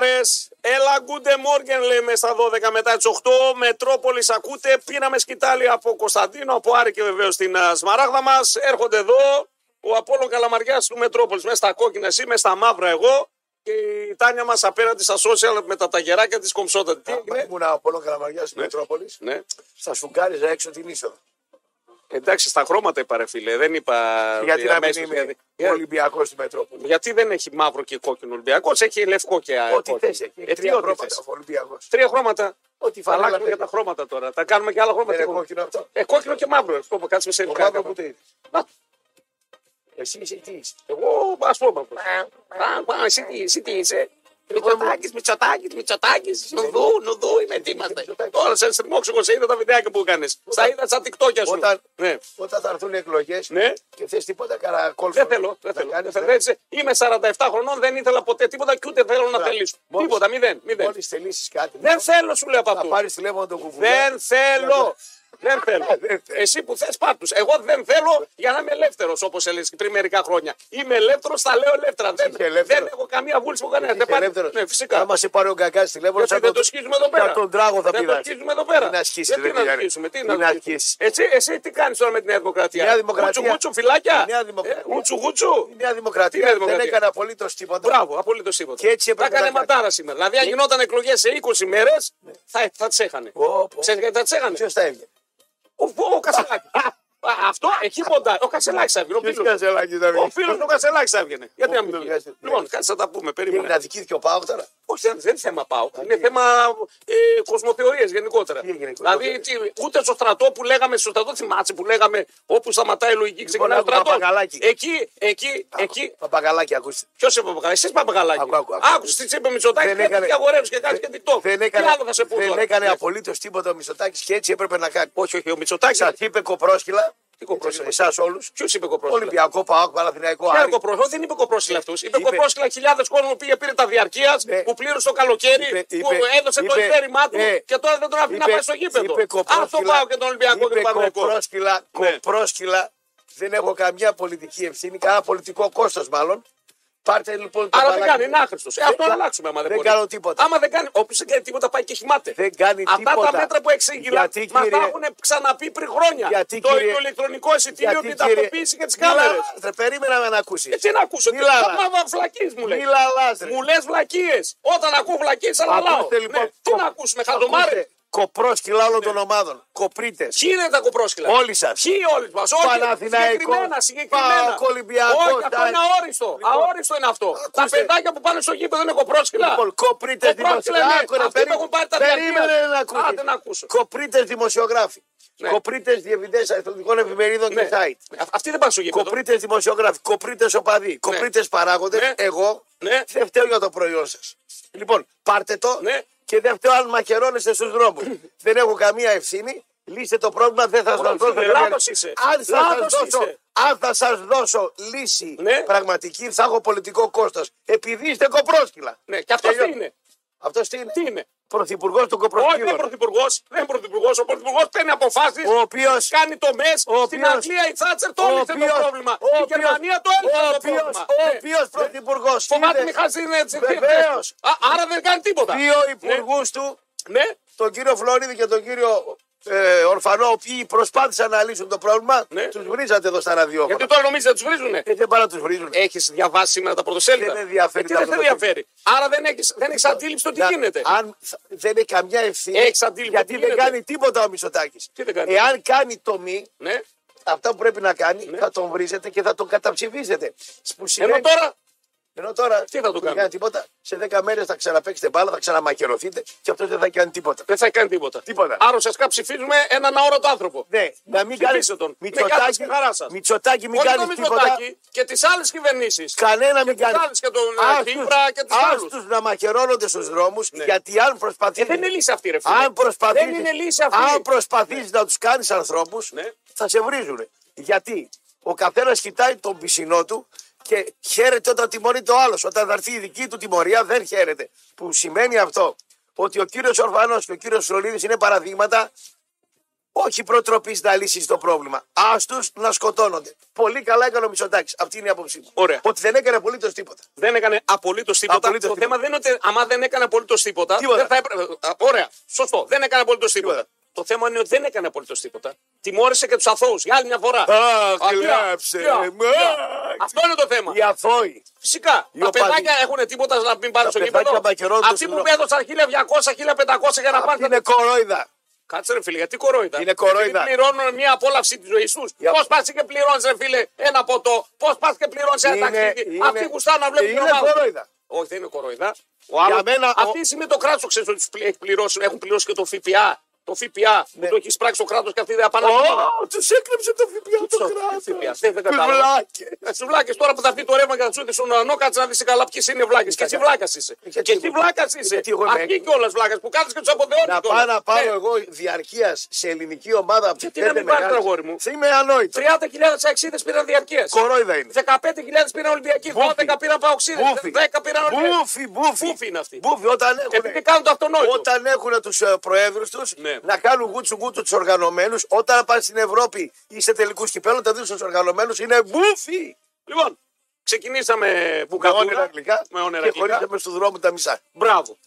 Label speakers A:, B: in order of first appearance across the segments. A: ώρε. Ελαγκούντε Μόργεν λέμε στα 12 μετά τις 8. Μετρόπολης ακούτε. Πήραμε σκητάλη από Κωνσταντίνο, από Άρη και βεβαίως την α, Σμαράγδα μας. Έρχονται εδώ ο Απόλο Καλαμαριάς του Μετρόπολης. Μέσα στα κόκκινα εσύ, μέσα στα μαύρα εγώ. Και η Τάνια μας απέναντι στα social με τα ταγεράκια της κομψότα. Τι
B: Άμα
A: έγινε.
B: ήμουν από όλο Καλαμαριά στην Μετρόπολης,
A: Ναι.
B: θα σφουγγάριζα έξω την είσοδο.
A: Εντάξει, στα χρώματα είπα ρε φίλε. Δεν είπα.
B: Γιατί
A: ότι
B: να μην
A: αμέσως,
B: είμαι
A: γιατί-
B: Ολυμπιακός στην Μετρόπολη.
A: Γιατί δεν έχει μαύρο και κόκκινο Ολυμπιακός, έχει λευκό και αέρα.
B: Ό,τι θες εκεί.
A: Ε, τι
B: Τρία
A: ό,τι
B: χρώματα
A: θες.
B: ο Ολυμπιακός.
A: Τρία χρώματα.
B: Ό,τι
A: Θα
B: φαλάκια
A: αλλάξουμε
B: για
A: και τα χρώματα τώρα. Θα κάνουμε και άλλα χρώματα.
B: Δεν
A: Τι
B: είναι
A: χρώματα.
B: κόκκινο αυτό.
A: Ε, κόκκινο και μαύρο. Το που κάτσουμε σε
B: Το
A: ελληνικά.
B: μαύρο
A: κάπου.
B: που τι είναι.
A: Να,
B: Εσύ είσαι τι είσαι.
A: Εγώ ας πούμε.
B: Ε,
A: Εσύ τι- εσύ τι είσαι. Μητσοτάκης, Μητσοτάκης, Μητσοτάκης. Νουδού, νουδού, είμαι τι είμαστε.
B: Ναι. Μητσοτάκης.
A: Τώρα σε στριμώξω εγώ σε είδα τα βιντεάκια που έκανες. Στα είδα στα τικτόκια σου.
B: Όταν-
A: Ναι.
B: Όταν θα έρθουν οι εκλογές
A: Ναι.
B: και θες τίποτα καρακόλφο.
A: Δεν θέλω, δεν
B: να
A: θέλω.
B: κάνεις,
A: δεν θέλω.
B: ναι.
A: Έτσι, Είμαι 47 χρονών, δεν ήθελα ποτέ τίποτα και ούτε θέλω να
B: Μπράβο.
A: θελήσω.
B: Μόλις-
A: Τίποτα, μηδέν. μηδέν.
B: Μόλις θελήσει κάτι.
A: Δεν θέλω, σου λέω από
B: Θα
A: αυτού.
B: πάρεις τηλέφωνο τον κουβουλό.
A: Δεν θέλω. Δεν θέλω.
B: Δεν θέλω.
A: Εσύ που θες πάρτου. Εγώ δεν θέλω για να είμαι ελεύθερος, όπως έλεγες πριν μερικά χρόνια. Είμαι ελεύθερος, τα λέω ελεύθερα. Δεν,
B: Είσαι ελεύθερος.
A: δεν έχω καμία βούληση που κανένα.
B: Είσαι
A: Δεν πάρει-
B: ελεύθερος.
A: Ναι, φυσικά.
B: Άμα σε πάρει ο γκαγκάς τηλέφωνο,
A: Γιατί δεν το σκίζουμε εδώ πέρα.
B: Θα τον τράγω θα
A: Δεν το
B: πειράσει.
A: σκίζουμε εδώ πέρα.
B: Μην ασχίσει,
A: Γιατί
B: δεν
A: να
B: πειράζει.
A: σκίσουμε, τι
B: Μην
A: να σκίσουμε.
B: ασχίσει.
A: Έτσι, εσύ τι κάνεις τώρα με τη Νέα Δημοκρατία.
B: Η Νέα Δημοκρατία-
A: Γουτσου, γουτσου, φυλάκια.
B: Η Νέα Δημοκρατία-
A: Ε, γουτσου, γουτσου.
B: Η Νέα
A: Τι Νέα
B: Δημοκρατία δεν
A: Δημοκρατία.
B: έκανε απολύτως τίποτα.
A: Μπράβο, απολύτως τίποτα.
B: Και έτσι
A: θα
B: έπρεπε
A: έκανε
B: να κάνει.
A: ματάρα σήμερα. Δηλαδή, αν γινόταν εκλογές σε 20 μέρες, θα, θα τι έχανε.
B: Ω, πω.
A: Ξέρεις γιατί θα τι έχανε.
B: Ποιο θα έβγαινε.
A: Ο, ο Κασελάκη. Αυτό εκεί κοντά. Ο Κασελάκης θα έβγαινε. ο
B: Ποιος
A: φίλος.
B: Κασελάκη θα
A: Ο
B: έβγαινε.
A: φίλος του Κασελάκης θα έβγαινε. Γιατί
B: Ο
A: να μην
B: φίλος
A: βγει.
B: Κασελάκη.
A: Λοιπόν, κάτι θα τα πούμε.
B: Είναι
A: Περίμενα.
B: να δική και ο Πάοκ τώρα.
A: Όχι, δεν δεν είναι θέμα πάω. Είναι θέμα ε, κοσμοθεωρίες γενικότερα.
B: Τι έγινε,
A: Δηλαδή, τι- ούτε στο στρατό που λέγαμε, στο στρατό θυμάσαι που λέγαμε όπου σταματάει η λογική, ξεκινάει ο
B: άκου
A: στρατό.
B: Λοιπόν, παπαγαλάκι.
A: Εκεί, εκεί, εκεί.
B: Παπαγαλάκι, ακούστε.
A: Ποιος είπε παπαγαλάκι, εσύ παπαγαλάκι.
B: Άκου, άκου, άκου.
A: Άκουσε τι είπε Μητσοτάκης,
B: Δεν
A: δεν έκανε.
B: έκανε-
A: Διαγορεύει και κάνεις και TikTok.
B: Δεν έκανε,
A: Τι άλλο θα σε πω
B: δεν
A: τώρα.
B: έκανε
A: Ναι.
B: απολύτως τίποτα ο Μητσοτάκης και έτσι έπρεπε να κάνει.
A: Όχι, όχι, ο Μητσοτάκης.
B: Σας είπε κοπρόσκυλα.
A: Τι κοπρόσκυλα.
B: Εσάς όλους.
A: Ποιο είπε κοπρόσκυλα.
B: Ολυμπιακό, Πάοκ, Παναθηναϊκό.
A: Τι
B: Άρη.
A: άλλο κοπρόσκυλα, δεν είπε κοπρόσκυλα αυτούς. Είπε
B: Ε, Είπε-
A: κοπρόσκυλα χιλιάδε κόσμο πήγε πήρε τα διαρκείας
B: Ναι.
A: που πλήρωσε το καλοκαίρι,
B: Είπε-
A: που
B: είπε-
A: έδωσε το
B: είπε-
A: εισφέρημά του
B: ε,
A: και τώρα δεν τον αφήνει να
B: Είπε-
A: πάει στο γήπεδο.
B: είπε κοπρόσκυλα-
A: Αυτό πάω και τον Ολυμπιακό και
B: είπε
A: τον Παναγικό.
B: Κοπρόσκυλα,
A: Ναι.
B: κοπρόσκυλα. Δεν έχω καμιά πολιτική ευθύνη, κανένα πολιτικό κόστος μάλλον. Πάρτε λοιπόν το
A: Άρα δεν
B: μπαλάκι.
A: κάνει, είναι άχρηστος. Ε, αυτό
B: κα-
A: να αλλάξουμε άμα δεν
B: δεν
A: μπορεί.
B: κάνω τίποτα.
A: Άμα δεν κάνει, όποιος δεν κάνει τίποτα πάει και χυμάται.
B: Δεν κάνει
A: Αυτά
B: τίποτα.
A: τα μέτρα που εξήγηλα
B: Γιατί,
A: μα τα
B: κύριε-
A: έχουν ξαναπεί πριν χρόνια.
B: Γιατί,
A: το
B: κύριε-
A: ηλεκτρονικό εισιτήριο, την ταυτοποίηση και τις
B: Μη
A: κάμερε.
B: λαλάς, ρε, Περίμενα να με ακούσει.
A: Τι να ακούσω, τι
B: Μη λαλάς.
A: μαύρα φλακή μου λέει.
B: Μη λαλάς, ρε.
A: Ε, Μου λες βλακίες. Όταν ακούω βλακίες, αλλά
B: Ακούστε,
A: λαό.
B: λοιπόν,
A: Ναι, Τι
B: κο-
A: να ακούσουμε,
B: Ακούστε,
A: χαζομάρε.
B: Κοπρόσκυλα όλων των ομάδων. Κοπρίτες.
A: Ποιοι είναι τα κοπρόσκυλα.
B: Όλοι σας.
A: Ποιοι όλοι μας. Όχι.
B: Παναθηναϊκό,
A: Συγκεκριμένα, συγκεκριμένα.
B: Πάοκ, Ολυμπιακός,
A: Όχι, αυτό
B: τα-
A: είναι αόριστο.
B: Λοιπόν,
A: αόριστο είναι αυτό. Τα
B: ακούστε.
A: παιδάκια που πάνε στο γήπεδο είναι κοπρόσκυλα.
B: Λοιπόν, κοπρίτες
A: Κοπρόσκυλα είναι.
B: δημοσιογράφοι.
A: Αυτοί που έχουν πάρει τα
B: Περίμενε
A: διαρκεία.
B: να
A: Άντε να ακούσω.
B: ακούσει. Κοπρίτες δημοσιογράφοι.
A: Ναι.
B: Κοπρίτες διευθυντέ αθλητικών εφημερίδων
A: Ναι.
B: και site.
A: Α- Αυτοί δεν πάνε στο γήπεδο.
B: Κοπρίτες δημοσιογράφοι, κοπρίτες οπαδοί, κοπρίτες παράγοντες.
A: Ναι.
B: Εγώ
A: Ναι.
B: δεν φταίω για το προϊόν σας. Λοιπόν, πάρτε το
A: Ναι.
B: και δεν φταίω αν μαχαιρώνεστε στους δρόμους. δεν έχω καμία ευθύνη. Λύστε το πρόβλημα, δεν θα σας
A: Ωραία,
B: δώσω.
A: φίλε,
B: καμία-
A: λάθος είσαι.
B: Αν θα σας
A: Λάθος
B: δώσω,
A: είσαι.
B: αν θα σας δώσω λύση
A: Ναι.
B: πραγματική, θα έχω πολιτικό κόστος. Επειδή είστε κοπρόσκυλα.
A: Ναι, και αυτό τι
B: Τελειώ-
A: είναι.
B: Αυτό τι είναι.
A: Τι είναι.
B: Πρωθυπουργός
A: Όχι,
B: των
A: δεν είναι
B: Κοπροσκύλων.
A: πρωθυπουργός. Δεν είναι πρωθυπουργός. Ο πρωθυπουργός παίρνει αποφάσεις.
B: Ο οποίος
A: κάνει το ΜΕΣ.
B: Ο
A: Στην
B: οποίος-
A: Αγγλία η Θάτσερ το
B: Ο
A: έλυσε το
B: οποίος-
A: πρόβλημα.
B: ο
A: Η
B: οποίος-
A: Γερμανία το
B: ο
A: έλυσε το
B: οποίος-
A: πρόβλημα.
B: Ο
A: Ναι.
B: οποίο πρωθυπουργός.
A: Φοβάται μη χάσει την
B: Βεβαίως.
A: Άρα δεν κάνει τίποτα.
B: Δύο υπουργούς του,
A: Ναι.
B: τον κύριο Φλωρίδη και τον κύριο ε, Ορφανό, οι οποίοι προσπάθησαν να λύσουν το πρόβλημα,
A: Ναι.
B: τους βρίζατε εδώ στα ραδιόφωνα.
A: Γιατί τώρα νομίζετε να τους βρίζουνε.
B: Ε, δεν πάνε να του βρίζουν.
A: Έχεις διαβάσει σήμερα τα πρωτοσέλιδα.
B: Δεν με ενδιαφέρει
A: Ε, τι
B: τα
A: δεν σε
B: πρωτοσέλιδα.
A: ενδιαφέρει. Άρα δεν έχεις δεν έχεις αντίληψη το τι
B: Να-
A: γίνεται.
B: Αν θα- δεν έχει καμιά ευθύνη,
A: Έχεις αντίληψη
B: γιατί
A: τι
B: δεν
A: γίνεται.
B: κάνει τίποτα ο Μητσοτάκης.
A: Τι δεν κάνει.
B: Εάν κάνει το μη,
A: Ναι.
B: αυτά που πρέπει να κάνει, θα τον βρίζετε και θα τον καταψηφίζετε. Που
A: Ενώ
B: σημαίνει-
A: τώρα.
B: Ενώ τώρα
A: Τι θα το
B: δεν
A: κάνουμε.
B: κάνει τίποτα. Σε 10 μέρες θα ξαναπέξετε μπάλα, θα ξαναμακερωθείτε και αυτό δεν θα κάνει τίποτα.
A: Δεν θα κάνει τίποτα.
B: Τίποτα.
A: Άρα ουσιαστικά ψηφίζουμε έναν αόρατο άνθρωπο.
B: Ναι, να μην κάνει.
A: Ψηφίστε τον. Με κάθε
B: Μητσοτάκι,
A: τη χαρά σας.
B: Μητσοτάκι, μην
A: Όχι το
B: κάνει τίποτα.
A: Μητσοτάκη και τις άλλες κυβερνήσεις.
B: Κανένα μην
A: τις
B: κάνεις.
A: άλλες και τον, ε, Τσίπρα και τις άλλους.
B: τους να μαχαιρώνονται στους δρόμους γιατί αν
A: Ε,
B: προσπαθείς
A: δεν είναι λύση αυτή, ρε φίλε.
B: Αν προσπαθείς,
A: Δεν είναι λύση αυτή.
B: Αν προσπαθείς να τους κάνεις ανθρώπους,
A: Ναι.
B: θα σε βρίζουν. Γιατί ο καθένας κοιτάει τον πισινό του και χαίρεται όταν τιμωρεί το άλλος. Όταν θα έρθει η δική του τιμωρία, δεν χαίρεται. Που σημαίνει αυτό ότι ο κύριος Ορβανό και ο κύριος Φλωρίδη είναι παραδείγματα Όχι προτροπής να λύσεις το πρόβλημα. Α του να σκοτώνονται. Πολύ καλά έκανε ο Μητσοτάκης. Αυτή είναι η άποψή μου.
A: Ωραία.
B: Ότι δεν έκανε απολύτως τίποτα.
A: Δεν έκανε απολύτως τίποτα.
B: Απολύτως
A: το
B: τίποτα.
A: θέμα δεν είναι ότι άμα δεν έκανε απολύτως τίποτα.
B: Τίποτα.
A: Δεν θα έπρεπε... Α, Ωραία. Σωστό. Δεν έκανε απολύτως τίποτα.
B: Τίποτα.
A: Το θέμα είναι ότι δεν έκανε απολύτως τίποτα. Τιμώρησε και τους αθώους για άλλη μια φορά.
B: Α,
A: τι,
B: κλάψε,
A: τι, α,
B: μα.
A: τι, α. Αυτό είναι το θέμα.
B: Οι αθώοι.
A: Φυσικά.
B: Οι
A: Τα
B: οπαδοί.
A: παιδάκια έχουν τίποτα να μην πάρουν στο
B: Τα παιδάκια
A: κήπεδο.
B: μπακερώνονται
A: Αυτοί
B: στον
A: που
B: δρόμο.
A: έδωσαν 1200-1500 για να
B: Αυτή
A: πάρουν.
B: είναι κορόιδα.
A: Κάτσε ρε φίλε, γιατί κορόιδα.
B: Είναι κορόιδα.
A: Επειδή πληρώνουν μια απόλαυση της ζωής τους.
B: Για-
A: Πώς πας και πληρώνεις, ρε φίλε, ένα ποτό. Πώς πας και πληρώνεις ένα ταξίδι. Αυτοί γουστάρουν να βλέπουν την
B: Είναι
A: ομάδα.
B: κορόιδα.
A: Όχι, δεν είναι κοροϊδά. Ο
B: Για
A: άλλος-
B: μένα, ο-
A: Αυτή τη στιγμή το κράτος ξέρεις ότι τους πλη- έχει πληρώσει, έχουν πληρώσει και το ΦΠΑ. Το ΦΠΑ που
B: Ναι.
A: το έχει σπράξει το κράτος και αυτοί δεν απάνε.
B: Του έκλεψε το ΦΠΑ
A: το
B: το
A: κράτος.
B: κράτο.
A: Δεν κατάλαβα. Στου βλάκες τώρα που θα βγει το ρεύμα και θα σου δει στον ουρανό, κάτσε να δεις καλά ποιες είναι βλάκες. Και εσύ
B: καλά.
A: βλάκας είσαι.
B: Γιατί
A: Και εσύ
B: εγώ-
A: βλάκας είσαι.
B: γιατί εγώ είμαι
A: Αυτοί
B: έξω.
A: κιόλας βλάκας που κάτσε και τους αποδεώνει.
B: Να πάω να πάρω εγώ διαρκείας σε ελληνική ομάδα από τι
A: Γιατί να μην πάρεις, αγόρι μου.
B: Είμαι ανόητος.
A: 30.000 αξίδε πήραν διαρκέ.
B: Κορόιδα είναι.
A: 15.000 πήραν Ολυμπιακοί, 12 πήραν Παοξίδε, 10 πήραν Ολυμπιακοί.
B: Μπούφι, μπούφι.
A: Μπούφι είναι αυτοί.
B: Μπούφι, όταν
A: Επειδή
B: έχουν,
A: κάνουν το αυτονόητο.
B: όταν έχουν του προέδρους τους
A: Ναι.
B: να κάνουν γούτσου γούτσου τους οργανωμένους, όταν πάνε στην Ευρώπη ή σε τελικούς κυπέλων, τα δίνουν στους οργανωμένους είναι μπούφι.
A: Λοιπόν, ξεκινήσαμε
B: Με
A: βουκαδούρα.
B: όνειρα αγγλικά
A: Με όνειρα
B: και
A: αγγλικά.
B: χωρίσαμε στου δρόμου τα μισά.
A: Μπράβο.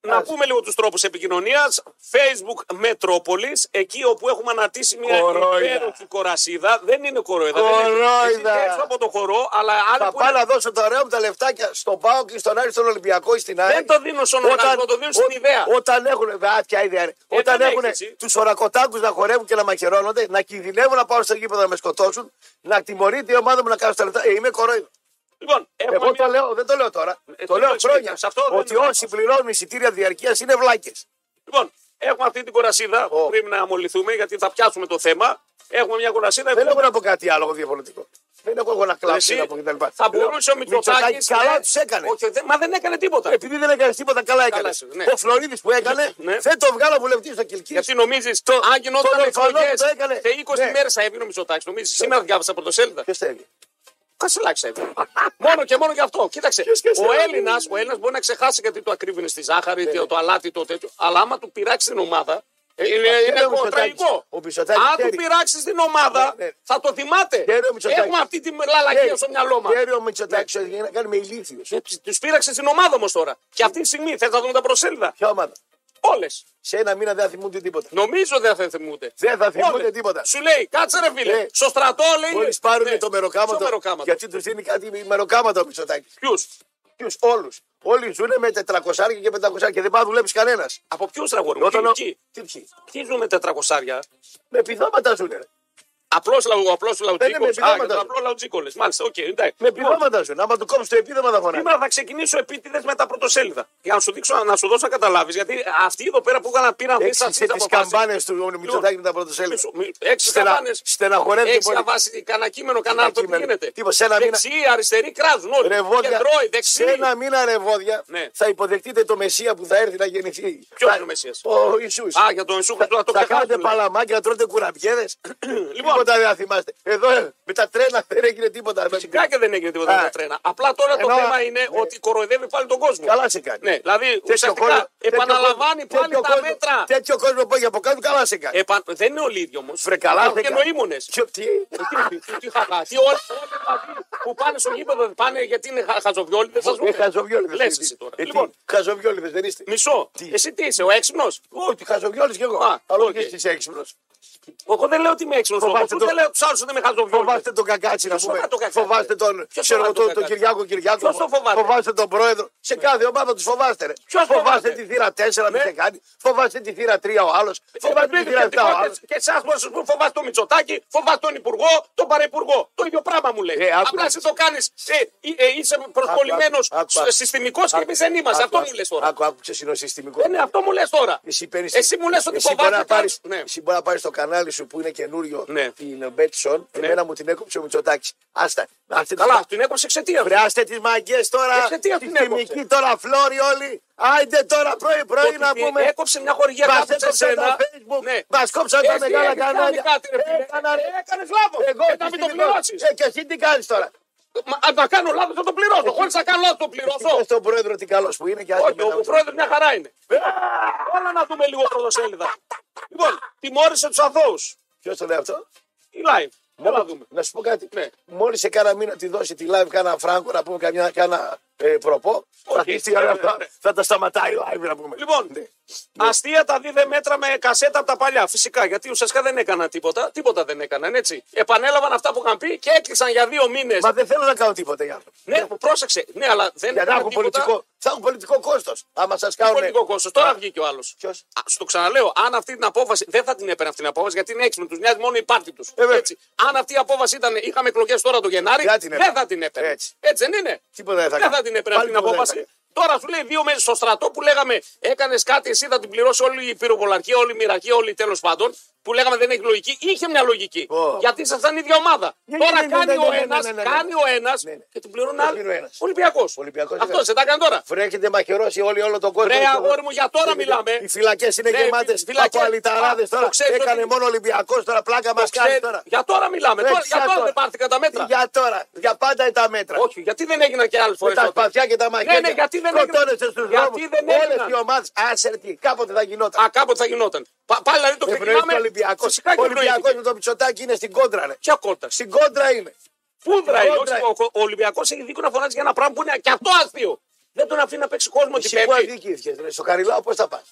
A: Να
B: Ας.
A: πούμε λίγο τους τρόπους επικοινωνίας. Facebook Μετρόπολη, εκεί όπου έχουμε ανατήσει μια
B: Κορόιδα.
A: υπέροχη κορασίδα. Δεν είναι κοροϊδά.
B: Κορόιδα.
A: Δεν είναι έξω από το χορό, αλλά άλλοι
B: Θα
A: που
B: πάω
A: είναι-
B: να δώσω τα ωραία μου τα λεφτάκια στον Πάο και στον Άρη, στον Ολυμπιακό ή στην Άρη.
A: δεν το δίνουν στον οργανισμό, το δίνουν στην
B: ό-
A: ιδέα.
B: Όταν έχουν, α, ποια ιδέα είναι. όταν
A: δεν
B: έχουν
A: έχεις, έτσι.
B: του ορακοτάκου να χορεύουν και να μαχαιρώνονται, να κινδυνεύουν να πάω στο γήπεδο να με σκοτώσουν, να τιμωρείται η ομάδα μου να κάνω στα λεφτά. Ε, είμαι κορόιδος.
A: Λοιπόν, έχουμε
B: Εγώ
A: μια-
B: το λέω, δεν το λέω τώρα.
A: Ε,
B: το
A: τι
B: λέω
A: λες,
B: χρόνια.
A: σε αυτό δεν
B: ότι
A: είναι
B: όσοι πληρώνουν εισιτήρια διαρκείας είναι βλάκες.
A: λοιπόν, έχουμε αυτή την κορασίδα.
B: Ω.
A: Πρέπει να αμολυθούμε γιατί θα πιάσουμε το θέμα. Έχουμε μια κορασίδα.
B: Δεν έχω να πω κάτι άλλο εγώ διαφορετικό. Δεν έχω εγώ να κλάψω
A: Εσύ
B: να πω κτλ.
A: θα μπορούσε ο Μητσοτάκη.
B: Καλά τους έκανε. Ε,
A: Όχι, δεν- μα δεν έκανε τίποτα.
B: Επειδή δεν έκανε τίποτα, καλά έκανε.
A: είσαι, ναι.
B: Ο Φλωρίδης που έκανε,
A: Ναι.
B: δεν το βγάλα βουλευτή στο Κυλκής.
A: Γιατί νομίζεις, αν γινόταν
B: το
A: εκλογέ
B: Ροφανόπουλο έκανε.
A: σε 20
B: Ναι.
A: μέρες θα έβγαινε ο Μητσοτάκης. Νομίζεις, σήμερα διάβασα πρωτοσέλιδα.
B: Ποιος θέλει.
A: Κασελάκης θα έβγαινε. μόνο και μόνο γι' αυτό. Κοίταξε.
B: Ποιος και
A: ο
B: σε-
A: Έλληνας ο Έλληνας μπορεί να ξεχάσει γιατί το ακρίβεινες στη ζάχαρη,
B: Ναι,
A: το, το αλάτι, το τέτοιο. Αλλά άμα του πειράξει την ομάδα. ε, Είναι,
B: Μα
A: είναι
B: ξέρει ο
A: κο-
B: Μητσοτάκης.
A: τραγικό.
B: Ο Μητσοτάκης
A: Αν του
B: ξέρει.
A: πειράξεις την ομάδα,
B: Ναι, ναι.
A: θα το θυμάται.
B: Ξέρει ο Μητσοτάκης.
A: Έχουμε αυτή τη λαλακία στο μυαλό Ναι. μα.
B: Χαίρομαι ο Μητσοτάκης ότι να κάνουμε ηλίθιου.
A: Τους πείραξε την ομάδα όμως τώρα. Και αυτή τη στιγμή θες να δούμε τα προσέλιδα.
B: Ποια ομάδα.
A: Όλες.
B: Σε ένα μήνα δεν θα θυμούνται τίποτα.
A: Νομίζω δεν θα θυμούνται.
B: Δεν θα θυμούνται
A: Όλες.
B: τίποτα.
A: Σου λέει, κάτσε ρε φίλε.
B: Ε.
A: Στο στρατό λέει.
B: Μόλι πάρουν
A: Ναι.
B: το
A: Ποιο
B: μεροκάματο.
A: μεροκάματο.
B: Γιατί τους δίνει κάτι με- μεροκάματο ο Μητσοτάκης.
A: Ποιους?
B: Ποιους όλους. Όλοι ζουν με 400 και 500 και δεν πάει να δουλέψει κανένας.
A: Από ποιους τραγούδι.
B: Όταν ο-
A: Ποιοι,
B: Τι ποιοι.
A: ποιοι ζουν με τετρακοσάρια.
B: Με επιδόματα ζουν.
A: Απλό λαού, απλό
B: Δεν είναι Ε, ναι, με
A: λαουτζίκο.
B: επιδόματα.
A: Απλό λαουτζίκολε. Μάλιστα, οκ, εντάξει.
B: Με επιδόματα ζουν. Άμα του κόψεις το επίδομα θα φωνάζει.
A: Σήμερα θα ξεκινήσω επίτηδες με τα πρωτοσέλιδα. Για να σου, δείξω, να σου δώσω να καταλάβεις. Γιατί αυτοί εδώ πέρα που έκαναν πήραν δει
B: Έξισε τι καμπάνε
A: Λοιπόν.
B: του Μητσοτάκη με τα πρωτοσέλιδα.
A: Έξι
B: Στενα-
A: καμπάνες.
B: στεναχωρεύτηκε
A: Έχει
B: πολύ.
A: διαβάσει κανένα κείμενο, κανένα άρθρο, τι
B: κείμενο.
A: γίνεται.
B: Τίποτα, σε ένα μήνα-
A: Δεξιοί, αριστεροί κράζουν όλοι.
B: Ρεβόδια.
A: Κεντρώοι,
B: Σε
A: δεξιοί.
B: ένα μήνα ρεβόδια
A: Ναι.
B: θα υποδεχτείτε το Μεσία που θα έρθει να γεννηθεί.
A: Ποιος
B: Θα-
A: είναι ο Μεσσίας?
B: Ο Ιησούς.
A: Α, για τον Ιησούς Χριστό, να το
B: θα
A: ξεχάσουμε.
B: κάνετε παλαμάκια, να τρώτε κουραμπιέδε.
A: Λοιπόν.
B: τίποτα δεν θα θυμάστε. Εδώ ε, με τα τρένα δεν έγινε τίποτα.
A: Φυσικά και δεν έγινε τίποτα
B: Α.
A: με τα τρένα. Απλά τώρα το
B: Ε, Ενώ,
A: θέμα είναι
B: ναι.
A: ότι κοροϊδεύει πάλι τον κόσμο.
B: Καλά σε κάνει.
A: Ναι, δηλαδή
B: Τέτοιο κόσμο-
A: ουσιαστικά
B: τέτοιο
A: επαναλαμβάνει
B: κόσμο-
A: πάλι
B: τέτοιο
A: τα
B: κόσμο-
A: μέτρα.
B: Τέτοιο κόσμο που έχει από κάτω, καλά σε κάνει.
A: Επα- Δεν είναι όλοι ίδιοι όμως.
B: Βρε, καλά σε
A: και
B: κάνει.
A: νοήμονες.
B: Και τι.
A: Τι χαχά. Τι όλοι όλοι που πάνε στο γήπεδο δεν πάνε γιατί είναι χα- χαζοβιόλιδες. ας πούμε.
B: Ε, χαζοβιόλιδες.
A: Λες
B: Ε,
A: εσύ τώρα.
B: ε, τι,
A: Λοιπόν,
B: χαζοβιόλιδες δεν είστε.
A: μισό.
B: Τι.
A: Εσύ τι είσαι, ο έξυπνος.
B: Όχι, χαζοβιόλιδες κι εγώ.
A: Α,
B: Αλλά
A: οκ.
B: όχι εσείς έξυπνος.
A: Εγώ δεν λέω ότι είμαι έξυπνος.
B: Φοβάστε
A: Εγώ
B: το-
A: δεν λέω του άλλου ότι είμαι χαζοβιόλιδε.
B: Φοβάστε τον Κακάτσι να
A: Ποιος
B: πούμε.
A: φοβάται τον Κακάτσι,
B: Φοβάστε
A: ρε?
B: τον,
A: Ποιος
B: ξέρω,
A: φοβάται
B: τον,
A: τον
B: τον
A: Κακάτσι?
B: Κυριάκο Κυριάκο.
A: Ποιος τον φοβάται? Ναι.
B: τον πρόεδρο. Σε κάθε ομάδα τους φοβάστε. Ρε.
A: Ποιος φοβάται?
B: φοβάστε τη θύρα 4
A: Ναι. Ε,
B: μην σε κάνει. Φοβάστε τη θύρα 3 ο άλλος. Φοβάστε τη θύρα 7 ο άλλο.
A: Και εσά που σου φοβάστε τον Μητσοτάκη, φοβάστε τον Υπουργό, τον Παρεπουργό. Το ίδιο πράγμα μου λέει.
B: Ε, άκου
A: Απλά
B: να-
A: εσύ το κάνεις, ε, είσαι προσκολλημένος
B: άκου, άκου, άκου.
A: συστημικός και εμείς δεν είμαστε. Αυτό μου λες τώρα.
B: Άκου, άκου, ξέρεις, είναι ο συστημικός.
A: Δεν είναι αυτό μου λες τώρα.
B: Εσύ, παίρνεις-
A: Εσύ μου λες ότι
B: εσύ μπορεί
A: φοβάστε
B: να πάρεις-
A: Ναι.
B: Εσύ μπορεί να πάρεις το κανάλι σου που είναι καινούριο
A: Ναι.
B: την Betson. Εμένα μου την έκοψε ο Μητσοτάκης. Άστα. Άστε τις
A: Καλά, Ε, την έκοψε εξαιτίας. του.
B: Βρεάστε τις μαγκέ τώρα.
A: Εξαιτίας αυτήν
B: Τη
A: έκοψε.
B: χημική τώρα φλόρι όλοι. Άιντε τώρα
A: Το
B: πρωί-πρωί
A: ότι
B: να
A: την
B: πούμε.
A: Έκοψε μια χορηγία
B: Μας
A: κάπου σε
B: έκοψαν
A: σένα.
B: τα Facebook,
A: Ναι.
B: μας κόψαν τα
A: Εσύ
B: μεγάλα
A: έχεις κάνει
B: κανάλια.
A: κάτι, ρε φίλε.
B: Έκανα, ρε.
A: Έκανες λάθος.
B: Εγώ
A: Ε, να
B: τι
A: μην το
B: θυμηθώ.
A: πληρώσεις.
B: Ε, και εσύ τι κάνεις τώρα.
A: Μα, Αν τα κάνω λάθος, θα το πληρώσω. Χωρίς να κάνω λάθος, το πληρώσω.
B: Πες στον πρόεδρο τι καλός που είναι και άντε
A: Όχι,
B: μετά
A: ο
B: μετά.
A: πρόεδρος μια χαρά είναι. Όλα να δούμε λίγο πρωτοσέλιδα. Λοιπόν, τιμώρησε τους αθώους.
B: Ποιος το λέει αυτό.
A: Η live. Όλα να δούμε.
B: Να σου πω κάτι.
A: Ναι.
B: Μόλις σε κάνα μήνα τη δώσει τη live, κάνα φράγκο να πούμε καμιά, κάνα ε, προπό. θα, αρχίσει η ώρα
A: ναι,
B: θα,
A: ναι.
B: θα τα σταματάει live να πούμε.
A: Λοιπόν,
B: Ναι.
A: αστεία τα δίδε μέτρα με κασέτα από τα παλιά. Φυσικά, γιατί ουσιαστικά δεν έκανα τίποτα. Τίποτα δεν έκαναν, έτσι. Επανέλαβαν αυτά που είχαν πει και έκλεισαν για δύο μήνες.
B: Μα δεν θέλω να κάνω τίποτα για αυτό.
A: Ναι, πρόσεξε. Ναι, αλλά δεν
B: Για να
A: έκαναν
B: έχουν
A: τίποτα.
B: πολιτικό, ναι. θα έχουν πολιτικό κόστος. Άμα σας κάνουν.
A: Πολιτικό κόστος. Τώρα βγήκε ο άλλος.
B: Ποιος.
A: Στο ξαναλέω, αν αυτή την απόφαση. Δεν θα την έπαιρνε αυτή την απόφαση γιατί είναι έξυπνο, τους νοιάζει μόνο η πάρτη τους.
B: Ε, βέβαια.
A: αν αυτή η απόφαση ήταν. Είχαμε εκλογές τώρα το Γενάρη, δεν
B: Δεν θα την έπαιρνε.
A: θα την έπαιρνε.
B: Έτσι.
A: Έτσι, δεν είναι.
B: Τίποτα δεν θα
A: Δεν
B: κάνω.
A: θα την έπαιρνε αυτή την
B: τίποτα δεν θα
A: απόφαση. Τώρα σου λέει δύο μέρες στο στρατό που λέγαμε έκανες κάτι, εσύ θα την πληρώσει όλη η πυροβολαρχία, όλη η μοιραχία, όλη τέλος πάντων. Που λέγαμε δεν έχει λογική. Είχε μια λογική.
B: Ω.
A: Γιατί ήσασταν ίδια ομάδα.
B: Ναι, ναι,
A: Τώρα
B: ναι, ναι, ναι,
A: κάνει
B: ναι,
A: ο
B: ναι, ναι,
A: ένας
B: ναι, ναι, ναι.
A: κάνει ο ένας
B: Ναι, ναι.
A: και την πληρώνει
B: Τον πληρώνει ο ένας.
A: Ολυμπιακός.
B: Ολυμπιακός, ναι.
A: Αυτό
B: βέβαια.
A: δεν τα έκανε τώρα.
B: Βρέχεται μαχαιρώσει όλοι όλο τον κόσμο.
A: Ρε,
B: Και-
A: αγόρι μου, για τώρα μιλάμε.
B: Οι φυλακές είναι
A: Ναι,
B: γεμάτες.
A: φυλακές.
B: Από αλυταράδες
A: Α,
B: τώρα.
A: το ξέρεις
B: Έκανε
A: ότι-
B: μόνο Ολυμπιακός τώρα. Πλάκα μας κάνει
A: Ξέρετε,
B: τώρα.
A: Για τώρα μιλάμε.
B: Ναι,
A: Τώρα,
B: για
A: για τώρα
B: τώρα.
A: δεν πάρθηκαν τα μέτρα.
B: Για τώρα. Για πάντα τα μέτρα.
A: Όχι, γιατί δεν έγιναν και άλλες
B: Με
A: φορές.
B: τα σπαθιά και τα μαχαίρια.
A: Ναι, ναι, γιατί δεν
B: Σκοτώνεσαι
A: έγιναν.
B: στου
A: Γιατί
B: δρόμου.
A: δεν
B: Όλε
A: έγιναν.
B: οι ομάδες. Άσερ τι. Κάποτε θα γινόταν.
A: Α, κάποτε θα γινόταν. Πα- πάλι δηλαδή το
B: Ευνοήθηκε
A: ξεκινάμε.
B: ο Ολυμπιακός.
A: Φυσικά και
B: Ο Ολυμπιακό
A: Ολυμπιακό.
B: με το πιτσοτάκι είναι στην κόντρα. ρε.
A: Ποια κόρτα.
B: Στην κόντρα είναι.
A: Πούδρα είναι.
B: Κόντρα
A: όχι, Ο, ο Ολυμπιακός έχει δίκιο να φωνάζει για ένα πράγμα που είναι και αυτό αστείο. Δεν τον αφήνει να παίξει κόσμο την
B: Εσύ που
A: Πέμπτη.
B: αδικήθηκε. Στο Καριλάο πώς θα πας.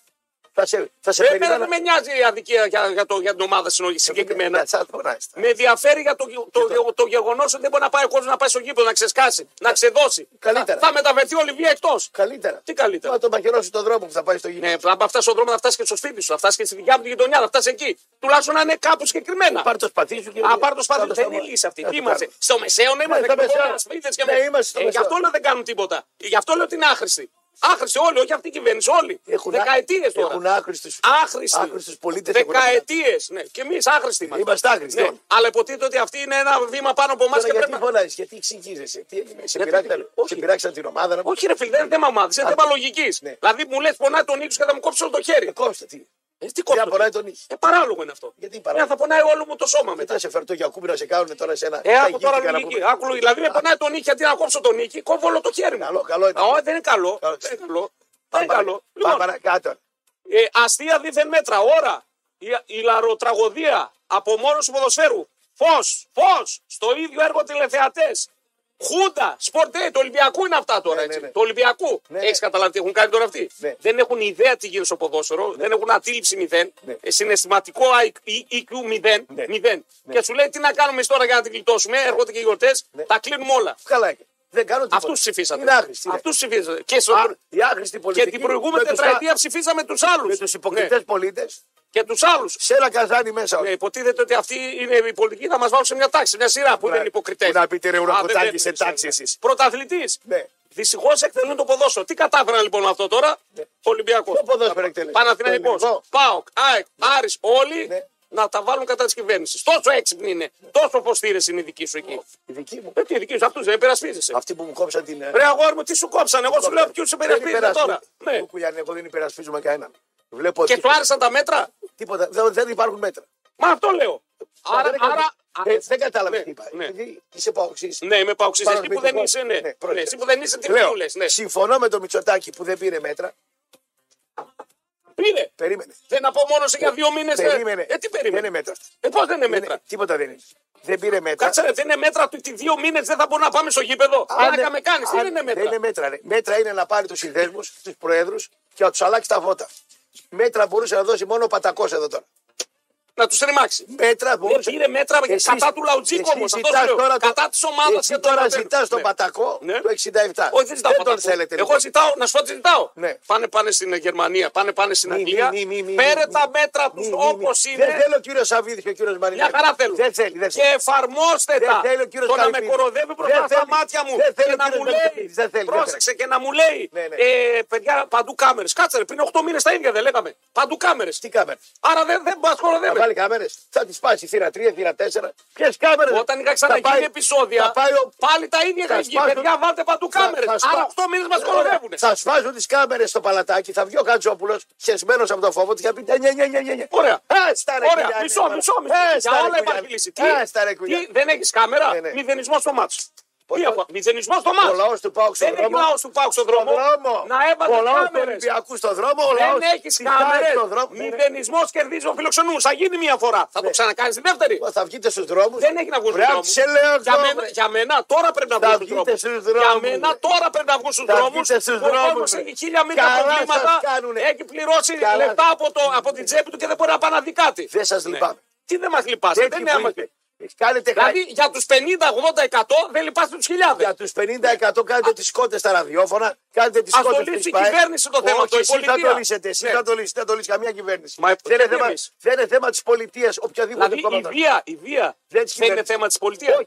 B: Θα σε, θα σε
A: Εμένα
B: περιμένω.
A: δεν με νοιάζει η αδικία για, για, το, για την ομάδα συνολική συγκεκριμένα. Ναι.
B: Θα φωνάζεις.
A: Με ενδιαφέρει για το, το, το, το γεγονός ότι δεν μπορεί να πάει ο κόσμος να πάει στο γήπεδο, να ξεσκάσει, να ξεδώσει.
B: Καλύτερα.
A: Θα, θα μεταβερθεί ο Ολυμπία εκτός.
B: Καλύτερα.
A: Τι καλύτερα.
B: Μα το μαχαιρώσει τον δρόμο που θα πάει στο γήπεδο.
A: Ναι, άμα φτάσει στον δρόμο να φτάσει και στο σπίτι σου, να φτάσει και στη δικιά μου τη γειτονιά, να φτάσει εκεί. Τουλάχιστον να είναι κάπου συγκεκριμένα.
B: Πάρ το σπαθί σου και.
A: Α, πάρ το
B: Θα
A: σπάθι. Δεν είναι
B: σταμα-
A: λύση αυτή.
B: θα
A: Τι
B: το
A: είμαστε.
B: κάνω.
A: Στο μεσαίο να είμαστε.
B: στα
A: και
B: μεσαία.
A: κόκκινα σπίτια και
B: Ναι,
A: με-
B: είμαστε στο
A: Ε, Γι'
B: μεσαίο.
A: αυτό λέω δεν κάνουν τίποτα. Ε, Γι' αυτό λέω ότι είναι άχρηστη. Άχρηστη όλοι, όχι αυτή η κυβέρνηση. Όλοι.
B: Έχουν ά-
A: Δεκαετίες
B: Έχουν
A: τώρα.
B: άχρηστους.
A: Άχρηστοι.
B: Άχρηστους πολίτες έχουν να
A: Δεκαετίες. Ναι, και εμείς άχρηστοι είμαστε.
B: Είμαστε άχρηστοι.
A: Ναι. Αλλά υποτίθεται ότι αυτή είναι ένα βήμα πάνω από εμάς
B: Τώρα
A: και
B: γιατί
A: πρέπει
B: να...
A: να.
B: φωνάζεις, γιατί εξηγίζεσαι, τι έγινε, σε
A: Γιατί-
B: πειράξαν,
A: όχι.
B: σε πειράξαν την ομάδα. να-
A: Όχι, ρε φίλε, δεν είναι θέμα ομάδα, είναι θέμα λογικής.
B: Ναι.
A: Δηλαδή μου λες πονάει τον ήλιο και θα μου κόψεις όλο το χέρι.
B: Ε, Κόψτε τι.
A: Ε, τι
B: Για
A: κόψω.
B: πονάει τον ήχο.
A: Ε, παράλογο είναι αυτό.
B: Γιατί παράλογο.
A: Ε, θα πονάει όλο μου το σώμα μετά.
B: Μετά σε φερτώ για κούμπι να σε κάνουν τώρα σε ένα.
A: Ε,
B: τα
A: άκου τώρα
B: ηγήθηκα να
A: λογική.
B: πούμε.
A: Άκου, λογική. δηλαδή με πονάει τον νίκη, γιατί να κόψω τον νίκη, κόβω όλο το χέρι μου.
B: Καλό, καλό ήταν.
A: Α, όχι, δεν είναι καλό.
B: Καλό.
A: Δεν είναι καλό. Δεν
B: Πάμε
A: είναι καλό.
B: παρα- πάμε
A: Λοιπόν,
B: παρακάτω.
A: ε, αστεία δίθεν μέτρα, ώρα, η, η λαροτραγωδία, απομόνωση ποδοσφαίρου, φως, φως, στο ίδιο έργο τηλεθεατές. Χούντα, σπορτ Day, του Ολυμπιακού είναι αυτά τώρα.
B: Ναι,
A: έτσι.
B: ναι, ναι.
A: Του Ολυμπιακού.
B: Ναι, ναι.
A: Έχεις καταλάβει τι έχουν κάνει τώρα αυτοί.
B: Ναι.
A: Δεν έχουν ιδέα τι γίνεται στο ποδόσφαιρο, δεν έχουν αντίληψη μηδέν.
B: Ναι.
A: Ε, Συναισθηματικό IQ, EQ μηδέν.
B: Ναι. Ναι.
A: μηδέν. Και σου λέει τι να κάνουμε εμείς τώρα για να την γλιτώσουμε. ε, Έρχονται και οι γιορτές, τα κλείνουμε όλα.
B: Καλά έκανε. Δεν κάνω τίποτα.
A: Αυτούς ψηφίσατε.
B: Είναι Λοιπόν, άχρηστη.
A: Αυτούς ψηφίσατε. Και, στο-
B: Α, η άχρηστη
A: και
B: πολιτική.
A: την προηγούμενη
B: με τους
A: τετραετία ψηφίσαμε τους άλλους.
B: κα- Με τους υποκριτές πολίτες
A: Και τους άλλους.
B: σε ένα καζάνι μέσα.
A: Ναι, υποτίθεται ότι αυτοί είναι οι πολιτικοί θα μας βάλουν σε μια τάξη, σε μια σειρά που
B: Ναι.
A: δεν είναι υποκριτές.
B: Που να πείτε, ρε, Ουρακοτάκη, σε τάξη εσείς.
A: Πρωταθλητής.
B: Ναι.
A: Δυστυχώς εκτελούν το ποδόσφαιρο. Τι κατάφεραν λοιπόν αυτό τώρα.
B: Ναι.
A: Ολυμπιακός.
B: Ποιο ποδόσφαιρο εκτελεί? Το ελληνικό.
A: Παναθηναϊκό. ΠΑΟΚ. ΑΕΚ. Άρης, Όλοι
B: Ναι.
A: να τα βάλουν κατά της κυβέρνησης. Τόσο έξυπνοι είναι. Τόσο φωστήρε είναι οι δικοί σου εκεί.
B: Η δική μου.
A: Ε, τι δικοί σου, αυτούς δεν υπερασπίζεσαι.
B: Αυτή που μου κόψαν την. ε,
A: Ρε αγόρι μου, τι σου κόψανε. Εγώ σου λέω ποιους
B: δεν
A: υπερασπίζεσαι
B: υπερασπι-
A: τώρα. Ναι.
B: Κουκουλιανέ, εγώ δεν υπερασπίζομαι κανέναν. Βλέπω
A: Και
B: ότι
A: του άρεσαν τα μέτρα.
B: τίποτα. δεν- Δεν υπάρχουν μέτρα.
A: Μα αυτό λέω.
B: Μα
A: Άρα,
B: δεν έκανα-
A: άρα,
B: Ε, δεν κατάλαβες
A: Ναι,
B: τι είπα.
A: ναι.
B: Επειδή Είσαι παοξής.
A: Ναι, με πάω ξύσεις.
B: Πάνω
A: Εσύ που δεν
B: σπίτι,
A: είσαι, ναι.
B: ναι,
A: ναι,
B: πρόκειται.
A: εσύ που δεν είσαι, τι
B: Λέω,
A: που λες, ναι.
B: συμφωνώ με το Μητσοτάκι που δεν πήρε μέτρα.
A: Πήρε.
B: Περίμενε.
A: Δεν απομόνωσε για δύο μήνες.
B: περίμενε.
A: Ε, τι
B: Δεν
A: περίμενε.
B: είναι μέτρα. αυτά.
A: Ε, πώς δεν είναι
B: Δεν
A: μέτρα.
B: είναι- τίποτα δεν είναι. Δεν πήρε μέτρα.
A: Κάτσε, ρε, δεν είναι μέτρα ότι δύο μήνες δεν θα μπορούμε να πάμε στο γήπεδο.
B: Αν-
A: Άρα με κάνεις,
B: αν-
A: δεν είναι μέτρα.
B: ναι. Δεν είναι μέτρα. Ρε. Μέτρα είναι να πάρει τους συνδέσμους, τους προέδρους και να τους αλλάξει τα βότα. Μέτρα μπορούσε να δώσει μόνο ο Πατακός εδώ τώρα.
A: Να τους τριμάξει.
B: Μέτρα
A: Δεν
B: μπορούσε.
A: πήρε μέτρα
B: Εσείς-
A: κατά του Λαουτζίκ
B: εσείς
A: όμω.
B: ζητάς τώρα το-
A: Κατά της ομάδας
B: εσύ
A: και των
B: τώρα
A: αντέρων.
B: ζητάς τον
A: Ναι.
B: Πατακό
A: Ναι.
B: το 67.
A: Όχι, δεν ζητάω
B: Δεν τον
A: πατακού.
B: θέλετε. λοιπόν.
A: Εγώ ζητάω, να σου πω τι ζητάω.
B: Ναι.
A: Πάνε, πάνε στην Γερμανία, πάνε, πάνε στην
B: Μη,
A: Αγγλία.
B: μη, μη, μη,
A: Πέρε
B: μη,
A: τα
B: μη.
A: μέτρα τους
B: Μη, μη,
A: όπως
B: μη. Δεν
A: είναι.
B: θέλω ο κύριος Σαββίδης και ο κύριος Μαρινάκης.
A: Μια χαρά θέλω.
B: Δεν θέλει. Δεν θέλει.
A: Και εφαρμόστε
B: Δεν
A: τα.
B: θέλει ο κύριος
A: το να με
B: Καλυπίδης.
A: κοροδεύει μπροστά
B: Δεν
A: στα
B: θέλει.
A: μάτια μου.
B: Δεν θέλει
A: και να
B: ο κύριος
A: μου λέει.
B: Καλυπίδης. Δεν θέλει, δεν
A: πρόσεξε και να μου λέει.
B: Ναι, ναι.
A: Ε, παιδιά, παντού κάμερες. Κάτσε ρε, πριν 8 μήνες τα ίδια δεν λέγαμε. Παντού κάμερες.
B: Τι κάμερες.
A: Άρα δεν, δεν μας
B: Θα
A: κοροδεύεις.
B: βάλει κάμερες. Θα τη σπάσει θύρα 3, θύρα 4. Ποιες κάμερες.
A: Όταν είχα ξαναγίνει επεισόδια,
B: Θα πάει ο.
A: πάλι τα ίδια είχαν
B: Θα
A: γίνει.
B: σπάσουν-
A: Παιδιά, βάλτε παντού
B: θα-
A: κάμερες.
B: θα σπά- Ε,
A: Άρα 8 μήνες μας κοροδεύουν.
B: Θα σφάζουν τις κάμερες στο παλατάκι. Θα βγει ο Χατζόπουλος χεσμένος από το φόβο του και θα πει «Ναι, ναι, ναι, ναι, ναι, ναι».
A: Ωραία.
B: Άστα, ρε,
A: Ωραία,
B: Κουλιανέ,
A: μισό,
B: μωρέ.
A: μισό, μισό. Για
B: Άστα, ρε,
A: όλα
B: Κουλιανέ.
A: υπάρχει λύση. Τι,
B: Άστα, ρε,
A: τι,
B: Κουλιανέ.
A: δεν έχεις κάμερα,
B: Ναι, ναι.
A: μηδενισμός στο μάτσο. Τι
B: Πολλά-
A: απο- Μηδενισμός στο
B: Ο
A: μάτι.
B: λαό του Πάουκ στον
A: Δεν έχει
B: δρόμο.
A: λαό του Πάουκ στον δρόμο. Να
B: Ο
A: έβαλε
B: λαό του
A: κάμερες.
B: Ολυμπιακού στον δρόμο. Ο λαός
A: Δεν έχει
B: κοιτάει
A: κάμερε.
B: στον δρόμο. Ναι.
A: Μηδενισμός κερδίζει ο φιλοξενούς. Θα γίνει μία φορά. Θα το ξανακάνεις τη δεύτερη.
B: Θα βγείτε στους δρόμους.
A: Δεν έχει να βγουν
B: Βρε,
A: στους δρόμους.
B: σε λέω
A: Για
B: δρόμο.
A: μένα, για μένα τώρα πρέπει να
B: Θα
A: βγουν στους
B: βγείτε
A: δρόμους.
B: στους
A: Για
B: δρόμους,
A: μένα
B: ρε.
A: τώρα πρέπει να βγουν στους
B: Θα
A: δρόμους.
B: βγείτε στους
A: Ο κόσμος
B: δρόμους, ρε.
A: έχει χίλια μίλια
B: Καλά σας
A: προβλήματα.
B: κάνουνε.
A: Έχει πληρώσει
B: Καλά.
A: λεφτά από, το, από την τσέπη του και δεν μπορεί να πάει να δει κάτι.
B: Δεν σας
A: Ναι.
B: λυπάμαι.
A: Τι δεν μας λυπάσαι.
B: Τέτοιοι
A: Δεν
B: που
A: άμα-
B: είστε. Κάνετε
A: Δηλαδή
B: χάρη.
A: για τους 50-80% δεν λυπάστε τους χιλιάδες.
B: Για τους 50% κάνετε τις κότες στα ραδιόφωνα, κάνετε τις
A: Ας το
B: κότε
A: λύσει η κυβέρνηση το θέμα,
B: Όχι,
A: το η
B: εσύ θα
A: πολιτεία.
B: το λύσετε, εσύ
A: Ναι.
B: θα το λύσετε, δεν το λύσει καμία κυβέρνηση.
A: Μα
B: δεν, είναι
A: γιατί
B: θέμα,
A: εμείς?
B: δεν είναι θέμα της πολιτείας, οποιαδήποτε
A: Δηλαδή η
B: κόμματα.
A: βία, η βία
B: Δεν
A: δεν,
B: της
A: είναι
B: κυβέρνησης.
A: θέμα της πολιτείας.
B: Όχι.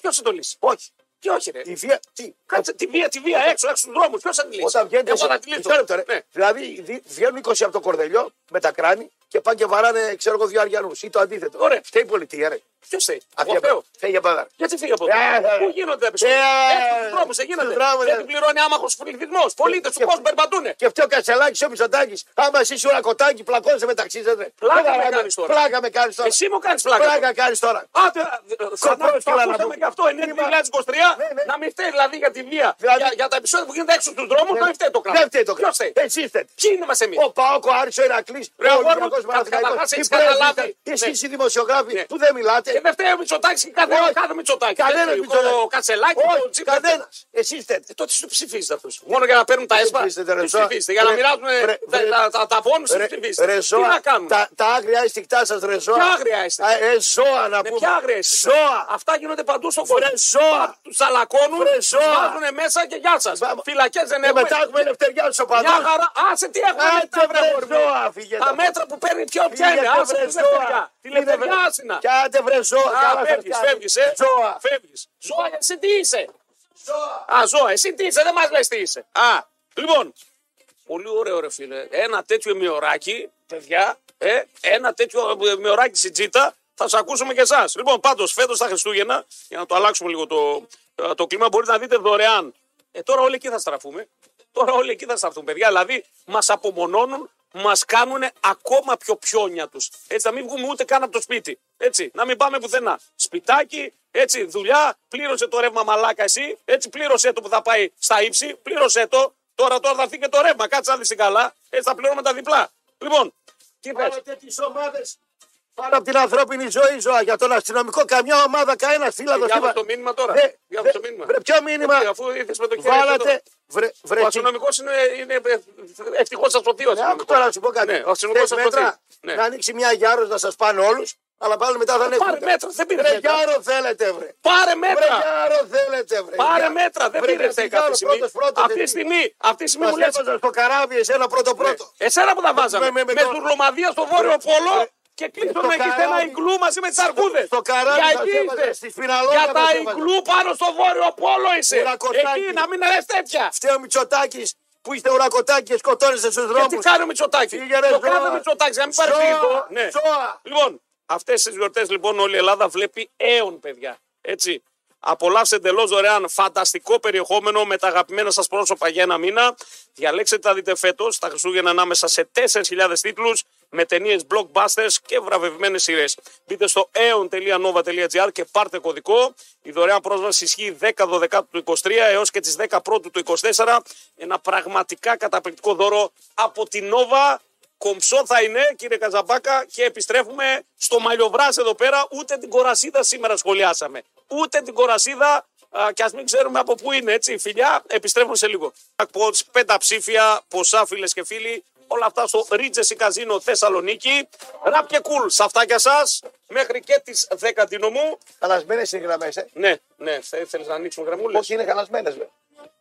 A: Ποιος θα το λύσει.
B: Όχι.
A: Και όχι ρε.
B: Η βία. Τι,
A: Κάτσε τη βία, τη βία έξω, έξω στους δρόμους. Ποιος θα τη λύσει.
B: Όταν βγαίνετε.
A: Εγώ
B: σε-
A: θα τη λύσω.
B: Μισό λεπτό, ρε.
A: Ναι.
B: Δηλαδή δι- βγαίνουν 20 από το κορδελιό με τα κράνη και πάνε και βαράνε, ξέρω εγώ, δύο αριανούς ή το αντίθετο.
A: Ωραία.
B: Φταίει η πολιτεία, ρε.
A: Ποιος θέλει.
B: Αυτή
A: Εγώ φταίω.
B: Φταίει για πάντα.
A: Γιατί φύγει από
B: Ε,
A: εδώ.
B: ε,
A: Πού
B: ε.
A: γίνονται τα επεισόδια.
B: Ε,
A: Έξω στους
B: ε,
A: δρόμους δεν γίνονται.
B: στους δρόμους,
A: Δεν
B: ε.
A: την πληρώνει άμαχος πληθυσμό. Πολίτες του
B: Και-
A: κόσμου περπατούνε.
B: Και αυτό ο Κατσελάκη, ο Μητσοτάκης. Άμα εσύ σου ένα κοτάκι, πλακώνεσαι μεταξύ σας.
A: Πλάκα με κάνεις τώρα.
B: Πλάκα με κάνεις τώρα.
A: Εσύ μου κάνεις πλάκα.
B: Πλάκα κάνεις τώρα.
A: Άντε,
B: Κοπρός
A: το
B: και
A: ακούσαμε
B: Λαλαμπού.
A: και αυτό, είναι
B: Είμα-
A: 2023,
B: Ναι, ναι.
A: να μην φταίει δηλαδή για τη βία,
B: Δηλαδή-
A: για, για τα επεισόδια που γίνονται έξω στους δρόμους, δεν φταίει το κράτος.
B: Ναι. Δεν φταίει το κράτο.
A: Ποιος φταίει.
B: Εσύ φταίει.
A: Ποιοι είναι μας εμείς.
B: Ο Πάοκ, ο Άρης, ο Ηρακλής, ο
A: Ρε, αγόρι μου,
B: Ολυμπιακό
A: κα- καταρχάς έχεις καταλάβει.
B: Εσείς οι δημοσιογράφοι
A: Ναι.
B: που δεν
A: Και
B: μιλάτε.
A: δεν φταίει ο Μητσοτάκης και κάθε,
B: Όχι.
A: κάθε Μητσοτάκης.
B: Κανένας
A: Δεν φταίει
B: Μητσοτάκης.
A: Ο Κατσελάκης, ο
B: Όχι,
A: Τσίπρας.
B: κανένας. Εσείς φταίτε.
A: Ε, Τότε σου ψηφίζετε αυτούς. Μόνο για να παίρνουν τα έσπα.
B: ψηφίζετε, ρε,
A: Τους
B: ζώα.
A: ψηφίζετε. Για να
B: Ρε,
A: μοιράζουν ε,
B: ρε,
A: τα-
B: ρε,
A: τα- τα- τα πόνους τους
B: Ρε-
A: ψηφίζετε.
B: ρε,
A: Τι
B: ζώα,
A: να κάνουν.
B: Τα, τα άγρια αισθηκτά σας, ρε ζώα.
A: Ποια άγρια αισθηκτά?
B: Α, Ε, ζώα να
A: Με
B: πούμε.
A: ποια άγρια αίσθηση.
B: Ζώα.
A: Αυτά γίνονται παντού στον κόσμο.
B: Βρε ζώα. Ε,
A: Του αλακώνουν,
B: Βρε ζώα.
A: βάζουν μέσα και γεια σας.
B: Μπα-
A: Φυλακές δεν
B: Και
A: έχουμε.
B: Ε, μετά έχουμε ελευθεριά στου οπαδού.
A: ναι, Μια χαρά. Άσε τι έχουμε.
B: Άντε,
A: μετά, βρε,
B: βρε,
A: γορμή.
B: ζώα, φύγετε.
A: Τα μέτρα που παίρνει ποιο ποια είναι. Άσε τη λευτεριά. Τη λευτεριά άσυνα.
B: Κι άντε βρε ζώα. καλά
A: Α,
B: σας
A: φεύγει,
B: κάνει.
A: φεύγεις. Ε.
B: Ζώα.
A: Φεύγεις. Ζώα, εσύ τι είσαι. Α, ζώα, εσύ τι είσαι, δεν μας λες τι είσαι. Α, λοιπόν. Πολύ ωραίο, ρε φίλε. Ένα τέτοιο μειωράκι, παιδιά, ε, ένα τέτοιο ε, μειωράκι στην τζίτα, θα σα ακούσουμε και εσάς. Λοιπόν, πάντως, φέτος τα Χριστούγεννα, για να το αλλάξουμε λίγο το, ε, το κλίμα, μπορείτε να δείτε δωρεάν. Ε, τώρα όλοι εκεί θα στραφούμε. Τώρα όλοι εκεί θα στραφούν, παιδιά. Δηλαδή, μας απομονώνουν, μα κάνουν ακόμα πιο πιόνια τους. Έτσι, να μην βγούμε ούτε καν από το σπίτι. Έτσι, να μην πάμε πουθενά. Σπιτάκι, έτσι, δουλειά, πλήρωσε το ρεύμα μαλάκα εσύ. Έτσι, πλήρωσε το που θα πάει στα ύψη, πλήρωσε το. Τώρα, τώρα θα έρθει και το ρεύμα. Κάτσε να δεις καλά. Έτσι, θα πληρώνουμε τα διπλά. Λοιπόν, τι θες?
B: Πάρετε τι ομάδες πάνω από την ανθρώπινη ζωή, ζώα. Για τον αστυνομικό, καμιά ομάδα, κανένας φύλαδο.
A: Ε, Διάβασε το μήνυμα τώρα.
B: Δε-
A: Διάβασε
B: δε-
A: το μήνυμα.
B: βρε, ποιο μήνυμα?
A: Γιατί, αφού ήρθες με το χέρι.
B: Βάλατε.
A: εδώ.
B: Βρε, βρε,
A: Ο αστυνομικός είναι, είναι ε, ευτυχώς αστροθείο.
B: Ναι, άκου τώρα να σου πω κάτι.
A: Ναι, ο αστυνομικός
B: Θες μέτρα, να ανοίξει μια γιάρο να σας πάνε όλους, αλλά πάλι μετά δεν έχουν.
A: Ναι. Ε, Πάρε μέτρα, δεν πήρες
B: Βρε
A: μέτρα.
B: γιάρο θέλετε, βρε.
A: Πάρε
B: Βρε
A: μέτρα.
B: γιάρο θέλετε, βρε.
A: Πάρε
B: Για-
A: μέτρα, δεν
B: βρε,
A: πήρες
B: γιατί
A: κάποια
B: γιάρο,
A: στιγμή.
B: πρώτος, πρώτος,
A: Αυτή τη
B: εσύ.
A: στιγμή, αυτή τη στιγμή
B: Μας
A: μου λες, Ναι.
B: έβαζαν στο καράβι, εσένα πρώτο πρώτο.
A: Ε, εσένα που τα βάζαμε,
B: με-
A: με,
B: με-
A: με
B: με-
A: τουρλομαδία στο βόρειο πόλο
B: βρε.
A: και κλείστον
B: Στο
A: εκεί σε ένα
B: καράβι.
A: iglu μαζί με τις αρκούδες.
B: στο καράβι
A: Για
B: μας
A: εκεί
B: έβαζαν,
A: είστε.
B: στις πιναλόγια
A: Για τα
B: μας έβαζαν.
A: iglu πάνω στο βόρειο πόλο είσαι.
B: Ουρακοτάκι.
A: Εκεί να μην αρέσει τέτοια.
B: Φταίει ο Μητσοτάκης που είστε ουρακοτάκι και σκοτώνεστε στους
A: Και τι
B: δρόμου.
A: κάνει ο Μητσοτάκη.
B: Φύγε, ρε,
A: Το
B: ζώα.
A: κάθε Μητσοτάκη, για να μην πάρει
B: Ζώα,
A: φύγητο. Ναι.
B: ζώα.
A: Λοιπόν, αυτές τις γιορτές λοιπόν όλη η Ελλάδα βλέπει έων, παιδιά. Έτσι. Απολαύστε εντελώς δωρεάν φανταστικό περιεχόμενο με τα αγαπημένα σας πρόσωπα για ένα μήνα. Διαλέξτε τα δείτε φέτος, τα Χριστούγεννα ανάμεσα σε 4.000 τίτλους με ταινίες blockbusters και βραβευμένες σειρές. Μπείτε στο aeon.nova.gr και πάρτε κωδικό. Η δωρεάν πρόσβαση ισχύει 10-12 του 23 έως και τις 10 πρώτου του 24. Ένα πραγματικά καταπληκτικό δώρο από την Nova Κομψό θα είναι, κύριε Καζαμπάκα, και επιστρέφουμε στο μαλλιοβράζ εδώ πέρα. Ούτε την κορασίδα σήμερα σχολιάσαμε. Ούτε την κορασίδα, α, και ας μην ξέρουμε από πού είναι, έτσι. Φιλιά, επιστρέφουμε σε λίγο. Jackpots, πενταψήφια, ποσά φίλες και φίλοι. Όλα αυτά στο Ρίτσεση Καζίνο Θεσσαλονίκη. Ραπ και κουλ, cool, σαφτάκια σας. Μέχρι και τις 10 την ομού.
B: Χαλασμένες είναι οι γραμμές, ε.
A: Ναι, ναι, θέλεις να ανοίξουν γραμμούλες.
B: Όχι, είναι χαλασμένες, βρε.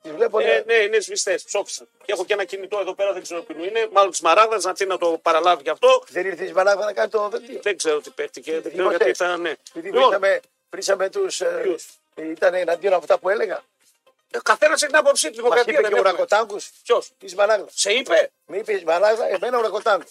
B: Τι βλέπω,
A: Ε,
B: ναι.
A: ναι, είναι σβηστές, ψόφισαν. Και έχω και ένα κινητό εδώ πέρα, δεν ξέρω ποιο είναι. Μάλλον της Μαράδας, να τι να το παραλάβει γι' αυτό.
B: Δεν ήρθε η Μανάβα να κάνει το δελτίο.
A: Δεν ξέρω τι παίχτηκε, δεν ξέρω
B: Τίποτε.
A: γιατί ήταν. Ναι.
B: Επειδή
A: Λοιπόν,
B: βρίσαμε, βρίσαμε του.
A: Ποιους?
B: ε, Ήταν εναντίον από αυτά που έλεγα.
A: καθένα ε, έχει την άποψή του.
B: Μας
A: Δημοκρατία
B: είπε και ο Ρακοτάγκου
A: Ποιος,
B: της Μανάγδα.
A: σε είπε,
B: Με είπε η Μανάγδα, εμένα ο Ρακοτάγκου.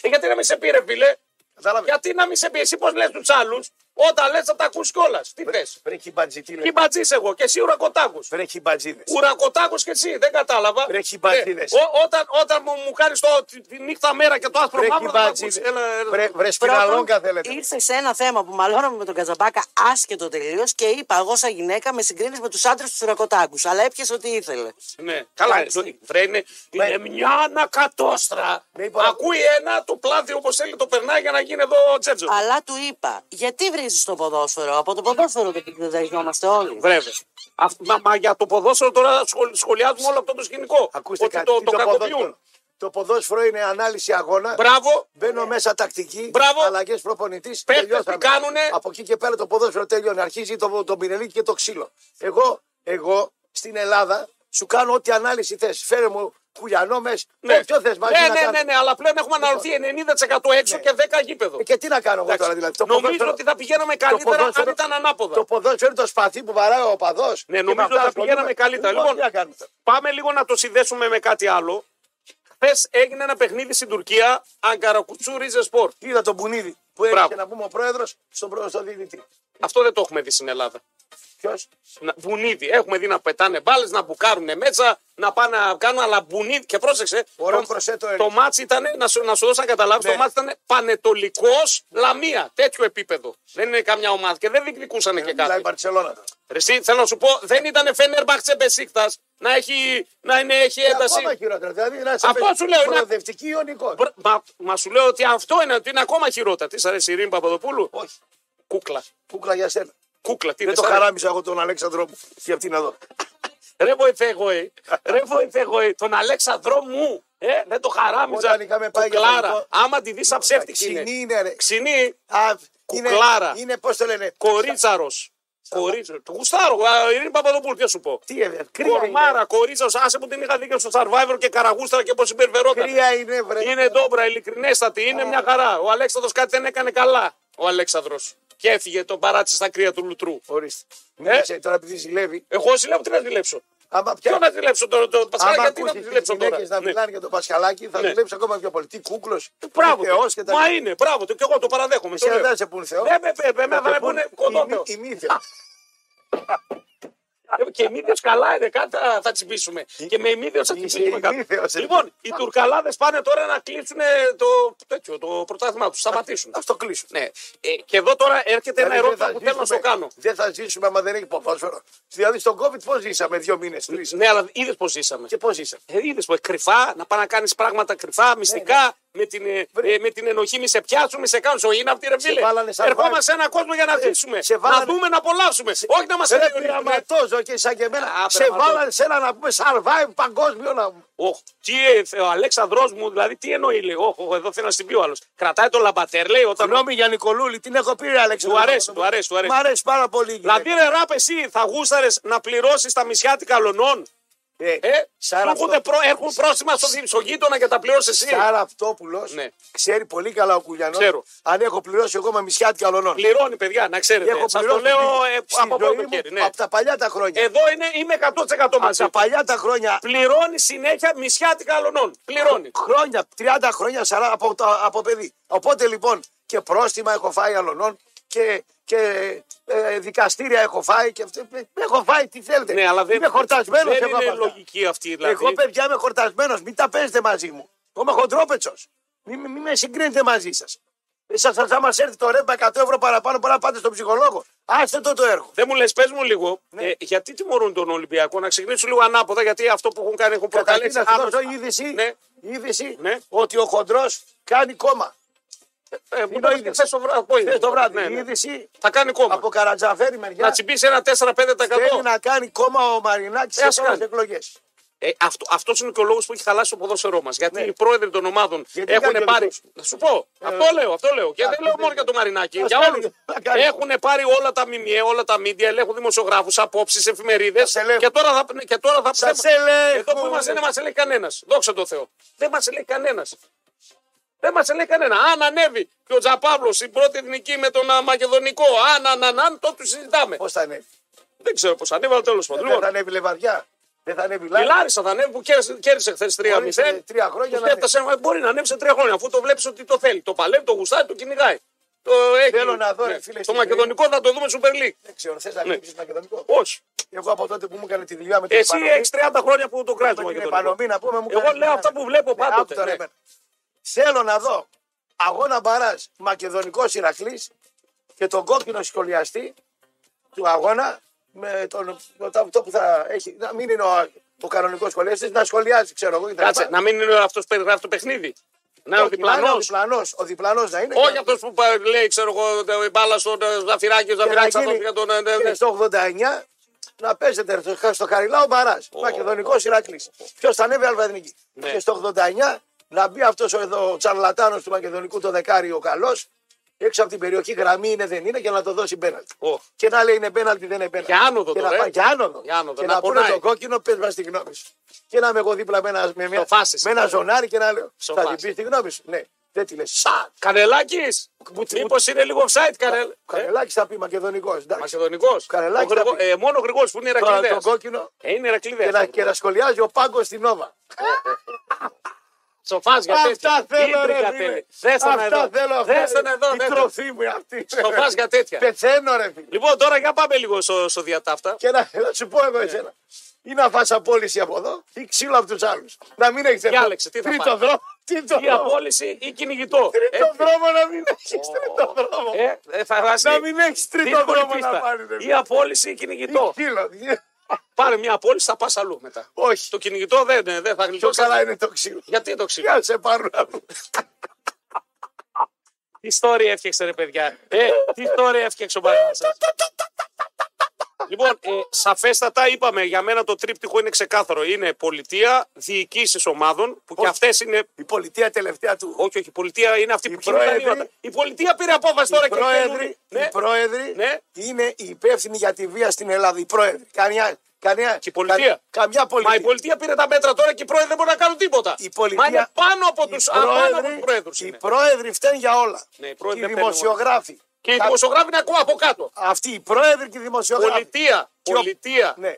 A: ε, γιατί να μην σε πήρε, φίλε.
B: Κατάλαβες.
A: Γιατί να μην σε πει, εσύ πώς λες τους άλλους. Όταν λες, θα τα ακούσει κιόλας. Τι θες.
B: Βρε χιμπατζητή, λέει.
A: Χιμπατζή εγώ και εσύ ουρακοτάκου.
B: Βρε χιμπατζίδες.
A: Ουρακοτάκου και εσύ, δεν κατάλαβα.
B: Βρε, χιμπατζίδες.
A: Ναι, ό- όταν, όταν μου, μου κάνει τη νύχτα μέρα και το άσπρο
B: Βρε
A: μαύρο. θα τα
B: χιμπατζίδες.
A: ακούσεις. Έλα, έλα.
B: Βρε, βρε
C: Πρώτον,
B: σπιναλόγκα θέλετε.
C: Ήρθε σε ένα θέμα που μαλώναμε με τον Καζαμπάκα άσχετο τελείως και είπα εγώ σαν γυναίκα με συγκρίνεις με τους άντρες τους Ρακοτάκου. Αλλά έπιασε ό,τι ήθελε.
A: Ναι, καλά.
B: Μάλιστα.
A: το- Βρε, είναι, είναι μια ανακατόστρα.
B: Ναι, είπα-
A: Ακούει ένα, το πλάθει όπως θέλει, το περνάει για να γίνει εδώ τσέτζο.
C: Αλλά του είπα, γιατί βρίζει το ποδόσφαιρο. Από το ποδόσφαιρο δεν κρυδαζόμαστε όλοι.
A: Βέβαια. Αυτό, μα, μα για το ποδόσφαιρο τώρα σχολ- σχολιάζουμε όλο αυτό το σκηνικό.
B: Ακούστε
A: ότι
B: κάτι.
A: το,
B: τι
A: το
B: ποδόσφαιρο-
A: κακοποιούν.
B: Το ποδόσφαιρο είναι ανάλυση αγώνα.
A: Μπράβο,
B: Μπαίνω μέσα τακτική,
A: Μπράβο.
B: αλλαγές προπονητής.
A: Παίχτες τι κάνουνε.
B: Από εκεί και πέρα το ποδόσφαιρο τελειώνει. Αρχίζει το, το πινελίκι και το ξύλο. Εγώ, εγώ στην Ελλάδα σου κάνω ό,τι ανάλυση θες. Φέρε μου κουλιανό μέσα.
A: Ναι.
B: Ε, Ποιο θες μαζί
A: ναι,
B: να
A: ναι,
B: κάνω.
A: ναι, ναι, αλλά πλέον έχουμε αναρωθεί 90% έξω και 10 γήπεδο.
B: Ε, Και τι να κάνω εγώ τώρα δηλαδή. Το
A: Νομίζω
B: ποδόσφαιρο-
A: ότι θα πηγαίναμε καλύτερα αν
B: ποδόσφαιρο-
A: ήταν ανάποδα.
B: Το ποδόσφαιρο είναι το σπαθί που βαράει ο οπαδό.
A: Ναι, νομίζω ότι θα πηγαίναμε καλύτερα. Λοιπόν, πάμε λίγο να το συνδέσουμε με κάτι άλλο. Χθες έγινε ένα παιχνίδι στην Τουρκία, Αγκαρακουτσού Ρίζε Σπορ.
B: είδα τον Μπουνίδη που
A: Μπράβο.
B: έρχεται να πούμε ο πρόεδρος στον προ- στον διαιτητή.
A: Αυτό δεν το έχουμε δει στην Ελλάδα.
B: Ποιος.
A: Να- Μπουνίδι. Έχουμε δει να πετάνε μπάλες, να μπουκάρουν μέσα, να πάνε να κάνουν. Αλλά μπουνίδι. Και πρόσεξε.
B: Ωραίο κροσέ το έριξε.
A: το μάτσι ήταν, να σου, να σου δώσω να καταλάβεις,
B: Ναι.
A: το μάτσι ήταν πανετολικός λαμία. Τέτοιο επίπεδο. Δεν είναι καμιά ομάδα και δεν διεκδικούσαν Ναι, και
B: Ε, Μιλάει η
A: κάτι.
B: Μπαρσελόνα. τώρα.
A: Ρε, Εσύ, θέλω να σου πω, δεν ήταν Φένερ Μπαχτσεμπεσίκτα να έχει, να είναι, έχει ένταση.
B: Ακόμα χειρότερα. Δηλαδή να είσαι
A: Αυτό
B: πε-
A: σου λέω, είναι-
B: προοδευτική ιονικό.
A: Μπρο- Μα, μα σου λέω ότι αυτό είναι, ότι είναι ακόμα χειρότερα. Τι σ' αρέσει η Ειρήνη Παπαδοπούλου.
B: Όχι.
A: Κούκλα.
B: Κούκλα για σένα.
A: Κούκλα. Τι
B: Δεν το
A: σ' αρέσει.
B: χαράμιζα εγώ τον Αλέξανδρο μου και αυτήν εδώ.
A: Ρε βοηθέ εγώ, ε. ρε βοηθέ εγώ, ε. τον Αλέξανδρο μου. Ε, δεν το χαράμιζα.
B: Όταν είχαμε πάει για
A: Κουκλάρα.
B: τελικό-
A: Άμα τη δεις αψεύτικη είναι.
B: Ξινή είναι, ρε.
A: Ξινή,
B: Α,
A: Κουκλάρα.
B: Είναι, είναι πώς το λένε.
A: κορίτσαρος. Κορίτσαρο. Του γουστάρω. α, Ειρήνη Παπαδοπούλου, τι να σου πω.
B: Τι έβρε. Κρύα είναι.
A: Κορμάρα, κορίτσαρος. Άσε που την είχα δει και στο Survivor και καραγούστρα και πώς συμπεριφερόταν.
B: Κρύα είναι, βρε.
A: Είναι ντόμπρα, ειλικρινέστατη, είναι μια χαρά. Ο Αλέξανδρος κάτι δεν έκανε καλά. Ο Αλέξανδρος. Και έφυγε, τον παράτησε στα κρύα του Λουτρού.
B: Ορίστε.
A: Ε?
B: Μίλησε τώρα επειδή ζηλεύει.
A: Εγώ σου λέω τι να ζηλέψω.
B: Άμα
A: Ποιο
B: πια.
A: να ζηλέψω τώρα, το Πασχαλάκι,
B: Άμα
A: γιατί να
B: ακούσει τι
A: ζηλέψω τώρα.
B: γυναίκε να
A: Ναι.
B: μιλάνε για τον Πασχαλάκη, θα
A: Ναι. Ε,
B: δουλέψει ακόμα πιο πολύ. Τι κούκλος.
A: Μπράβο.
B: Θεός
A: του.
B: και τα
A: Μα
B: λοιπά.
A: είναι, μπράβο του, και εγώ το παραδέχομαι.
B: Εσύ
A: το λέω.
B: δεν σε πούν Θεό.
A: Ναι, με πέμπε, με
B: Θα σε
A: θα
B: πούν
A: πούνε κοντόπεο.
B: ημί- ημίθεο.
A: Και εμίδιο καλά είναι, κάτι θα- θα τσιμπήσουμε. Και με εμίδιο θα
B: Είσαι
A: τσιμπήσουμε κάτι.
B: ημίθεος, ε.
A: Λοιπόν, οι Τουρκαλάδε πάνε τώρα να κλείσουν ε, το, τέτοιο, το πρωτάθλημα του. Σταματήσουν.
B: Α το κλείσουν.
A: Ναι. Ε, και εδώ τώρα έρχεται ένα
B: Δηλαδή, δεν
A: ερώτημα
B: θα
A: που θέλω να σου
B: ζήσουμε-
A: το κάνω.
B: Δεν θα ζήσουμε άμα δεν έχει ποδόσφαιρο. Δηλαδή στον COVID πώ ζήσαμε δύο μήνε, τρει.
A: Ναι, αλλά είδε πώ ζήσαμε.
B: Και πώ ζήσαμε.
A: Ε, είδε πω κρυφά, να πά να κάνει πράγματα κρυφά, μυστικά, Με, την, ε,
B: Ε, ναι. Βρε.
A: ε, με την ενοχή, μη σε πιάσουν, μη σε κάνουν ζωή. Είναι αυτή ρε φίλε.
B: βάλανε σαν
A: Ερχόμαστε
B: βάρη. Ε,
A: σε έναν κόσμο για να ζήσουμε.
B: σε
A: να
B: βάλανε-
A: δούμε, να απολαύσουμε. Όχι να μας
B: Ρε
A: ενοχλήσουμε.
B: πειραματόζω και σαν και εμένα.
A: Α,
B: Σε
A: πειραματόζω.
B: βάλανε σε ένα να πούμε survive παγκόσμιο να μου.
A: Οχ, τι, ε, θε- ο Αλέξανδρός μου, δηλαδή, τι εννοεί, λέει. Οχ, οχ, εδώ θέλει να στην πει ο άλλος. Κρατάει τον λαμπατέρ, λέει, όταν.
B: Συγγνώμη για Νικολούλη, την έχω πει ρε Αλέξη.
A: Του αρέσει, του αρέσει, του αρέσει.
B: Μ' αρέσει πάρα πολύ. η
A: Δηλαδή, ρε, ράπ, εσύ θα γούσταρες να πληρώσεις τα μισιάτικα λονών.
B: γυναίκα.
A: Ε,
B: Ε,
A: σου
B: Σάρα
A: έρχονται προ- έρχουν πρόστιμα στο, στο γείτονα και τα πληρώσει εσύ.
B: Αυτόπουλο
A: Ε, Ναι.
B: ξέρει πολύ καλά ο Κουλιανός.
A: Ξέρω.
B: Αν έχω πληρώσει εγώ με μισιάτη καλονών.
A: Πληρώνει, παιδιά, να ξέρετε.
B: Έχω
A: Σας το
B: πληρώσει
A: λέω
B: στη-
A: ε,
B: στη
A: από
B: ζωή
A: πρώτο
B: μου
A: χέρι. Ναι.
B: Από τα παλιά τα χρόνια.
A: Εδώ είναι, είμαι 100%
B: από
A: μαζί.
B: τα παλιά τα χρόνια.
A: Πληρώνει συνέχεια μισιάτικα αλωνών. Πληρώνει.
B: Χρόνια, 30 χρόνια 40, από, το- από παιδί. Οπότε λοιπόν και πρόστιμα έχω φάει αλωνών και, και ε, δικαστήρια έχω φάει και αυτό. ε, Έχω φάει τι θέλετε.
A: Ναι, αλλά δεν,
B: είμαι χορτασμένος.
A: δεν είναι λογική αυτή δηλαδή.
B: Εγώ παιδιά είμαι χορτασμένος. Μην τα παίζετε μαζί μου. Εγώ είμαι χοντρόπετσος. Μην μη, μη με συγκρίνετε μαζί σας. Σας, σας, άμα σε έρθει το ρέμπα 100 ευρώ παραπάνω, μπορεί να πάτε στον ψυχολόγο. Άστε το το έργο.
A: Δεν μου λες, πες μου λίγο,
B: Ναι.
A: ε, γιατί τιμωρούν τον Ολυμπιακό, να ξεκινήσω λίγο ανάποδα, γιατί αυτό που έχουν κάνει έχουν
B: Καταρχήν
A: προκαλέσει.
B: να σου
A: άμεσα.
B: δώσω είδηση,
A: Ναι.
B: είδηση
A: Ναι.
B: ότι ο χοντρός κάνει κόμμα.
A: Ε, μου
B: Είναι
A: το
B: ο
A: είπες
B: ίδιος.
A: χθες το βράδυ. απόγευμα.
B: Χθες το βράδυ.
A: Ναι,
B: Η
A: ναι.
B: είδηση
A: Θα κάνει κόμμα.
B: από Καρατζαφέρη
A: Να
B: μεριά
A: τσιμπήσει ένα 4-5%.
B: θέλει να κάνει κόμμα ο Μαρινάκης
A: Ε,
B: σε
A: ας
B: όλε τι
A: κάνει.
B: εκλογές.
A: Ε, αυτό αυτός είναι και ο λόγος που έχει χαλάσει το ποδόσφαιρό μας. Γιατί οι πρόεδροι των ομάδων
B: Ναι. Γιατί
A: έχουν
B: κάνει
A: πάρει.
B: και
A: Να σου πω, αυτό λέω, αυτό λέω. Και
B: α,
A: δεν λέω
B: δεν
A: μόνο
B: είναι.
A: για τον Μαρινάκη,
B: Ε, Ας
A: για
B: κάνεις,
A: όλους.
B: να κάνεις.
A: Έχουν πάρει όλα τα μιμιέ, όλα τα μίντια, ελέγχουν δημοσιογράφους, απόψεις, εφημερίδες.
B: Μας ελέγχουν.
A: Και τώρα θα. Και τώρα θα
B: Σας
A: δεν-
B: ελέγχουν.
A: Εδώ που είμαστε δεν μας ελέγχει κανένας. Δόξα τω Θεώ. Δεν μας ελέγχει κανένας. Δεν μας ελέγχει κανένα. Αν ανέβει και ο Τζαπαύλος στην πρώτη εθνική με τον α, Μακεδονικό, αν, αν, αν, αν, τότε συζητάμε.
B: Πώς θα ανέβει.
A: Δεν ξέρω πώς ανέβει, αλλά τέλος πάντων.
B: Ε, Δεν θα
A: Λοιπόν,
B: ανέβει λεβαδιά. Δεν θα ανέβει
A: η
B: λάδι.
A: Λάρισα θα ανέβει που κέρδισε- κέρδισε χθες 3-0.
B: Τρία χρόνια
A: Τους
B: να ανέβει.
A: έφτασε, ε, μπορεί να ανέβει σε τρία χρόνια αφού το βλέπεις ότι το θέλει. Το παλεύει, το γουστάρει, το κυνηγάει. Το, έχει,
B: Θέλω να δω, ρε, φίλε,
A: το
B: στην
A: μακεδονικό θα το δούμε Super League.
B: Δεν ξέρω, θες
A: Ναι.
B: να κλείψει μακεδονικό.
A: Όχι.
B: Εγώ από τότε που μου έκανε τη δουλειά με την
A: Εσύ
B: Επανομή.
A: έχει 30 χρόνια που το κράζεις το
B: με την
A: μακεδονικό.
B: Επανομή, να πούμε, μου
A: Εγώ
B: κάνει
A: λέω
B: δουλειά.
A: αυτά που βλέπω
B: Ναι, άκου
A: πάντοτε.
B: τώρα,
A: ναι.
B: εμένα. Θέλω να δω αγώνα μπαρά μακεδονικός Ηρακλής και τον κόκκινο σχολιαστή του αγώνα με τον, το, αυτό που θα έχει. Να μην είναι ο, ο κανονικός σχολιαστής, να σχολιάζει, ξέρω εγώ. κτλ.
A: Κάτσε, να μην είναι αυτός που περιγράφει το παιχνίδι. Να είναι ο
B: Όχι, να είναι
A: διπλανό.
B: ο διπλανός, Ο διπλανός να είναι.
A: Όχι
B: και-
A: αυτός που πα- λέει, ξέρω εγώ, τα- η μπάλα στον ε, Ζαφυράκη, ο
B: και να
A: Ζαφυράκης θα
B: γίνει
A: δώσει για τον. ε, ναι, ναι.
B: και στο 89 να παίζεται στο, στο Καριλά ο Μπαρά. Μακεδονικός Ηρακλής. Ποιος θα ανέβει Αλβαδινική.
A: Ναι.
B: Και στο 89 να μπει αυτός εδώ ο τσαρλατάνος του Μακεδονικού το δεκάρι ο καλός. Έξω από την περιοχή γραμμή είναι δεν είναι και να το δώσει πέναλτι.
A: Ω,
B: Και να λέει είναι πέναλτι δεν είναι πέναλτι.
A: Και άνοδο
B: και
A: τώρα,
B: να
A: ε.
B: πάει και άνοδο.
A: Και άνοδο,
B: Και
A: να
B: να, πούνε
A: πονάει.
B: τον κόκκινο, πες μας τη γνώμη σου. Και να είμαι εγώ δίπλα με ένα, με μια,
A: Το φάσεις.
B: με ένα ζωνάρι και να λέω.
A: Στο
B: θα την
A: φάσεις.
B: πεις τη γνώμη σου. Ναι, δεν τη λες. Σατ!
A: Κανελάκη!
B: Κουτσί.
A: Μήπως είναι λίγο offside, Κανελ.
B: Κανελάκι θα πει μακεδονικός.
A: Μακεδονικό.
B: Κανελάκης θα πει.
A: Μόνο ο ε, Γρηγό που είναι
B: Τώρα τον
A: Ηρακλήδε.
B: κόκκινο
A: Είναι
B: και να,
A: Ηρακλήδε.
B: και να σχολιάζει ο Πάγκος στην Νόβα.
A: Σοφάσια
B: Αυτά θέλω, ρε φίλε.
A: φίλε. Δέστε να
B: Αυτά
A: εδώ.
B: θέλω. αυτά
A: Δέστε
B: είναι.
A: να εδώ.
B: Η
A: δέστε.
B: τροφή μου αυτή.
A: Σοφάσια τέτοια.
B: Πεθαίνω, ρε φίλε.
A: Λοιπόν, τώρα για πάμε λίγο στο, στο διατάφτα.
B: Και να, να σου πω εγώ εσένα.
A: Ναι.
B: Ή να φας απόλυση από εδώ ή ξύλο από τους άλλους. Να μην έχεις
A: Διάλεξε, τι θα
B: τρίτο
A: φας.
B: δρόμο. Τρίτο
A: Ή
B: δρόμο.
A: απόλυση ή κινηγητό.
B: Τρίτο
A: Έτσι.
B: δρόμο να μην έχεις τρίτο δρόμο.
A: Ε, ε, θα χάσει.
B: Να μην έχεις τρίτο
A: Δύσκολη
B: δρόμο
A: πίστα.
B: να πάρεις. ρε
A: Ή
B: φίλε.
A: απόλυση ή κυνηγητό.
B: Ξύλο.
A: Πάρε μια απόλυση, θα πας αλλού μετά.
B: Όχι.
A: Το κυνηγητό δεν, είναι, δεν θα
B: Πιο
A: γλιτώσει.
B: καλά είναι το ξύλο.
A: Γιατί το ξύλο.
B: Για να σε πάρουν από-
A: Τι story έφτιαξε, ρε παιδιά. Ε, τι story έφτιαξε ο Μπαρμπάς σας. Λοιπόν, ε, σαφέστατα είπαμε για μένα το τρίπτυχο είναι ξεκάθαρο. Είναι πολιτεία, διοικήσεις ομάδων που και
B: Όχι.
A: αυτές είναι.
B: Η πολιτεία τελευταία του.
A: Όχι, όχι, η πολιτεία είναι αυτή που πιάνει τα
B: πρόεδροι-
A: νήματα. Η πολιτεία πήρε απόφαση τώρα
B: Οι
A: και
B: πρόεδροι,
A: θέλουν- Ναι.
B: οι πρόεδροι
A: Ναι.
B: είναι οι υπεύθυνοι για τη βία στην Ελλάδα. Οι πρόεδροι. Καμιά, καμιά,
A: η πολιτεία.
B: κα- καμιά
A: Μα
B: πολιτεία.
A: η πολιτεία πήρε τα μέτρα τώρα και οι πρόεδροι δεν μπορούν να κάνουν τίποτα.
B: Η πολιτεία-
A: Μα είναι πάνω από
B: Οι
A: του πρόεδρους.
B: οι πρόεδροι φταίνουν για όλα.
A: Ναι, οι πρόεδροι
B: και
A: δεν παίρνουν
B: οι δημοσιογράφοι.
A: Και οι
B: Κα-
A: δημοσιογράφοι είναι ακόμα από κάτω.
B: Αυτοί οι πρόεδροι και οι δημοσιογράφοι.
A: Πολιτεία,
B: Και ο-
A: πολιτεία,
B: Ναι.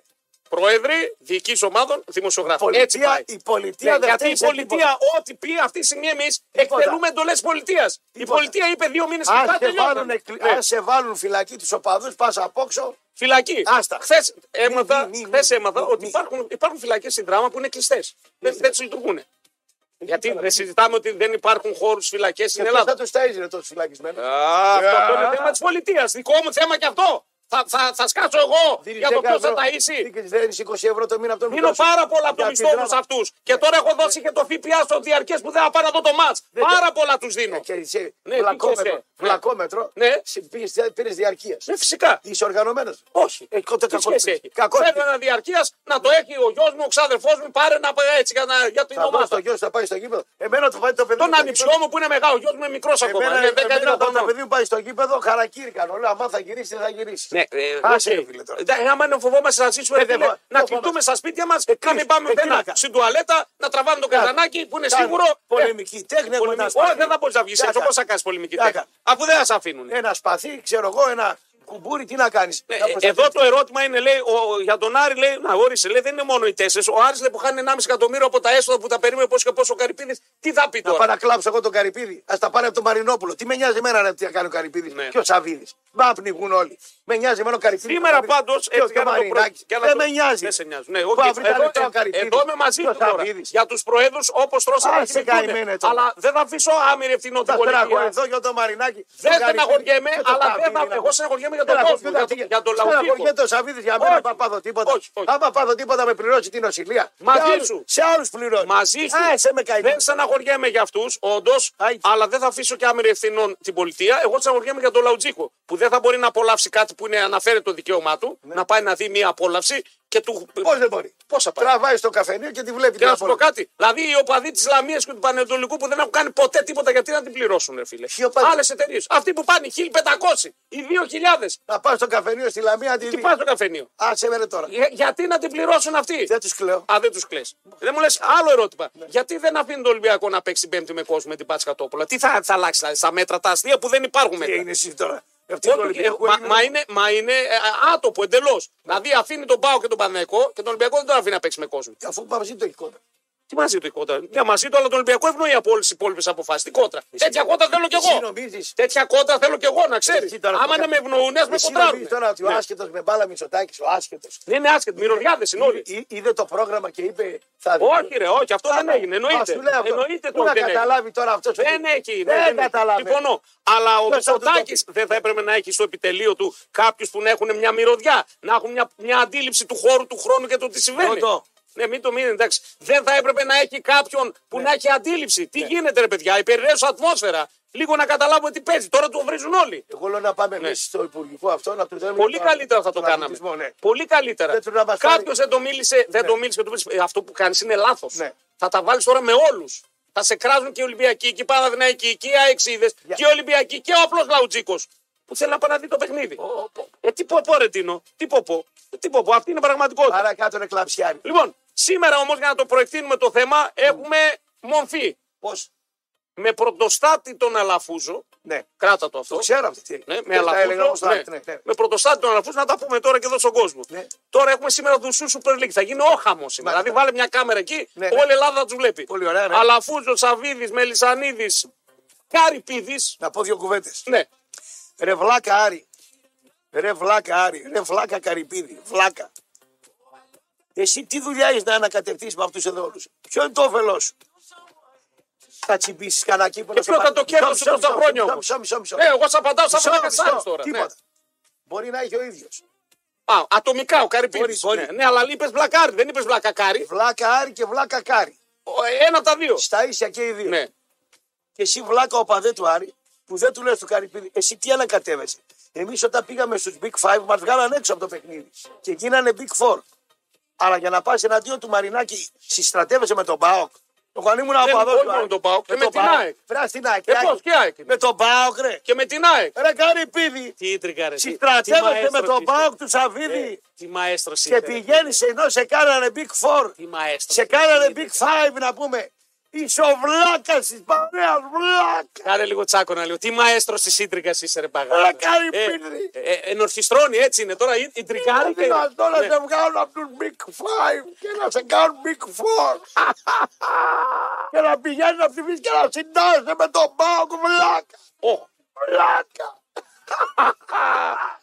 A: πρόεδροι, διοικήσει ομάδων, δημοσιογράφοι. Έτσι
B: Πολιτεία,
A: πάει.
B: η πολιτεία
A: Ναι,
B: δεν
A: γιατί
B: φταίει
A: η
B: σε
A: πολιτεία, ό,τι πει αυτή τη στιγμή εμείς
B: Τίποτα.
A: εκτελούμε εντολές πολιτείας. Η
B: Τίποτα.
A: πολιτεία είπε δύο μήνες
B: Αν
A: μετά
B: σε,
A: τελειώνει.
B: βάλουν,
A: Ναι.
B: εκκλη- αν σε βάλουν φυλακή τους οπαδούς, πας απόξω.
A: Φυλακή.
B: Άστα.
A: Χθες έμαθα,
B: μη, μη, μη,
A: χθες
B: μη,
A: έμαθα
B: μη,
A: ότι
B: μη.
A: υπάρχουν, υπάρχουν φυλακές στην δράμα που είναι κλειστές. Δεν, δεν λειτουργούν. Γιατί δεν συζητάμε ότι δεν υπάρχουν χώρους φυλακές στην
B: Και ποιος θα
A: Ελλάδα. Ε,
B: του ταζει ρε τόσο φυλακισμένους.
A: Α, Αυτό, αυτό
B: Α.
A: είναι θέμα της πολιτείας. Δικό μου θέμα και αυτό. Θα, θα, θα σκάσω εγώ
B: Δίνεις
A: για το
B: 10
A: ποιος θα
B: ευρώ,
A: ταΐσει.
B: δίνεις- Δίνεις 20 ευρώ το μήνα από το
A: Δίνω
B: μητρό σου.
A: πάρα πολλά από το
B: Για
A: μισθό
B: τη
A: μου σε
B: δράμα.
A: αυτούς. Και τώρα έχω δώσει και το ΦΠΑ στο διαρκές που δεν θα πάω να δω το μάτ.
B: Δεν- Ε,
A: Πάρα πολλά τους δίνω.
B: Και εσύ,
A: Ναι, τι
B: βλακόμετρο.
A: χέσαι.
B: Βλακόμετρο.
A: Ναι.
B: Πήρε διαρκείας.
A: Ναι, φυσικά.
B: Είσαι οργανωμένος.
A: Όχι.
B: Ε, κότε
A: Τι
B: κακό
A: σχέση
B: πες.
A: έχει.
B: Κακό
A: Φέρνω
B: πες.
A: ένα διαρκείας να το έχει ο γιος μου, ο ξάδερφός μου, πάρε να πάει έτσι για, να, για την
B: Θα δώσει το
A: ομάδα.
B: γιο σου, θα πάει στο γήπεδο. Εμένα το πάει το παιδί. μου
A: Τον
B: στο
A: ανιψιό μου που είναι μεγάλο, ο γιος μου είναι μικρός
B: γήπεδο.
A: ακόμα.
B: Εμένα,
A: Είναι 10
B: εμένα όταν το
A: χρονών.
B: παιδί μου πάει στο γήπεδο, χαρακτήρι κάνω. Λέω, αμά θα γυρίσει, δεν θα γυρίσει.
A: Ναι, ε,
B: Άσε,
A: οκ.
B: ρε φίλε, τώρα.
A: Εντάξει, άμα είναι φοβόμαστε να ζήσουμε,
B: Ε, δεν
A: φίλε,
B: φο-
A: να
B: δεν
A: κοιτούμε
B: φοβάμαι.
A: στα σπίτια μας, να
B: Εκκλείς,
A: μην πάμε
B: εκκλείς
A: πουθενά.
B: να-
A: Στην τουαλέτα, να τραβάμε το καζανάκι που είναι
B: Κάνω
A: σίγουρο.
B: Πολεμική τέχνη.
A: Ε,
B: έχω ένα
A: πολεμική-
B: σπαθί.
A: Όχι, δεν θα μπορείς να βγεις
B: Κάκα.
A: έτσι. Πώς θα κάνεις πολεμική
B: Κάκα.
A: τέχνη. Αφού δεν θα σε αφήνουν.
B: Ένα σπαθί, ξέρω εγώ, ένα κουμπούρι, τι να κάνεις.
A: Ε, Εδώ το ερώτημα είναι, λέει, ο, για τον Άρη, λέει, να όρισε, λέει, δεν είναι μόνο οι τέσσερις. Ο Άρης λέει που χάνει 1,5 εκατομμύριο από τα έσοδα που τα περίμενε πόσο και πόσο ο Καρυπίδης, τι θα πει
B: Να
A: τώρα.
B: πάω να κλάψω εγώ τον Καρυπίδη. Ας τα πάρει από τον Μαρινόπουλο. Τι με νοιάζει εμένα να τι θα κάνει ο Καρυπίδης
A: Ναι.
B: και ο Σαββίδης. Μα πνιγούν όλοι. Με νοιάζει εμένα ο Καρυπίδης.
A: Σήμερα πάντω.
B: Και ο Μαρινάκη. Δεν με νοιάζει.
A: Δεν σε νοιάζει. Ναι,
B: Που
A: οκ.
B: αύριο θα
A: εδώ,
B: λεπτά ο Καρυπίδης.
A: εδώ είμαι μαζί
B: Και ο
A: του τώρα.
B: Σαββίδης.
A: Για του προέδρου όπω τρώσαμε.
B: Άσε
A: να κοιμηθούνε.
B: καημένε τώρα.
A: ναι. Αλλά δεν θα αφήσω άμυρη ευθυνό την
B: Θα ε.
A: πολιτεία.
B: στεναχωρηθώ για τον Μαρινάκη.
A: Δεν
B: τον Καρυπίδη,
A: στεναχωριέμαι,
B: και τον
A: αλλά δεν
B: Σαββίδη
A: θα-
B: να
A: εγώ
B: πω.
A: στεναχωριέμαι για τον
B: Στεναχωριέμαι
A: κόσμο, για το-
B: για-
A: για τον λαό
B: Στεναχωριέται
A: τύπο.
B: ο Σαββίδης για μένα.
A: Όχι.
B: Θα πάθω τίποτα.
A: Όχι, όχι.
B: Άμα πάθω τίποτα με πληρώσει την νοσηλεία.
A: Μαζί
B: Σε άλλους-
A: σου.
B: Σε άλλους πληρώνει.
A: Μαζί σου.
B: Α, εσύ με καημένο.
A: δεν στεναχωριέμαι για αυτούς, όντως,
B: Άι.
A: αλλά δεν θα αφήσω και άμερη ευθυνών την πολιτεία. Εγώ στεναχωριέμαι για τον Λαουτζίκο, που δεν θα μπορεί να απολαύσει κάτι που είναι αναφέρει το δικαίωμά του,
B: Ναι.
A: να πάει να δει μία απόλαυση και του.
B: Πώς δεν μπορεί.
A: Πώς θα πάει.
B: Τραβάει στο καφενείο και τη βλέπει.
A: Και
B: την
A: να σου πω
B: απόλυτη.
A: κάτι. Δηλαδή οι οπαδοί της Λαμίας και του Πανετολικού που δεν έχουν κάνει ποτέ τίποτα γιατί να την πληρώσουν, ρε φίλε.
B: Ποιοι οπαδοί?
A: Άλλες εταιρείες. Αυτοί που πάνε 1500 ή 2000
B: Να πάω στο καφενείο στη Λαμία να τη
A: και
B: δει.
A: πάνε στο καφενείο.
B: Άσε με ρε τώρα.
A: Για- γιατί να την πληρώσουν αυτοί.
B: Δεν τους κλαίω.
A: Α, δεν τους κλε. Δεν μου λες άλλο ερώτημα. Γιατί δεν αφήνει τον Ολυμπιακό να παίξει Πέμπτη με κόσμο με την Πάτσα Τόπολα. Τι θα, θα αλλάξει δηλαδή, στα μέτρα τα αστεία που δεν υπάρχουν
B: Τι
A: μέτρα.
B: έγινε εσύ τώρα. Αυτή
A: Μόνο
B: του
A: του-
B: Ολυμπιακού
A: ε, μα,
B: έγινε-
A: μα είναι, μα είναι ε, α, άτομο εντελώς. Δηλαδή αφήνει τον Πάο και τον Πανεκό και τον Ολυμπιακό δεν τον αφήνει να παίξει με κόσμο.
B: Αφού πάμε εσύ το έχει κόντρα.
A: Τι μαζί του η κόντρα. Μια μαζί του, αλλά τον Ολυμπιακό ευνοεί από όλες τις υπόλοιπες αποφάσεις. Την κόντρα. Τέτοια κόντρα θέλω κι
B: Εσύ
A: εγώ.
B: νομίζεις,
A: Τέτοια κόντρα θέλω κι εγώ να
B: Εσύ
A: ξέρεις.
B: τώρα
A: Άμα
B: που
A: να με ευνοούν, ας με
B: εσύ
A: κοντράρουν. Ναι.
B: νομίζεις τώρα ότι ο άσχετος με μπάλα Μητσοτάκης, ο άσχετος.
A: Δεν είναι άσχετο, μυρωδιάδες είναι όλοι.
B: Ή- Είδε το πρόγραμμα και είπε θα δει.
A: Όχι, ρε, όχι, αυτό δεν
B: Α,
A: έγινε.
B: α,
A: Εννοείται.
B: σου λέω αυτό.
A: Εννοείται
B: Πού
A: το
B: να
A: ότι δεν έγινε.
B: καταλάβει τώρα αυτός.
A: Δεν έχει. ναι,
B: Δεν
A: δεν έχει.
B: καταλάβει.
A: Συμφωνώ. Αλλά ο
B: Ποιος θα του το
A: Μητσοτάκης
B: πει.
A: δεν θα έπρεπε να έχει στο επιτελείο του κάποιους που να έχουν μια μυρωδιά, να έχουν μια, μια αντίληψη του χώρου, του χρόνου και του τι συμβαίνει.
B: Πρώτο.
A: Ναι, μην το μείνει, εντάξει. Δεν θα έπρεπε να έχει κάποιον που να έχει αντίληψη. Τι γίνεται, ρε παιδιά, η περιραίωση ατμόσφαιρα. Λίγο να καταλάβουμε τι παίζει. Τώρα το βρίζουν όλοι.
B: Εγώ λέω να πάμε εμείς στο υπουργικό αυτό να του δούμε.
A: Ναι. Πολύ
B: τον-
A: καλύτερα θα το
B: τον
A: κάναμε.
B: αθλητισμό, ναι.
A: Πολύ καλύτερα.
B: Δεν του να μας
A: Κάποιο
B: πάρει.
A: δεν το μίλησε, δεν το μίλησε και του πεις, «Ε, Αυτό που κάνεις είναι λάθος.
B: Ναι.
A: Θα τα βάλεις τώρα με όλους. Θα σε κράζουν και οι Ολυμπιακοί και οι Παναδυναϊκοί και οι Αεξίδες
B: Για-
A: και οι Ολυμπιακοί και ο απλός Λαουτζίκος που θέλει να πάει να δει το παιχνίδι. Ε, τι πω, πω, ρε Τίνο, τι πω, πω. Ε, Τι πω, πω. Αυτή είναι η πραγματικότητα.
B: Παρακάτω είναι κλαψιάρι.
A: Λοιπόν, σήμερα όμως για να το προεκτείνουμε το θέμα, έχουμε μορφή.
B: Πώς.
A: Με πρωτοστάτη τον Αλαφούζο.
B: Ναι.
A: Κράτα το αυτό.
B: Το ξέρω αυτό. τι.
A: Ναι, με
B: Τα έλεγα
A: αλαφούζο.
B: όμως το
A: Ναι,
B: άκρη, ναι, ναι.
A: Με πρωτοστάτη τον αλαφούζο να τα πούμε τώρα και εδώ στον κόσμο.
B: Ναι.
A: Τώρα έχουμε σήμερα δουσού Super League. Θα γίνει όχαμο σήμερα.
B: Μάλιστα.
A: Δηλαδή βάλε μια κάμερα εκεί,
B: Ναι, ναι.
A: όλη η Ελλάδα θα τους βλέπει.
B: Πολύ ωραία, ναι.
A: Αλαφούζο, Σαβίδη, Μελισανίδης, Καρυπίδης.
B: Να πω δύο κουβέντες.
A: Ναι.
B: Ρε βλάκα Άρη. Ρε βλάκα Άρη. Ρε βλάκα Καρυπίδη. Βλάκα. Εσύ τι δουλειά έχεις να ανακατευτεί με αυτούς εδώ όλους. Ποιο είναι το όφελός σου. Θα τσιμπήσεις κανένα κύπελο.
A: Και ποιο ήταν το κέρδος σου τόσα χρόνια όμως.
B: Μισό, μισό, μισό.
A: Ε, εγώ σα απαντάω σαν
B: Μισό,
A: βλάκα
B: μισό.
A: Σάρης τώρα. Ναι.
B: Τίποτα. Μπορεί να έχει ο ίδιος.
A: Α, ατομικά ο Καρυπίδης.
B: Μπορείς,
A: Ναι,
B: μπορεί.
A: ναι, αλλά είπε βλακάρι, δεν είπες βλακακάρι.
B: Βλάκα Άρη και βλάκα Κάρη.
A: Ο, ε, Ένα από τα δύο.
B: Στα ίσια και οι δύο.
A: Ναι.
B: Και εσύ βλάκα οπαδέ του Άρη, που δεν του λες του Καρυπίδη, εσύ τι ανακατεύεσαι. Εμείς όταν πήγαμε στους Big Five, μας βγάλαν έξω από το παιχνίδι και γίνανε Big Four. Αλλά για να πας εναντίον του Μαρινάκη, συστρατεύεσαι με τον Μπάοκ. Εγώ αν ήμουν
A: Δεν-
B: οπαδό
A: όχι
B: του
A: μόνο
B: Άρη.
A: τον ΠΑΟΚ, και με την ΑΕΚ.
B: Βρά στην ΑΕΚ.
A: Ε,
B: Άκη.
A: πώς, και ΑΕΚ είναι.
B: Με τον Μπάοκ, ρε.
A: Και με την ΑΕΚ.
B: Ρε Καρυπίδη,
A: Τι ήτρικα, ρε. Ε, τι- τι
B: συστρατεύεσαι
A: μαέστρος
B: με τον
A: είστε.
B: Μπάοκ του
A: Ε,
B: Σαββίδη
A: Τι μαέστρος
B: και πηγαίνεις ενώ σε κάνανε Big Four.
A: Τι μαέστρος.
B: Σε κάνανε Big Five να πούμε. Είσαι ο βλάκα τη παρέα, βλάκα.
A: Κάνε λίγο τσάκωνα λίγο. Τι μαέστρο της ίντρικα είσαι, ρε παγά.
B: Ρε, κάνει πίνδυ.
A: ε, ε, ενορχιστρώνει, έτσι είναι τώρα. η- Ιντρικάρι.
B: Είναι
A: και-
B: δυνατό να
A: Ναι.
B: σε βγάλουν από τους Big Five και να σε κάνουν Big Four. και να πηγαίνεις να ψηφίσεις και να συντάσσεσαι με τον Πάοκ, βλάκα.
A: Ω,
B: Βλάκα.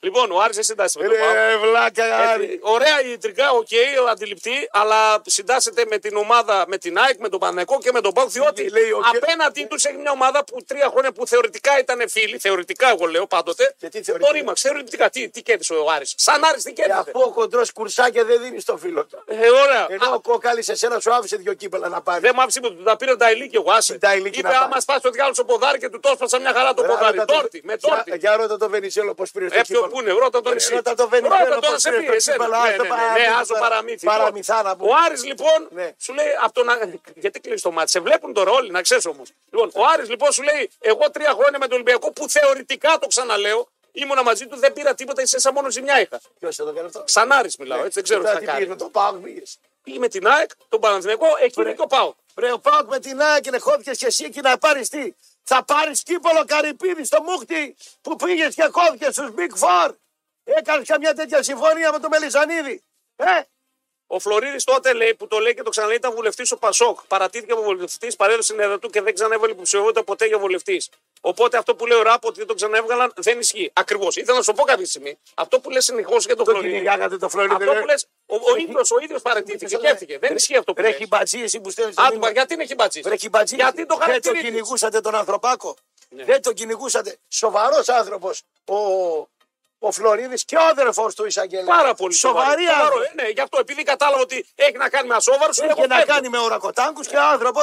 A: Λοιπόν, ο Άρης δεν συντάσσει με τον Πάο.
B: Ρε, Ε, βλάκα, Άρη.
A: Ωραία η ιτρικά, οκ, αντιληπτή, αλλά συντάσσεται με την ομάδα, με την ΑΕΚ, με τον Πανεκό και με τον Πάο, διότι
B: Λέει, οκ.
A: απέναντί τους έχει μια ομάδα που τρία χρόνια που θεωρητικά ήταν φίλοι, θεωρητικά εγώ λέω πάντοτε.
B: Και τι θεωρητικά?
A: Το
B: Ε,
A: ρήμαξε, θεωρητικά. Τι, τι κέρδισε ο Άρης. Σαν Άρης τι
B: Και
A: κέρδισε.
B: αφού ο κοντρό κουρσάκια δεν δίνεις στο φίλο του.
A: Ε, ωραία.
B: Ενώ ο κόκαλης εσένα σου άφησε δύο κύπελα να πάρει.
A: Δεν μ' άφησε που τα πήρε τα ηλίκη εγώ. Άσε.
B: Τα ηλίκη
A: Είπε
B: να πάει.
A: άμα σπάσει ο διάλογος στο ποδάρι και του τόσπασα μια χαρά το
B: Ρώτα
A: ποδάρι.
B: το-
A: Τόρτι, με
B: Για-
A: τόρτι.
B: Για ρώτα το Βενιζέλο πώς πήρε το
A: Ε, ποιο
B: κύπελο.
A: που είναι, ρώτα τον εσύ.
B: Ρώτα τον Βενιζέλο
A: Ρώτα τον,
B: πώς
A: εσύ,
B: πήρε το
A: εσένα.
B: κύπελο,
A: Ναι,
B: άσε
A: ναι, ναι,
B: παραμύθι
A: ναι,
B: τώρα.
A: άσε το παραμύθι. Λοιπόν,
B: Παραμυθά να πούμε.
A: Ο Άρης λοιπόν
B: Ναι.
A: σου λέει από τον. Α- Γιατί κλείνει το μάτι, σε βλέπουν τώρα όλοι, να ξέρει όμω. Λοιπόν, ο Άρης λοιπόν σου λέει, εγώ τρία χρόνια με τον Ολυμπιακό που θεωρητικά το ξαναλέω, ήμουνα μαζί του, δεν πήρα τίποτα, εσένα μόνο ζημιά είχα.
B: Ποιο εδώ κάνει αυτό.
A: Σαν Άρης μιλάω, έτσι δεν ξέρω τι
B: Ναι. Μετά
A: θα
B: τι πήγες
A: κάνει.
B: με το Πάοκ πήγες.
A: Πήγε με την ΑΕΚ, τον Παναθηναϊκό, εκεί και ο Πάο.
B: Ρε, ο Πάοκ με την ΑΕΚ είναι χώθηκε και εσύ εκεί να πάρει τι. Θα πάρεις κύπολο Καρυπίδη στο Μούχτι που πήγες και χώθηκε στους Big Four. Έκανες καμιά τέτοια συμφωνία με τον Μελισανίδη. Ε,
A: Ο Φλωρίδης τότε λέει, που το λέει και το ξαναλέει, ήταν βουλευτής ο Πασόκ. Παρατήθηκε από βουλευτής, παρέδωσε την έδρα του και δεν ξανέβαλε υποψηφιότητα ποτέ για βουλευτής. Οπότε αυτό που λέει ο Ράπο ότι δεν τον ξανέβγαλαν δεν ισχύει. Ακριβώς. Ήθελα να σου πω κάποια στιγμή. Αυτό που λες συνεχώς για τον
B: το
A: Φλωρίδη.
B: κυνηγάγατε το Φλωρίδη.
A: Αυτό που λες, ο, ο ίδιος ο ίδιος
B: Μισό
A: παρατήθηκε και
B: λεπτό.
A: έφυγε. Δεν ισχύει αυτό που
B: Ρε
A: λέει.
B: χιμπατζή, εσύ που στέλνεις.
A: Άτομα, γιατί είναι χιμπατζή.
B: Ρε χιμπατζή.
A: Γιατί το Ναι.
B: Δεν τον
A: χαρακτηρίζει.
B: κυνηγούσατε τον ανθρωπάκο. Δεν τον κυνηγούσατε. Σοβαρός άνθρωπος ο, ο Φλωρίδης και ο αδερφός του Ισαγγέλη.
A: Πάρα πολύ
B: Σοβαρή
A: σοβαρό.
B: άνθρωπο.
A: Ε, ναι, γι' αυτό επειδή κατάλαβα ότι έχει να κάνει με ασόβαρους.
B: Είχε να κάνει με ουρακοτάγκου και ο άνθρωπος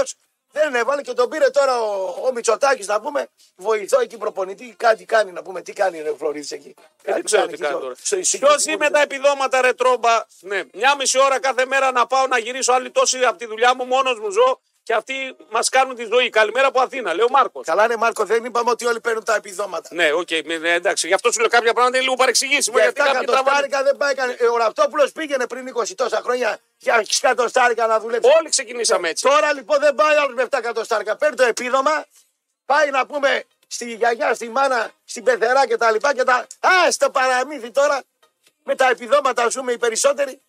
B: δεν έβαλε και τον πήρε τώρα ο, ο Μητσοτάκης να πούμε. Βοηθό εκεί προπονητή, κάτι κάνει να πούμε. Τι κάνει ο Φλωρίδης εκεί.
A: Ε, δεν ξέρω τι κάνω τώρα. Ποιο ζει με
B: μετά.
A: τα επιδόματα, ρε τρόμπα. Ναι, μια μισή ώρα κάθε μέρα να πάω να γυρίσω άλλη τόση από τη δουλειά μου, μόνος μου ζω και αυτοί μας κάνουν τη ζωή. Καλημέρα από Αθήνα, λέει ο Μάρκος.
B: Καλά, ναι, Μάρκο, δεν είπαμε ότι όλοι παίρνουν τα επιδόματα.
A: Ναι, οκ, μη- ναι, εντάξει. Γι' αυτό σου λέω κάποια πράγματα είναι λίγο παρεξηγήσιμο.
B: Για
A: γιατί
B: 7
A: κάποιοι τα βάζουν.
B: εκατοστάρικα δεν πάει κανένα. Ε, Ο Ραπτόπουλος πήγαινε πριν 20 τόσα χρόνια για 6 εκατοστάρικα να δουλέψει.
A: Όλοι ξεκινήσαμε έτσι.
B: Τώρα λοιπόν δεν πάει άλλος με 7 εκατοστάρικα. Παίρνει το επίδομα, πάει να πούμε στη γιαγιά, στη μάνα, στην πεθερά και τα λοιπά και τα... Α, στο παραμύθι τώρα με τα επιδόματα ζούμε οι περισσότεροι.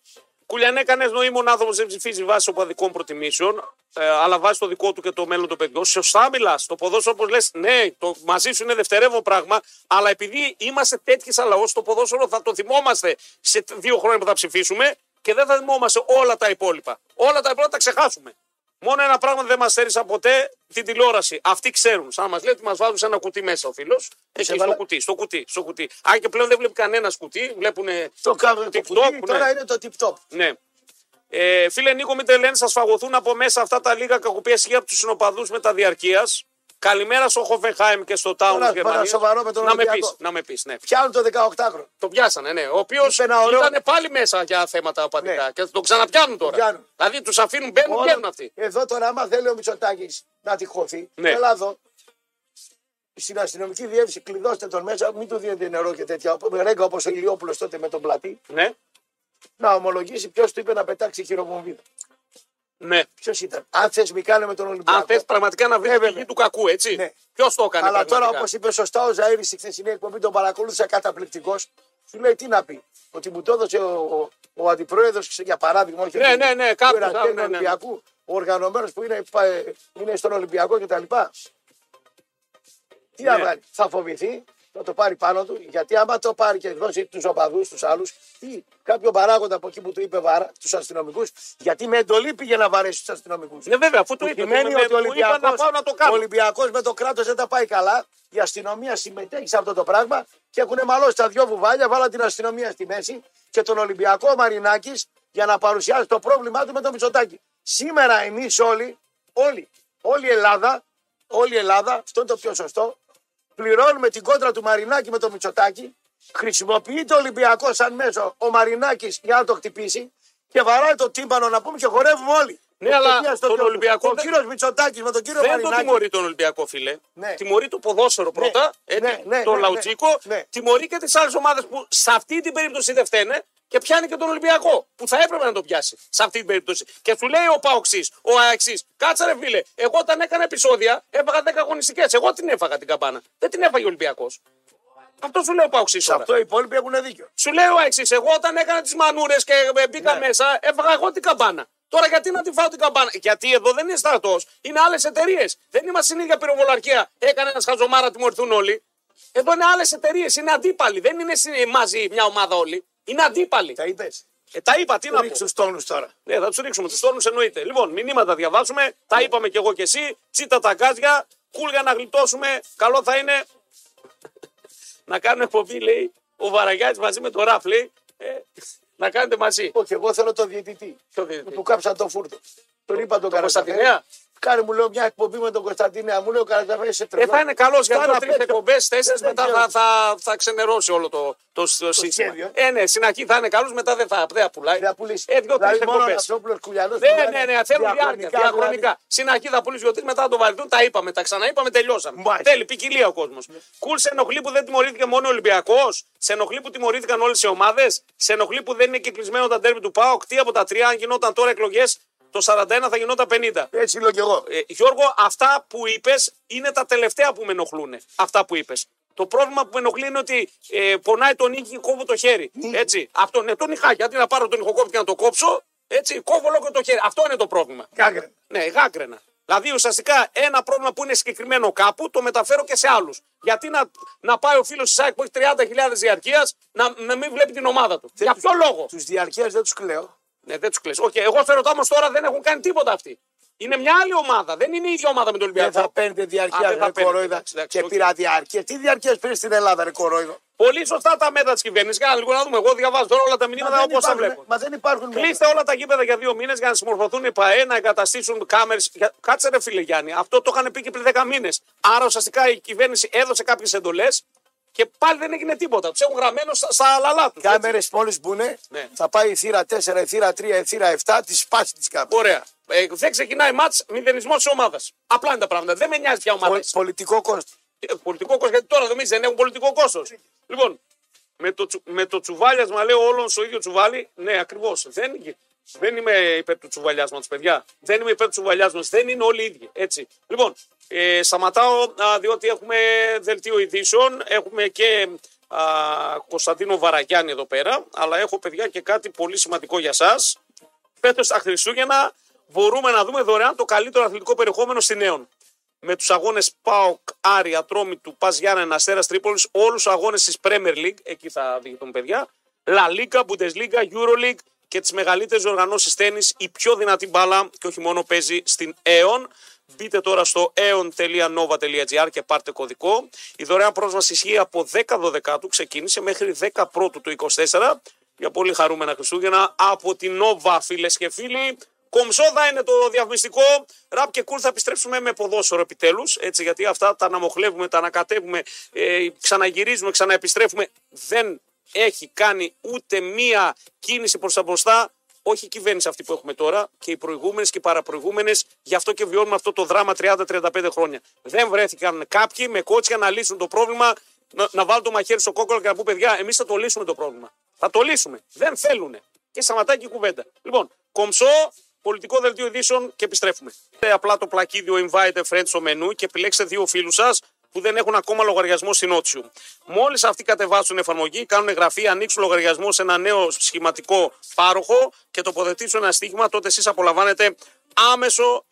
A: Κουλιανέ, κανένα νόημα ο άνθρωπος δεν ψηφίζει βάσει οπαδικών προτιμήσεων, ε, αλλά βάσει το δικό του και το μέλλον των παιδιών. Σωστά μιλάς. Το ποδόσφαιρο, όπως λες, ναι, το μαζί σου είναι δευτερεύον πράγμα, αλλά επειδή είμαστε τέτοιοι σαν λαό, το ποδόσφαιρο θα το θυμόμαστε σε δύο χρόνια που θα ψηφίσουμε και δεν θα θυμόμαστε όλα τα υπόλοιπα. Όλα τα υπόλοιπα τα ξεχάσουμε. Μόνο ένα πράγμα δεν μας ξέρει σαν ποτέ την τηλεόραση. Αυτοί ξέρουν. Σαν να μας λέει ότι μας βάζουν σε ένα κουτί μέσα ο φίλος. Εκεί
B: βάλα-
A: στο κουτί, στο κουτί, στο κουτί. Αν και πλέον δεν βλέπει κανένα κουτί, βλέπουν
B: Το κάνω το
A: Tip-top,
B: κουτί,
A: ναι.
B: τώρα είναι το tip-top.
A: ναι. Ε, φίλε Νίκο, μην τελένε, σας φαγωθούν από μέσα αυτά τα λίγα κακοπία σχέδια από τους συνοπαδούς μεταδιαρκείας. Καλημέρα στο Χοφενχάιμ και στο Τάουν
B: Τώρα,
A: της Γερμανία.
B: πάρα σοβαρό με τον
A: να με πει,
B: Ολυμπιακό.
A: να με πεις, ναι.
B: Πιάνουν το 18χρονο.
A: Το πιάσανε, ναι. Ο οποίος
B: Είπε ένα ωραίο-
A: ήταν πάλι μέσα για θέματα οπαδικά
B: Ναι.
A: και τον ξαναπιάνουν τώρα.
B: πιάνουν.
A: Δηλαδή τους αφήνουν, μπαίνουν,
B: Όλα-
A: πιάνουν αυτοί.
B: Εδώ τώρα, άμα θέλει ο Μητσοτάκης να τυχωθεί,
A: Ναι.
B: έλα εδώ. Στην αστυνομική διεύθυνση κλειδώστε τον μέσα, μην του δίνετε νερό και τέτοια. Με ρέγγα όπω ο Ηλιόπουλο τότε με τον πλατή,
A: Ναι,
B: να ομολογήσει ποιος του είπε να πετάξει χειροβομβίδα.
A: ναι.
B: Ποιος ήταν. Αν θεσμικά είναι με τον Ολυμπιακό.
A: Αν θες πραγματικά να βρεις
B: Ναι,
A: τη
B: βέβαια.
A: πηγή του κακού, έτσι.
B: Ναι.
A: Ποιος το έκανε
B: Αλλά τώρα,
A: πραγματικά.
B: όπως είπε σωστά ο Ζαήρη στη χθεσινή εκπομπή, τον παρακολούθησα καταπληκτικός. Σου λέει τι να πει. Ότι μου το έδωσε ο, ο, ο αντιπρόεδρος, για παράδειγμα, όχι
A: Ναι,
B: του-
A: ναι, ναι,
B: του
A: κάπως,
B: Ιρακέν
A: α, ναι, ναι, ναι.
B: Ολυμπιακού, ο οργανωμένος που είναι, πα- ε, είναι στον Ολυμπιακό κτλ. Τι να
A: Ναι.
B: βάλει, θα φοβηθεί, θα το πάρει πάνω του, γιατί άμα το πάρει και δώσει τους οπαδούς, τους άλλους, ή κάποιον παράγοντα από εκεί που του είπε βάρα, τους αστυνομικούς, γιατί με εντολή πήγε να βαρέσει τους αστυνομικούς.
A: Ναι, βέβαια, αφού το
B: Που
A: είπε.
B: σημαίνει
A: με-
B: ότι ο
A: μου είπαν να
B: Ολυμπιακός,
A: πάω να το κάνω.
B: ο Ολυμπιακός με το κράτος δεν τα πάει καλά. Η αστυνομία συμμετέχει σε αυτό το πράγμα και έχουν μαλώσει τα δυο βουβάλια, βάλαν την αστυνομία στη μέση και τον Ολυμπιακό Μαρινάκης για να παρουσιάσει το πρόβλημά του με τον Μητσοτάκη. Σήμερα εμείς όλοι, όλοι, όλη η Ελλάδα, όλη η Ελλάδα, αυτό είναι το πιο σωστό, πληρώνουμε την κόντρα του Μαρινάκη με τον Μητσοτάκη. Χρησιμοποιείται ο Ολυμπιακός σαν μέσο ο Μαρινάκης για να το χτυπήσει και βαράει το τύμπανο να πούμε και χορεύουμε όλοι.
A: Ναι, αλλά
B: Ευθείας στο
A: τον
B: Θεό.
A: Ολυμπιακό
B: Ο
A: δεν-
B: κύριος Μητσοτάκης με τον κύριο
A: Δεν το
B: Μαρινάκη.
A: τιμωρεί τον Ολυμπιακό, φίλε.
B: Ναι.
A: Τιμωρεί το ποδόσφαιρο πρώτα,
B: Ναι,
A: έτσι,
B: ναι, ναι,
A: τον
B: ναι,
A: Λαουτσίκο.
B: ναι, ναι.
A: Τιμωρεί και τις άλλες ομάδες που σε αυτή την περίπτωση δεν φταίνε και πιάνει και τον Ολυμπιακό που θα έπρεπε να το πιάσει σε αυτή την περίπτωση. Και σου λέει ο Παοξής, ο Αεξή, κάτσε ρε φίλε, εγώ όταν έκανα επεισόδια έφαγα 10 αγωνιστικές. Εγώ την έφαγα την καμπάνα. Δεν την έφαγε ο Ολυμπιακός. Αυτό σου λέει ο Παοξής.
B: Σε αυτό οι υπόλοιποι έχουν δίκιο.
A: Σου λέει ο Αεξή, εγώ όταν έκανα τις μανούρες και ε, μπήκα
B: Ναι.
A: μέσα, έφαγα εγώ την καμπάνα. Τώρα γιατί να τη φάω την καμπάνα. Γιατί εδώ δεν είναι στρατός, είναι άλλες εταιρείες. Δεν είμαστε στην ίδια πυροβολαρχία. Έκανε ένας χαζομάρα, τιμωρηθούν όλοι. Εδώ είναι άλλες εταιρείες, είναι αντίπαλοι. Δεν είναι συ- μαζί μια ομάδα όλοι. Είναι αντίπαλοι.
B: Τα είπες.
A: Ε, τα είπα, τι να πω.
B: Ρίξου τόνους τώρα.
A: Ναι, θα τους ρίξουμε τους τόνους εννοείται. Λοιπόν, μηνύματα διαβάζουμε.
B: Ναι.
A: Τα είπαμε κι εγώ κι εσύ. Τσίτα τα γκάζια. Κούλγα να γλιτώσουμε. Καλό θα είναι να κάνουμε εκπομπή, λέει ο Βαραγιάτης μαζί με τον Ραφ. Λέει, ε, να κάνετε μαζί.
B: Όχι, εγώ θέλω τον διαιτητή.
A: Το διαιτητή.
B: Του κάψα το φούρτο. Τον είπα τον Καραταφέ.
A: Κωνσταντινέα?
B: Κάνε μου λέω μια εκπομπή με τον Κωνσταντινέα. Μου λέει ο Καραταφέ σε
A: Ε,
B: τρελό.
A: θα είναι καλός για
B: Φτάνω
A: δύο-τρει
B: απ' έξω.
A: εκπομπές, τέσσερις
B: Δεν
A: μετά
B: ξέρω.
A: θα, θα, θα ξενερώσει όλο το, το, το, σύστημα.
B: σχέδιο.
A: Ε, ναι, στην αρχή θα είναι καλός, μετά δεν θα, δεν θα πουλάει.
B: Θα πουλήσει.
A: Ε, δύο-τρει
B: Δηλαδή, μόνο ο
A: εκπομπές.
B: Αναστόπουλος, Κουλιανός,
A: Ναι,
B: Κουλιανός,
A: ναι, ναι, θέλουν διάρκεια.
B: δηλαδή.
A: Διαχρονικά. Στην αρχή θα πουλήσει ο Τίτ, μετά θα το βαρεθούν. Τα είπαμε, τα ξαναείπαμε, τελειώσαμε.
B: Μάλιστα.
A: Θέλει ποικιλία ο κόσμος. Κουλ σε ενοχλεί που δεν τιμωρήθηκε μόνο ο Ολυμπιακός. Σε ενοχλεί που τιμωρήθηκαν όλες οι ομάδες. Σε ενοχλεί που δεν είναι κυκλισμένο τα ντέρμπι του Πάοκ. Τι από τα τρία, αν γινόταν τώρα εκλογές, το 41 θα γινόταν 50.
B: Έτσι λέω κι εγώ.
A: Ε, Γιώργο, αυτά που είπες είναι τα τελευταία που με ενοχλούν. Αυτά που είπες. Το πρόβλημα που με ενοχλεί είναι ότι ε, πονάει τον νίκη, κόβω το χέρι. Έτσι. Αυτό είναι τον νυχάκι. Αντί να πάρω τον ηχοκόπτη και να το κόψω, έτσι, κόβω ολόκληρο το χέρι. Αυτό είναι το πρόβλημα.
B: Κάκρε.
A: Ναι, γάκρενα. Δηλαδή ουσιαστικά ένα πρόβλημα που είναι συγκεκριμένο κάπου το μεταφέρω και σε άλλους. Γιατί να, να πάει ο φίλος της ΣΑΕΚ που έχει 30.000 διαρκείας να, να μην βλέπει την ομάδα του. Για ποιο λόγο.
B: Τους διαρκέ δεν τους κλαίω.
A: Ναι, δεν τους κλε. Όχι, εγώ σε ρωτάω όμως τώρα δεν έχουν κάνει τίποτα αυτοί. Είναι μια άλλη ομάδα. Δεν είναι η ίδια ομάδα με τον
B: Δεν
A: Ολυμπιακό.
B: θα παίρνετε
A: Α, δεν
B: διαρκεία,
A: θα
B: ρε
A: παίρνετε.
B: κορόιδα.
A: Εντάξει, εντάξει,
B: Και
A: οκ.
B: πήρα διαρκέ. Τι διαρκέ πήρες στην Ελλάδα, ρε κορόιδο.
A: Πολύ σωστά τα μέτρα της κυβέρνησης. Για να λίγο να δούμε. Εγώ διαβάζω τώρα όλα τα μηνύματα όπως τα
B: υπάρχουν, ε.
A: βλέπω.
B: Μα δεν υπάρχουν. μέτρα.
A: Κλείστε όλα τα γήπεδα για δύο μήνες για να συμμορφωθούν οι ΠαΕ, να εγκαταστήσουν κάμερες. Κάτσε ρε φίλε Γιάννη, αυτό το είχαν πει και πριν 10 μήνες. Άρα ουσιαστικά η κυβέρνηση έδωσε κάποιες εντολές και πάλι δεν έγινε τίποτα. Τους έχουν γραμμένο στα, στα λαλά τους.
B: Κάμερες μόλις μπουν,
A: Ναι.
B: θα πάει η θύρα 4, η θύρα 3, η θύρα 7, τη σπάσει της κάμερας.
A: Ωραία. Ε, δεν ξεκινάει μάτ μηδενισμός της ομάδας. Απλά είναι τα πράγματα. Δεν με νοιάζει ποια ομάδα.
B: Πολ-
A: είσαι.
B: πολιτικό κόστος.
A: Ε, πολιτικό κόστος, γιατί τώρα νομίζεις δεν έχουν πολιτικό κόστος. Λοιπόν, με το, τσου- με το τσουβάλιασμα λέω όλων στο ίδιο τσουβάλι. Ναι, ακριβώς. Δεν, γι- δεν είμαι υπέρ του τσουβαλιάσματος, παιδιά. Δεν είμαι υπέρ του τσουβαλιάσματος. Δεν είναι όλοι οι ίδιοι. Έτσι. Λοιπόν, ε, σταματάω α, διότι έχουμε δελτίο ειδήσεων. Έχουμε και α, Κωνσταντίνο Βαραγιάννη εδώ πέρα, αλλά έχω παιδιά και κάτι πολύ σημαντικό για σας. Φέτος τα Χριστούγεννα μπορούμε να δούμε δωρεάν το καλύτερο αθλητικό περιεχόμενο στην ΕΟΝ. Με τους αγώνες ΠΑΟΚ, Άρη, Ατρόμη του Πας Γιάννενα, Αστέρας Τρίπολης, όλους τους αγώνες της Premier League, εκεί θα διηγηθούν παιδιά, La Liga, Bundesliga, Euroleague και τις μεγαλύτερες οργανώσεις τέννις, η πιο δυνατή μπάλα και όχι μόνο παίζει στην ΕΟΝ. Μπείτε τώρα στο aeon.nova.gr και πάρτε κωδικό. Η δωρεάν πρόσβαση ισχύει από 10-12 του, ξεκίνησε μέχρι 10 πρώτου του 24 για πολύ χαρούμενα Χριστούγεννα από την Nova φίλες και φίλοι. Κομψόδα είναι το διαφημιστικό. Ραπ και κουλ θα επιστρέψουμε με ποδόσφαιρο επιτέλους. Έτσι, γιατί αυτά τα αναμοχλεύουμε, τα ανακατεύουμε, ε, ξαναγυρίζουμε, ξαναεπιστρέφουμε. Δεν έχει κάνει ούτε μία κίνηση προς τα μπροστά. Όχι η κυβέρνηση αυτή που έχουμε τώρα και οι προηγούμενες και οι παραπροηγούμενες. Γι' αυτό και βιώνουμε αυτό το δράμα 30-35 χρόνια. Δεν βρέθηκαν κάποιοι με κότσια να λύσουν το πρόβλημα, να, να βάλουν το μαχαίρι στο κόκκαλο και να πούν παιδιά, εμείς θα το λύσουμε το πρόβλημα. Θα το λύσουμε. Δεν θέλουν. Και σταματάει και η κουβέντα. Λοιπόν, κομψό, πολιτικό δελτίο ειδήσεων και επιστρέφουμε. Δείτε απλά το πλακίδιο Invite a Friend στο μενού και επιλέξτε δύο φίλους σας που δεν έχουν ακόμα λογαριασμό στην Ότσιου. Μόλις αυτοί κατεβάσουν εφαρμογή, κάνουν εγγραφή, ανοίξουν λογαριασμό σε ένα νέο σχηματικό πάροχο και τοποθετήσουν ένα στίγμα, τότε εσείς απολαμβάνετε άμεσο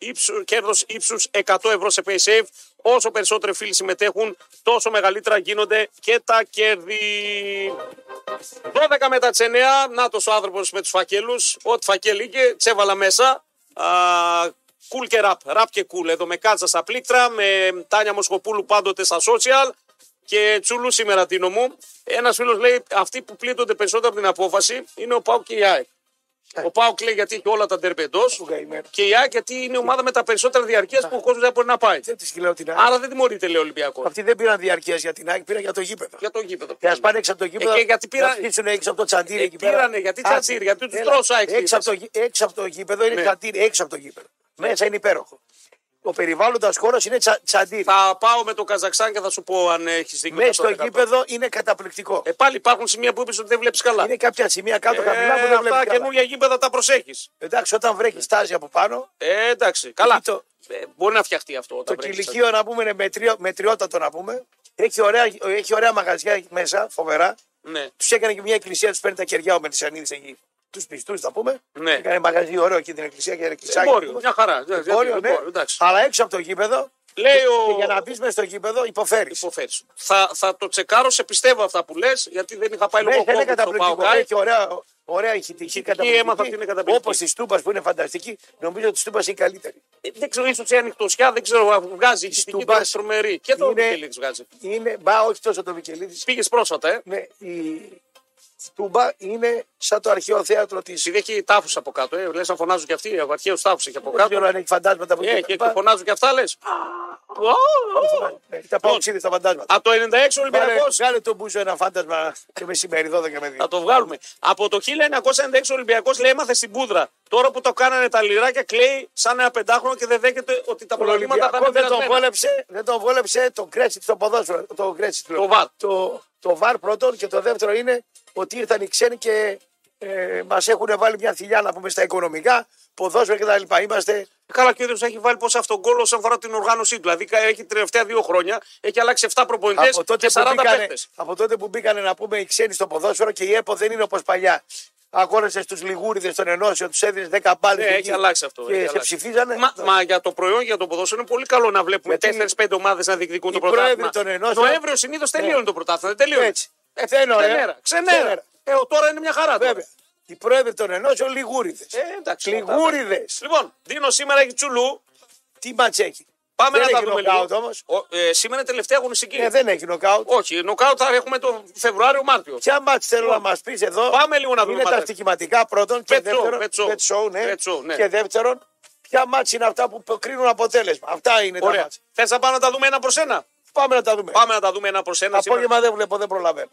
A: κέρδος ύψους 100 ευρώ σε PaySafe. Όσο περισσότεροι φίλοι συμμετέχουν, τόσο μεγαλύτερα γίνονται και τα κέρδη. 12 μετά τις 9, να ο άνθρωπος με τους φακέλους. Ό,τι φακέλι και τσέβαλα μέσα. Α, Κουλ και ραπ. Ραπ και κουλ. Εδώ με κάτσα στα πλήκτρα, με Τάνια Μοσκοπούλου πάντοτε στα social και Τσούλου σήμερα τίνο μου. Ένας φίλος λέει: Αυτοί που πλήττονται περισσότερο από την απόφαση είναι ο Πάου και η ΑΕΚ.
B: Ε.
A: Ο Πάουκ λέει γιατί έχει όλα τα ντερμπεντό
B: καημένος.
A: και η ΑΕΚ γιατί είναι η ομάδα με τα περισσότερα διαρκέ που ο κόσμος δεν μπορεί να πάει.
B: Δεν της λέω την ΑΕΚ.
A: Άρα δεν τιμωρείται, λέει ο Ολυμπιακός.
B: Αυτοί δεν πήραν διαρκέ για την ΑΕΚ, πήραν για το γήπεδο.
A: Για το γήπεδο.
B: Και ας πάνε έξω από το γήπεδο.
A: Ε, και γιατί πήραν-
B: να στήσουν έξω από το τσαντήρι
A: Ε,
B: εκεί πέρα.
A: πήρανε, γιατί
B: Άσε.
A: τσαντήρι, γιατί τους
B: Έλα,
A: τρως, ΑΕΚ,
B: Έξω, από το, γη- έξω από το γήπεδο είναι
A: Ναι.
B: τσαντήρι, έξω από το γήπεδο. Μέσα είναι υπέροχο. Ο περιβάλλοντας χώρο είναι τσα, τσαντήρι.
A: Θα πάω με το Καζακστάν και θα σου πω αν έχεις δίκιο.
B: Μέσα στο
A: 100%.
B: γήπεδο είναι καταπληκτικό.
A: Ε, πάλι υπάρχουν σημεία που είπες ότι δεν βλέπεις καλά.
B: Είναι κάποια σημεία κάτω χαμηλά που
A: Ε,
B: δεν βλέπεις.
A: αυτά
B: καλά.
A: καινούργια γήπεδα τα προσέχεις.
B: Εντάξει, όταν βρέχεις στάζει από πάνω,
A: Ε, εντάξει, καλά.
B: Εκεί το-
A: Ε, μπορεί να φτιαχτεί αυτό όταν
B: το
A: βρέχεις.
B: κηλικείο να πούμε είναι μετριό, μετριότατο να πούμε. Έχει ωραία, έχει ωραία μαγαζιά μέσα, φοβερά.
A: Ναι.
B: Τους έκανε και μια εκκλησία, τους παίρνει τα κεριά ο Μελισσανίδη εκεί. Τους πιστούς, θα πούμε.
A: Ναι.
B: Έκανε μαγαζί ωραίο εκεί την εκκλησία και ένα κλεισάκι.
A: Εμπόριο, Ε, μια χαρά. Εντάξει,
B: Εμπόριο,
A: γιατί,
B: ναι.
A: εμπόριο, εντάξει.
B: Αλλά έξω από το γήπεδο,
A: Λέει
B: και για να
A: ο.
B: μπει μέσα στο γήπεδο, υποφέρεις.
A: υποφέρεις. Θα, θα το τσεκάρω, σε πιστεύω αυτά που λες, γιατί δεν είχα πάει
B: Ναι,
A: λόγω
B: δεν είναι
A: κόμμα στο
B: καταπληκτικό.
A: Παοκάι.
B: Έχει ωραία, ωραία ηχητική
A: έμαθα ότι είναι
B: καταπληκτική.
A: καταπληκτική.
B: Όπω τη Τούμπα που είναι φανταστική, νομίζω ότι τη Τούμπα είναι καλύτερη.
A: Ε, Δεν ξέρω, ίσως η ανοιχτοσιά, δεν ξέρω, βγάζει. Η
B: του
A: στιγμή
B: Μπάς.
A: ήταν τρομερή. Και το
B: Είναι-
A: Μικελίδη βγάζει.
B: Είναι, μπα, όχι τόσο το Μικελίδη.
A: Πήγες πρόσφατα, ε.
B: Ναι, η Τούμπα είναι σαν το αρχαίο θέατρο της.
A: Επειδή έχει τάφους από κάτω, ε. Λες να φωνάζουν και αυτοί, ο αρχαίος τάφους έχει από
B: Δεν
A: κάτω.
B: ξέρω αν έχει φαντάσματα που
A: Ε,
B: έχει.
A: και φωνάζουν και αυτά λες.
B: Ναι, Τα
A: Λοιπόν,
B: πάω ξύδι στα φαντάσματα.
A: Από το 96 Ολυμπιακό.
B: Βγάλε- Βγάλε τον Μπούζο ένα φάντασμα το μεσημέρι 12 με 2.
A: Θα το βγάλουμε. Από το 1996 ο Ολυμπιακός λέει έμαθε στην πούδρα. Τώρα που το κάνανε τα λιράκια, κλαίει σαν ένα πεντάχρονο και δεν δέχεται ότι τα
B: Ο
A: προβλήματα θα είναι
B: δεν τον
A: περασμένα.
B: βόλεψε, δεν τον βόλεψε το Κρέτσιτ στο ποδόσφαιρο. Το, Κρέτσιτ, λέω.
A: Το VAR.
B: Το, το βαρ πρώτον και το δεύτερο είναι ότι ήρθαν οι ξένοι και ε, μας έχουν βάλει μια θηλιά να πούμε στα οικονομικά, ποδόσφαιρο κτλ. Είμαστε.
A: Καλά, και ο ίδιο έχει βάλει πόσα αυτογκόλ όσον αφορά την οργάνωσή του. Δηλαδή έχει τελευταία δύο χρόνια, έχει αλλάξει 7 προπονητές
B: Από τότε,
A: και 40
B: που μπήκανε,
A: παίχτε.
B: από τότε που μπήκανε να πούμε οι ξένοι στο ποδόσφαιρο και η ΕΠΟ δεν είναι όπως παλιά. Αγόρασες τους λιγούριδες των ενώσεων, τους έδινες 10 μπάλε.
A: Ναι, έχει αλλάξει αυτό.
B: Και
A: έχει
B: σε
A: αλλάξει.
B: ψηφίζανε.
A: Μα, μα για το προϊόν, για το ποδόσφαιρο είναι πολύ καλό να βλέπουμε
B: Γιατί
A: 4-5 ομάδες να διεκδικούν το
B: οι πρόεδροι
A: πρωτάθλημα.
B: των ενώσεων- Ναι.
A: Νοέμβριος συνήθως τελειώνει το πρωτάθλημα. Δεν τελειώνει.
B: Έτσι.
A: Ε,
B: Δεν είναι ωραία.
A: ξενέρα. ξενέρα.
B: Ξενέρα.
A: Ε, ο- τώρα είναι μια χαρά. τώρα.
B: Βέβαια. Οι πρόεδροι των ενώσεων λιγούριδες.
A: Ε, εντάξει, αυτά τα-
B: λιγούριδε.
A: Λοιπόν, Δίνο σήμερα έχει τσουλού.
B: Τι μάτς έχει.
A: Πάμε
B: δεν
A: να τα
B: έχει
A: δούμε
B: νοκάουτ
A: λίγο.
B: όμως.
A: Ο- ε, σήμερα είναι τελευταία αγωνιστική.
B: Ε, δεν έχει νοκάουτ.
A: Όχι, νοκάουτ θα έχουμε το Φεβρουάριο-Μάρτιο.
B: Ποια μάτς θέλω να μας πεις εδώ.
A: Πάμε λίγο να δούμε
B: Είναι
A: μάτς.
B: τα στοιχηματικά πρώτον και
A: Bet show,
B: δεύτερον.
A: bet show.
B: Bet show, ναι.
A: Bet show, ναι.
B: Και δεύτερον, ποια μάτς είναι αυτά που κρίνουν αποτέλεσμα. Αυτά είναι τα
A: Ωραία.
B: μάτς.
A: Θες να πάμε να τα δούμε ένα προς ένα.
B: Πάμε να τα δούμε.
A: Πάμε να τα δούμε ένα προς ένα. σήμερα.
B: Απόγευμα δεν βλέπω, δεν προλαβαίνω.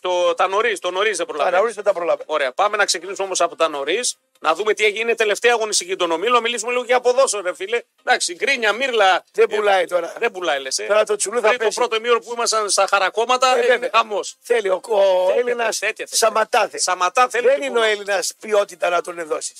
A: Το, τα νωρίς, το νωρίς δεν
B: Θα
A: προλαβαίνω.
B: αναγνωρίσω τα προλαβαίνω.
A: Ωραία, πάμε να ξεκινήσουμε όμως από τα νωρίς. Να δούμε τι έγινε τελευταία αγωνιστική των ομίλων. Να Μιλήσουμε λίγο για αποδόσεων, ρε φίλε. Εντάξει, γκρίνια, μύρλα.
B: Δεν
A: ε,
B: πουλάει τώρα.
A: Δεν πουλάει, λες. Ε.
B: Τώρα το τσουλού θα
A: Πριν
B: πέσει.
A: Το πρώτο ημίωρο που ήμασταν στα χαρακόμματα
B: Ε,
A: έγινε
B: βέβαια.
A: χαμός.
B: Θέλει ο, ο
A: Τέτοια,
B: Έλληνας
A: τέτοια θέλει.
B: σαματάθε.
A: Σαματά θέλει
B: Δεν
A: και
B: είναι ο
A: πουλάει.
B: Έλληνας ποιότητα να τον δώσει.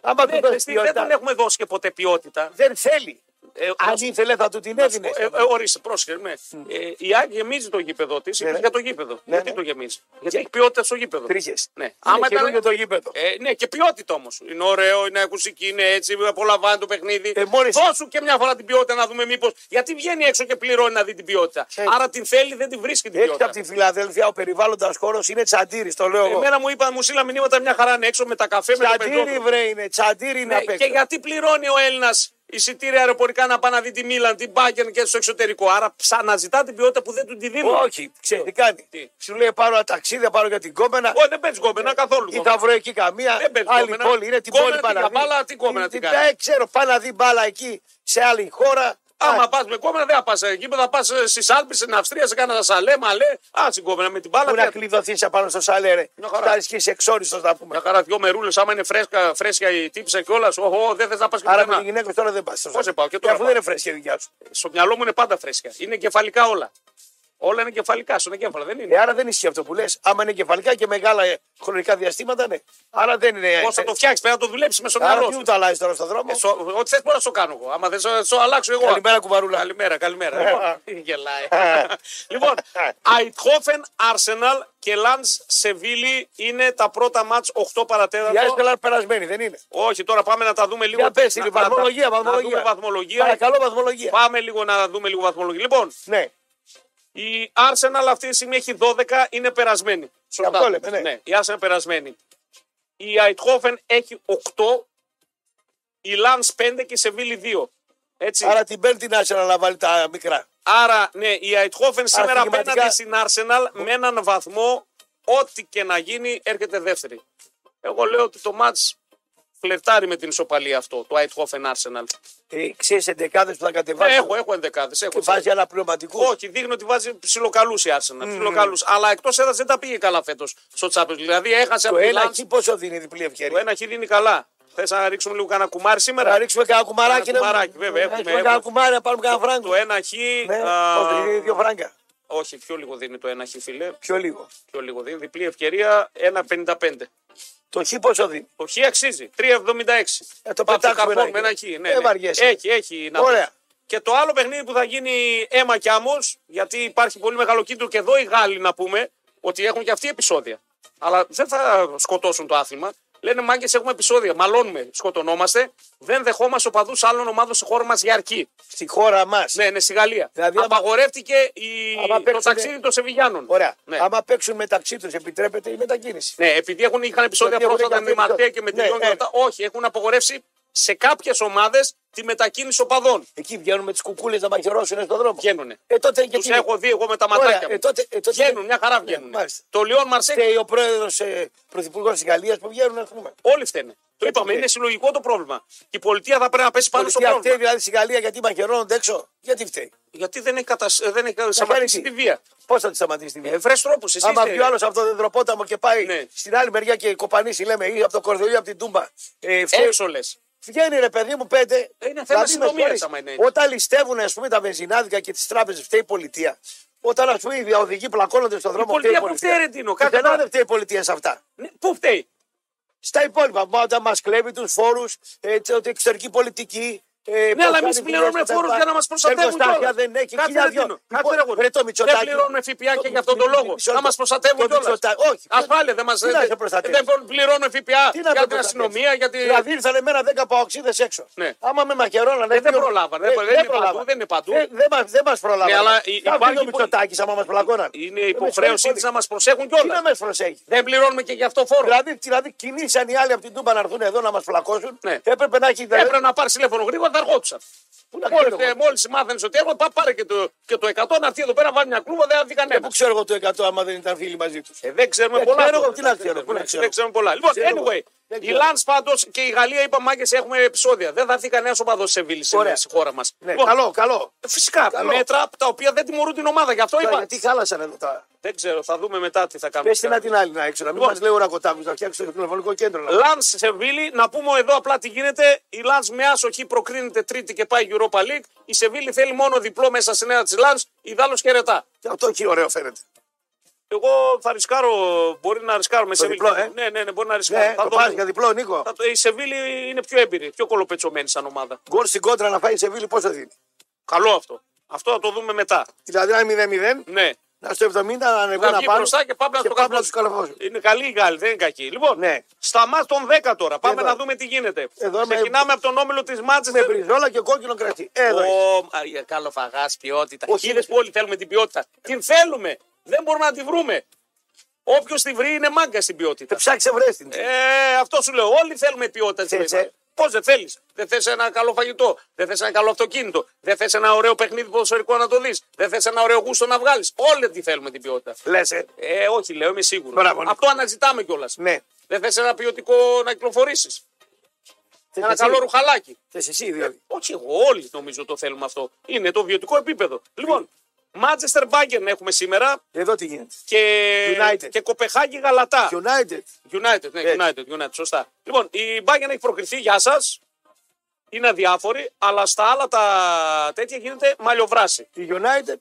B: Άμα του
A: Ναι,
B: δώσει
A: ξέρεις τι, δεν
B: ποιότητα.
A: τον έχουμε δώσει και ποτέ ποιότητα.
B: Δεν θέλει.
A: Ε,
B: Αν
A: να σου-
B: ήθελε θα του την
A: να σου
B: έδινε.
A: πω- ε, ε, Ορίστε, πρόσεχε. Ναι. Ε, η Άκη γεμίζει το γήπεδο της.
B: Ναι,
A: Είπες
B: ναι.
A: για το γήπεδο.
B: Ναι,
A: Γιατί
B: ναι.
A: το γεμίζει. Γιατί έχει ποιότητα στο γήπεδο.
B: Τρίχες.
A: Ναι. Άμα
B: Άμα
A: ήταν-
B: ήταν το γήπεδο.
A: Ε, ναι, και ποιότητα όμως. Είναι ωραίο, είναι ακουσική, είναι έτσι, απολαμβάνει το παιχνίδι.
B: Ε, μόλις-
A: Δώσου και μια φορά την ποιότητα να δούμε μήπως. Γιατί βγαίνει έξω και πληρώνει να δει την ποιότητα.
B: Ε.
A: Άρα την θέλει, δεν την βρίσκει την
B: Έρχεται
A: ποιότητα.
B: από τη Φιλαδέλφια ο περιβάλλοντας χώρος είναι τσαντήρι, το λέω εγώ.
A: Ε, Εμένα μου είπαν, μου στείλαν μηνύματα μια χαρά είναι έξω με τα καφέ, με το
B: Τσαντήρι
A: πετρόκολλο.
B: βρε είναι, τσαντήρι είναι απ'
A: Ναι, και
B: έξω.
A: γιατί πληρώνει ο Έλληνας εισιτήρια αεροπορικά να πάει να δει τη Μίλαν, την Μπάγκερν και στο εξωτερικό. Άρα ξαναζητά την ποιότητα που δεν του τη δίνουν.
B: Όχι, ξέρει τι κάνει.
A: Ε, Τι.
B: Σου λέει πάρω ένα ταξίδι, θα πάρω για την κόμενα.
A: Όχι, δεν παίζει
B: Ε,
A: κόμενα καθόλου.
B: Ή
A: κόμενα.
B: θα βρω εκεί καμία
A: Δεν παίζει
B: άλλη
A: κόμενα.
B: πόλη. Είναι την
A: Κόμενα
B: πόλη
A: την
B: Παναδί.
A: καπάλα, τι κόμενα την κάνει.
B: ε, ξέρω, πάει να δει μπάλα εκεί σε άλλη χώρα.
A: Άμα
B: Α,
A: πας με κόμενα, δεν θα πας εκεί. Θα πας στι Άλπε, στην Αυστρία, σε κάνα σαλέ, μαλέ. Α, την κόμενα με την μπάλα.
B: Πού να
A: και-
B: κλειδωθεί απάνω στο σαλέρε.
A: Μια χαρά.
B: Θα ισχύει εξόριστος να πούμε.
A: Μια χαρά δυο μερούλες, άμα είναι φρέσκα, φρέσια η τύψα κιόλα. Οχ, δεν θες να πας και
B: Άρα με τη
A: πουθενά.
B: γυναίκα σου τώρα δεν πας. στο
A: Πώς
B: σαλέρε.
A: σε πάω, και
B: Και
A: τώρα
B: Αφού
A: πάω.
B: δεν είναι φρέσκια η δικιά σου.
A: Στο μυαλό μου είναι πάντα φρέσια. Είναι κεφαλικά όλα. Όλα είναι κεφαλικά, στον εγκέφαλο δεν
B: Ε,
A: είναι.
B: άρα δεν ισχύει αυτό που λες. Άμα είναι κεφαλικά και μεγάλα ε, χρονικά διαστήματα, ναι. Άρα δεν είναι. ε,
A: Πώς θα το φτιάξεις, πρέπει να το δουλέψεις με στο
B: Άρα
A: μυαλό
B: τι
A: σου.
B: ούτε αλλάζεις τώρα στον δρόμο.
A: Ε, σο- Ό,τι θες μπορώ να στο κάνω εγώ. Άμα δεν σο- σο αλλάξω εγώ.
B: Καλημέρα, κουβαρούλα.
A: Καλημέρα, καλημέρα. λοιπόν, γελάει. λοιπόν, Αιτχόφεν, Arsenal και Λαντ Σεβίλη είναι τα πρώτα μάτς 8
B: Η
A: παρατέταρτο.
B: Άσκελα περασμένη, δεν είναι.
A: Όχι, τώρα πάμε να τα δούμε λίγο.
B: Για πες,
A: Να-
B: είναι
A: να- να
B: βαθμολογία,
A: δούμε
B: βαθμολογία.
A: βαθμολογία.
B: Παρακαλώ, βαθμολογία.
A: Πάμε λίγο να δούμε λίγο βαθμολογία. Λοιπόν,
B: Ναι.
A: η Arsenal αυτή τη στιγμή έχει 12, είναι περασμένη. Σωστά.
B: αυτό λέμε, ναι.
A: Η Arsenal περασμένη. Η Αιτχόφεν έχει 8, η Λανς 5 και η Σεβίλη 2. Έτσι. Άρα,
B: Άρα την παίρνει την Άσκελα να βάλει τα μικρά.
A: ναι, η Αιτχόφεν σήμερα
B: Αρχηγηματικά-
A: απέναντι στην Arsenal με έναν βαθμό, ό,τι και να γίνει, έρχεται δεύτερη. Εγώ λέω ότι το μάτς φλερτάρει με την ισοπαλία αυτό, το Αιτχόφεν Arsenal.
B: Ε, Ξέρεις εντεκάδε που θα κατεβάσει.
A: Έχω, έχω ενδεκάδες, έχω.
B: Βάζει ένα πνευματικό.
A: Όχι, δείχνει ότι βάζει ψιλοκαλούς η Arsenal. ψιλοκαλούς. Αλλά εκτός έδρα δεν τα πήγε καλά φέτος στο Champions League. Δηλαδή έχασε
B: Το
A: από τη
B: ένα
A: Λάντ.
B: εκεί πόσο δίνει διπλή
A: Το
B: ευκαιρία.
A: ένα χι δίνει καλά. Θες να ρίξουμε λίγο κανένα κουμάρι
B: Να
A: σήμερα.
B: ρίξουμε κανένα κουμαράκι.
A: Ένα
B: ναι.
A: κουμαράκι, βέβαια,
B: Να
A: έχουμε,
B: ρίξουμε κανένα
A: έχουμε.
B: κουμάρι, να πάρουμε κανένα φράγκο.
A: Το ένα χι.
B: Ναι,
A: α,
B: όχι, δίνει δύο φράγκα.
A: όχι, πιο λίγο δίνει το ένα χι, φίλε.
B: Πιο λίγο.
A: Πιο λίγο δίνει. Διπλή ευκαιρία 1,55.
B: Το χ πόσο δίνει.
A: Το χι αξίζει. 3,76.
B: Ε, το
A: Παπ,
B: πετάξουμε
A: καρπών
B: ένα
A: με ένα
B: χι.
A: χι. Ναι,
B: Δεν
A: ναι.
B: βαριέσαι.
A: Έχει, έχει. να
B: Ωραία.
A: δεις. Και το άλλο παιχνίδι που θα γίνει αίμα κι άμμος, γιατί υπάρχει πολύ μεγάλο κίνδυνο και εδώ οι Γάλλοι να πούμε ότι έχουν και αυτοί επεισόδια. Αλλά δεν θα σκοτώσουν το άθλημα. Λένε μάγκες, έχουμε επεισόδια. Μαλώνουμε, σκοτωνόμαστε. Δεν δεχόμαστε οπαδού άλλων ομάδων στη χώρα μας για αρκή.
B: Στη χώρα μας.
A: Ναι, ναι, στη Γαλλία.
B: Δηλαδή, άμα-
A: Απαγορεύτηκε η...
B: άμα
A: το
B: παίξουνε-
A: ταξίδι των Σεβιγιάνων.
B: Ωραία.
A: Ναι.
B: Άμα παίξουν μεταξύ τους, επιτρέπεται η μετακίνηση.
A: Ναι, επειδή έχουν, είχαν επεισόδια
B: Γιατί έχουν
A: πρόσφατα με
B: κάνει
A: τη Μαρτέα και με τη
B: ναι,
A: Λιόν και
B: ναι.
A: αυτά. Όχι, έχουν απογορεύσει σε κάποιες ομάδες τη μετακίνηση οπαδών.
B: Εκεί βγαίνουν με τις κουκούλες να μαχαιρώσουν στον δρόμο.
A: Βγαίνουνε.
B: Ε, τότε και
A: Τους έχω δει εγώ με τα
B: Ωραία,
A: ματάκια μου.
B: ε, τότε, ε, τότε
A: Βγαίνουν, μια χαρά βγαίνουν.
B: Ναι, μάλιστα.
A: το Λιόν Μαρσέκ,
B: Και ο πρόεδρος ε, πρωθυπουργός της Γαλλίας που βγαίνουν, ας πούμε.
A: όλοι φταίνε. Το είπαμε,
B: ναι.
A: είναι συλλογικό το πρόβλημα. Και η πολιτεία θα πρέπει να πέσει πάνω στο
B: Πολιτεία
A: πρόβλημα.
B: φταίει δηλαδή στη Γαλλία γιατί μαχαιρώνονται έξω. Γιατί φταίει.
A: Γιατί δεν έχει, κατασ... ε, δεν έχει σταματήσει
B: κάνει
A: τη
B: τι.
A: βία.
B: Πώς θα τη σταματήσει τη βία.
A: Ε, Βρες τρόπους, εσύ.
B: Άμα
A: είστε-
B: βγει ο άλλος από το δεντροπόταμο και πάει
A: Ναι.
B: στην άλλη μεριά και κοπανίσει, λέμε, ή από το κορδελί, από την τούμπα. Ε, φταίει-
A: Έξω λες.
B: Βγαίνει ρε παιδί μου πέντε.
A: Ε,
B: Δηλαδή,
A: θέμα
B: με
A: συνδρομίας,
B: συγχωρείς,
A: άμα είναι έτσι.
B: Όταν ληστεύουν ας πούμε, τα βενζινάδικα και τις τράπεζες, φταίει η πολιτεία. Όταν ας πούμε οι οδηγοί πλακώνονται στον δρόμο,
A: πολιτεία που
B: φταίει η
A: φταίει, ρε, Τίνο, κάτι
B: Πουθενά
A: τώρα.
B: δεν φταίει η πολιτεία σε αυτά.
A: Ναι, πού φταίει.
B: Στα υπόλοιπα, μα όταν μας κλέβει τους φόρους, εξωτερική πολιτική. Ε,
A: Ναι, αλλά εμείς
B: προσφέρει
A: πληρώνουμε
B: δουλειές, τα
A: φόρου
B: λοιπά.
A: για να μας προστατεύουν.
B: Εργοστάσια
A: κιόλας.
B: δεν έχει.
A: Κάτσε
B: χίλια
A: ρε,
B: δυο.
A: Τίνο, κάτσε
B: Λοιπόν,
A: ρε, εγώ.
B: βρε, το
A: Δεν
B: Μητσοτάκη.
A: πληρώνουμε ΦΠΑ και
B: Το-
A: για αυτόν τον
B: μισό
A: λόγο.
B: λεπτό.
A: Να μας προστατεύουν
B: Το
A: κιόλας.
B: Μητσοτάκη- Όχι.
A: Ας πάλι δεν μας
B: Τι να σε προστατεύει.
A: Δεν πληρώνουμε ΦΠΑ
B: Τι να
A: για
B: το
A: την
B: προταθείς.
A: αστυνομία, για την.
B: Δηλαδή ήρθαν εμένα 10 παοξίδε έξω.
A: Ναι.
B: Άμα με μαχαιρώνανε.
A: Ε, δεν
B: δύο-
A: προλάβανε, δεν- δεν είναι παντού, δεν είναι παντού.
B: Ε, Δεν, δεν, μας- δεν μας προλάβανε.
A: Ναι, αλλά η-
B: Θα
A: υπάρχει
B: βγει ο
A: υπο-
B: Μητσοτάκης άμα μας πλακώναν. Ε,
A: Είναι υποχρέωσή της να μας προσέχουν
B: Τι να
A: κιόλα.
B: με προσέχει.
A: Δεν πληρώνουμε και γι' αυτό φόρο.
B: Δηλαδή, δηλαδή κινήσαν οι άλλοι από την Τούμπα να έρθουν εδώ να μας φλακώσουν.
A: Ναι.
B: Έπρεπε να έχει.
A: Έπρεπε να πάρει τηλέφωνο γρήγορα, θα αργόντουσαν.
B: Πού να ξέρω εγώ.
A: Μόλι μάθανε ότι έρχονται, πά- πάρε και το, και το 100 να έρθει εδώ πέρα, βάλει μια κλούβα, δεν θα βγει
B: Ε,
A: κανένα.
B: Πού ξέρω εγώ το 100 άμα δεν ήταν φίλοι μαζί τους.
A: Ε, δεν ξέρουμε
B: Δεν
A: πολλά.
B: ξέρω εγώ,
A: τότε.
B: τι να
A: Δεν
B: ξέρω, πού να
A: ναι,
B: ξέρω.
A: Δεν ξέρουμε πολλά. Λοιπόν,
B: Ξέρω εγώ.
A: anyway,
B: Δεν
A: η
B: ξέρω.
A: Λαν πάντως και η Γαλλία είπα μάγκες έχουμε επεισόδια. Δεν θα έρθει κανένας οπαδός σε Βίλη
B: Ωραία.
A: στη στη χώρα μας.
B: Ναι, καλό, καλό.
A: Φυσικά
B: Καλό.
A: μέτρα τα οποία δεν τιμωρούν την ομάδα. Γι' αυτό
B: Τώρα,
A: είπα.
B: Γιατί χάλασαν εδώ τα.
A: Δεν ξέρω, θα δούμε μετά τι θα κάνουμε.
B: Πες την την άλλη να έξω. Να μην
A: Λοιπόν. Ε.
B: μας λέει ο Ρακοτάκου να φτιάξει το τηλεφωνικό κέντρο. να-
A: Λαν Σεβίλη, να πούμε εδώ απλά τι γίνεται. Η Λαν με άσοχη προκρίνεται τρίτη και πάει Europa League. Η Σεβίλη θέλει μόνο διπλό μέσα στην έδρα της Λαν. Η Δάλο χαιρετά.
B: Και Αυτό εκεί ωραίο φαίνεται.
A: Εγώ θα ρισκάρω, μπορεί να ρισκάρω με
B: Το
A: Σεβίλη.
B: διπλό, ε.
A: Ναι, ναι, ναι, μπορεί να ρισκάρω.
B: Ναι,
A: θα
B: το
A: δω.
B: πας για διπλό, Νίκο.
A: Θα το- Η Σεβίλη είναι πιο έμπειρη, πιο κολοπετσωμένη σαν ομάδα.
B: Γκολ στην κόντρα να φάει σε βίλη πόσο δίνει.
A: Καλό αυτό. Αυτό θα το δούμε μετά.
B: Δηλαδή, αν είναι 0-0,
A: Ναι.
B: να στο 70 να ανεβούν
A: βγει
B: να πάνω.
A: μπροστά και πάμε να το
B: πάμε
A: κάνουμε.
B: να του καλαφώσουν.
A: Είναι καλή η Γάλλη, δεν είναι κακή. Λοιπόν,
B: Ναι.
A: στα μάτ των 10 τώρα. Πάμε
B: Εδώ.
A: να δούμε τι γίνεται.
B: Εδώ με-
A: Ξεκινάμε από τον όμιλο της
B: Με
A: Μάτσεστερ.
B: μπριζόλα και κόκκινο κρασί. Εδώ. είσαι.
A: Καλό φαγά, ποιότητα.
B: Όχι, Ε,
A: Όχι, είδε που όλοι θέλουμε την ποιότητα. Την θέλουμε. Δεν μπορούμε να τη βρούμε. Όποιος τη βρει είναι μάγκα στην ποιότητα.
B: Ψάξε βρες την.
A: Ε, αυτό σου λέω. Όλοι θέλουμε ποιότητα στη
B: Θες,
A: ζωή.
B: ε.
A: Πώς δεν θέλεις. Δεν θες ένα καλό φαγητό. Δεν θες ένα καλό αυτοκίνητο. Δεν θες ένα ωραίο παιχνίδι ποδοσφαιρικό να το δει. Δεν θες ένα ωραίο γούστο να βγάλεις. Όλοι τη θέλουμε την ποιότητα.
B: Λες, ε.
A: Ε, όχι, λέω, είμαι σίγουρος.
B: Μπράβο, Νίκο.
A: Αυτό αναζητάμε κιόλας.
B: Ναι.
A: Δεν θες ένα ποιοτικό να κυκλοφορήσεις.
B: Θες
A: Ένα
B: Ε, εσύ.
A: καλό ρουχαλάκι.
B: Θες εσύ, δηλαδή.
A: Όχι εγώ, όλοι νομίζω το θέλουμε αυτό. Είναι το βιωτικό επίπεδο. Λοιπόν, Manchester Bayern έχουμε σήμερα
B: Εδώ τι γίνεται.
A: και,
B: United.
A: και Κοπεχάγη Γαλατά.
B: United.
A: United, ναι,
B: Έτσι.
A: United, United, σωστά. Λοιπόν, η Bayern έχει προκριθεί, γεια σας. Είναι αδιάφορη, αλλά στα άλλα τα τέτοια γίνεται μαλλιοβράση.
B: Η United.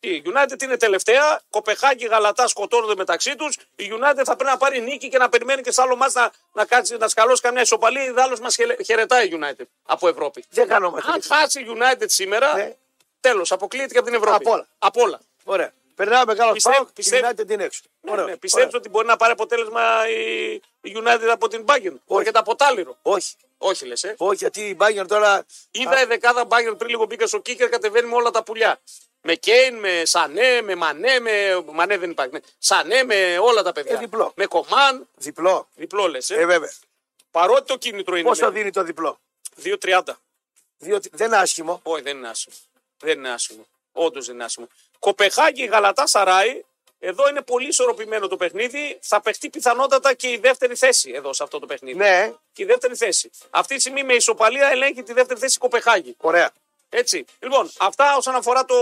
A: Η United είναι τελευταία. Κοπεχάγη, Γαλατά σκοτώνονται μεταξύ τους. Η United θα πρέπει να πάρει νίκη και να περιμένει και σε άλλο μα να, να, κάτσει, να σκαλώσει καμιά ισοπαλία. Ιδάλω μα χαιρετάει η United από Ευρώπη.
B: Δεν χανόμαστε.
A: Αν χάσει η United σήμερα,
B: Ναι.
A: τέλος, αποκλείεται και από την Ευρώπη.
B: Απ' όλα.
A: Απ' όλα.
B: Ωραία. Περνάμε μεγάλο
A: Πιστεύω-
B: σπάο και η
A: πιστεύω-
B: United είναι έξω. Ωραία.
A: Ναι, πιστεύω
B: Ωραία.
A: ότι μπορεί να πάρει αποτέλεσμα η η United από την Bayern. Όχι. τα από τάλιρο.
B: Όχι.
A: Όχι, λες. Ε.
B: Όχι, γιατί η Bayern τώρα.
A: Είδα η δεκάδα Bayern πριν λίγο μπήκα στο Κίκερ, κατεβαίνει με όλα τα πουλιά. Με Κέιν, με Σανέ, με Μανέ, με. Μανέ δεν υπάρχει. Ναι. Σανέ, με όλα τα παιδιά.
B: Ε, διπλό.
A: Με Κομάν,
B: Διπλό.
A: διπλό λες. Ε.
B: Ε, βέβαια.
A: Παρότι το κίνητρο είναι.
B: Πόσο
A: με
B: δίνει το διπλό.
A: 2.30.
B: Διότι δεν είναι άσχημο.
A: Όχι, δεν είναι άσχημο. Δεν είναι άσχημο. Όντως δεν είναι άσχημο. Κοπεχάγη, Γαλατά, Σαράι. Εδώ είναι πολύ ισορροπημένο το παιχνίδι. Θα παιχτεί πιθανότατα και η δεύτερη θέση εδώ σε αυτό το παιχνίδι.
B: Ναι,
A: Και η δεύτερη θέση. Αυτή τη στιγμή με ισοπαλία ελέγχει τη δεύτερη θέση η Κοπεχάγη.
B: ωραία.
A: Έτσι. Λοιπόν, αυτά όσον αφορά το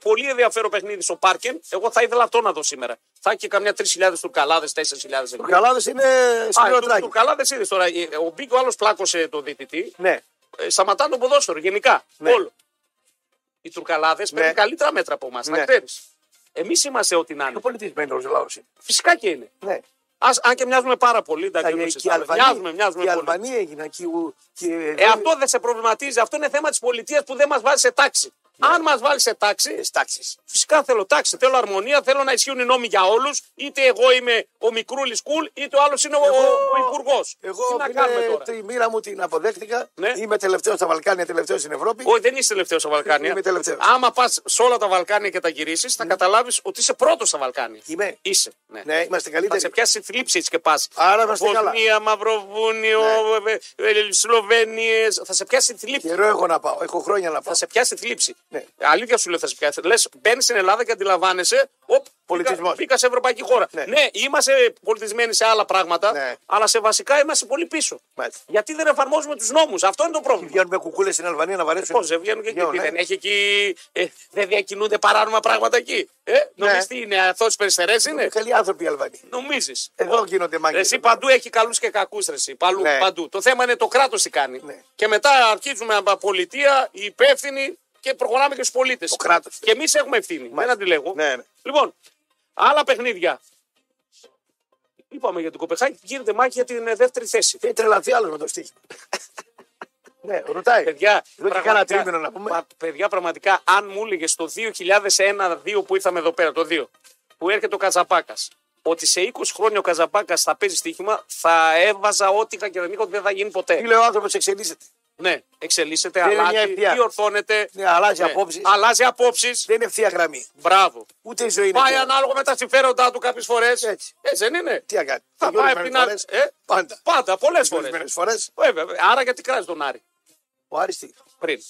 A: πολύ ενδιαφέρον παιχνίδι στο Πάρκεν. Εγώ θα ήθελα αυτό να δω σήμερα. Θα έχει και καμιά 3.000 τουρκαλάδε, 4.000
B: Ο
A: ευρώ.
B: Καλάδε είναι σκληρό
A: Ναι. Α,
B: τράκι.
A: τουρκαλάδες είδες τώρα. Ε, Ο Μπίκο άλλος πλάκωσε το διαιτητή.
B: Ναι.
A: Ε, Σταματά το ποδόσφαιρο γενικά.
B: Ναι.
A: Όλο. Οι τουρκαλάδες
B: Ναι.
A: παίρνουν καλύτερα μέτρα από εμάς,
B: Ναι.
A: να ξέρεις. Εμείς είμαστε ό,τι να είναι.
B: Το πολιτισμένο λαό είναι.
A: Φυσικά και είναι.
B: Ναι.
A: Ας, αν και μοιάζουμε πάρα πολύ, εντάξει, δεν το
B: Και οι
A: συζητάμε.
B: Αλβανοί,
A: μοιάζουμε, μοιάζουμε
B: και οι
A: πολύ.
B: Αλβανοί έγιναν. Και, οι- και οι-
A: Ε, αυτό δεν σε προβληματίζει. Αυτό είναι θέμα της πολιτείας που δεν μας βάζει σε τάξη. Αν μας βάλεις σε τάξη,
B: Ναι. τάξεις.
A: φυσικά θέλω τάξη, θέλω αρμονία, θέλω να ισχύουν οι νόμοι για όλους. Είτε εγώ είμαι ο μικρούλης κουλ, είτε ο άλλος είναι ο,
B: Εγώ-
A: ο υπουργός.
B: Εγώ
A: Τι να
B: φίλε,
A: κάνουμε τώρα.
B: τη μοίρα μου την αποδέχτηκα.
A: Ναι.
B: Είμαι τελευταίος στα Βαλκάνια, τελευταίος στην Ευρώπη.
A: Όχι, δεν είσαι τελευταίος στα Βαλκάνια.
B: Είμαι τελευταίος.
A: Άμα πας σε όλα τα Βαλκάνια και τα γυρίσεις, θα καταλάβεις ότι είσαι πρώτος στα Βαλκάνια.
B: Είμαι.
A: Είσαι. Ναι.
B: Ναι, είμαστε
A: Θα
B: καλύτεροι.
A: σε πιάσει θλίψη έτσι και πας.
B: Άρα είμαστε καλά. Ναι.
A: Βοσνία, Μαυροβούνιο, ε, Σλοβένιες. Θα σε πιάσει θλίψη.
B: Καιρό έχω να πάω. Έχω χρόνια να πάω.
A: θα σε πιάσει θλίψη.
B: Ναι.
A: Αλήθεια σου λέω θα σε πιάσει. Λες, μπαίνεις στην Ελλάδα και αντιλαμβάνεσαι. Οπ,
B: Πολιτισμός.
A: Μπήκα, μπήκα σε ευρωπαϊκή χώρα.
B: Ναι.
A: είμαστε πολιτισμένοι σε άλλα πράγματα,
B: Ναι.
A: αλλά σε βασικά είμαστε πολύ πίσω.
B: Μάλιστα.
A: Γιατί δεν εφαρμόζουμε τους νόμους. Αυτό είναι το πρόβλημα.
B: Βγαίνουν με κουκούλες στην Αλβανία να βαρέσουν.
A: Πώ Λοιπόν, δεν βγαίνουν και εκεί,
B: Βγαίνουν,
A: τι
B: ναι.
A: δεν έχει εκεί, ε, δεν διακινούνται παράνομα πράγματα εκεί.
B: Ναι.
A: Ε, Νομίζεις τι είναι, αθώες περιστερές είναι.
B: Καλοί άνθρωποι οι Αλβανοί.
A: Νομίζεις.
B: Εδώ γίνονται μάγκες.
A: ναι. Εσύ παντού έχει καλούς και κακούς ρεσί. Παλού,
B: ε, Ναι.
A: Παντού. Το θέμα είναι το κράτος τι κάνει.
B: Ναι.
A: Και μετά αρχίζουμε από πολιτεία, οι υπεύθυνοι και προχωράμε και στους πολίτες.
B: Το κράτος.
A: Και εμείς έχουμε ευθύνη. Δεν αντιλέγω.
B: Ναι, ναι.
A: Λοιπόν, άλλα παιχνίδια. Είπαμε για την Κοπεχάγη, γίνεται μάχη για την ε, δεύτερη θέση.
B: Έχει τρελαθεί άλλο με το στοίχημα. ναι, ρωτάει.
A: Παιδιά,
B: Εδώ και κάνα τρίμηνο να πούμε.
A: Μα, παιδιά, πραγματικά, αν μου έλεγες το 2001-2 που ήρθαμε εδώ πέρα, το 2, που έρχεται ο Καζαπάκας, ότι σε 20 χρόνια ο Καζαπάκας θα παίζει στοίχημα, θα έβαζα ό,τι είχα και δεν είχα ότι δεν θα γίνει ποτέ.
B: Τι λέει ο άνθρωπος, εξελίσσεται.
A: Ναι, εξελίσσεται,
B: Δεν είναι μια
A: αλλάζει,
B: ευθεία.
A: διορθώνεται.
B: Ναι, αλλάζει απόψεις.
A: Αλλάζει απόψεις.
B: Δεν είναι ευθεία γραμμή.
A: Μπράβο.
B: Ούτε η ζωή είναι.
A: Πάει
B: ευθεία.
A: ανάλογα με τα συμφέροντά του κάποιες φορές.
B: Έτσι.
A: δεν είναι.
B: Τι να κάνει.
A: Θα πάει απ' την άλλη. Ε,
B: Πάντα.
A: πάντα, πολλές φορέ.
B: Ορισμένε φορές.
A: Βέβαια. Άρα γιατί κράζει τον Άρη
B: Ο Άριστη.
A: πριν.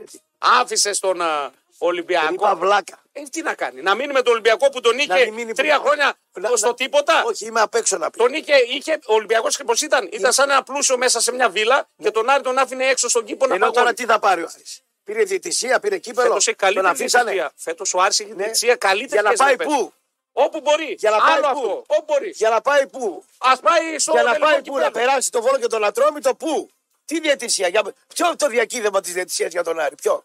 B: Έτσι.
A: Άφησε τον α,
B: Τον Είπα
A: Ολυμπιακό.
B: βλάκα.
A: Ε, τι να κάνει, να μείνει με τον Ολυμπιακό που τον είχε
B: μην μείνει
A: τρία
B: που-
A: χρόνια
B: Να-
A: στο
B: να-
A: τίποτα.
B: Όχι, είμαι απ' έξω να πει.
A: Τον είχε, είχε ο Ολυμπιακός και πώ ήταν, ήταν σαν ένα πλούσιο μέσα σε μια βίλα και τον Άρη τον άφηνε έξω στον κήπο να
B: Ενώ τώρα
A: παγώνει.
B: τι θα πάρει ο Άρης. Πήρε διαιτησία, πήρε κύπελο.
A: Φέτος έχει
B: Τον
A: καλύτερη
B: αφήσανε. Ναι.
A: διαιτησία. Φέτος ο Άρης έχει διαιτησία
B: Για
A: καλύτερη
B: να
A: και
B: πάει
A: Ζεμπέζο.
B: πού.
A: Όπου μπορεί.
B: Για να πάει
A: Άλλο
B: πού.
A: αυτό. Όπου μπορεί.
B: Για να πάει πού.
A: Ας πάει στο
B: Για να
A: τελικό
B: πάει πού. Να
A: κυπέλλο.
B: περάσει το βόλο και τον ατρόμητο πού. Τι διαιτησία. Για... Ποιο το διακύδεμα τη διαιτησία για τον Άρη. Ποιο.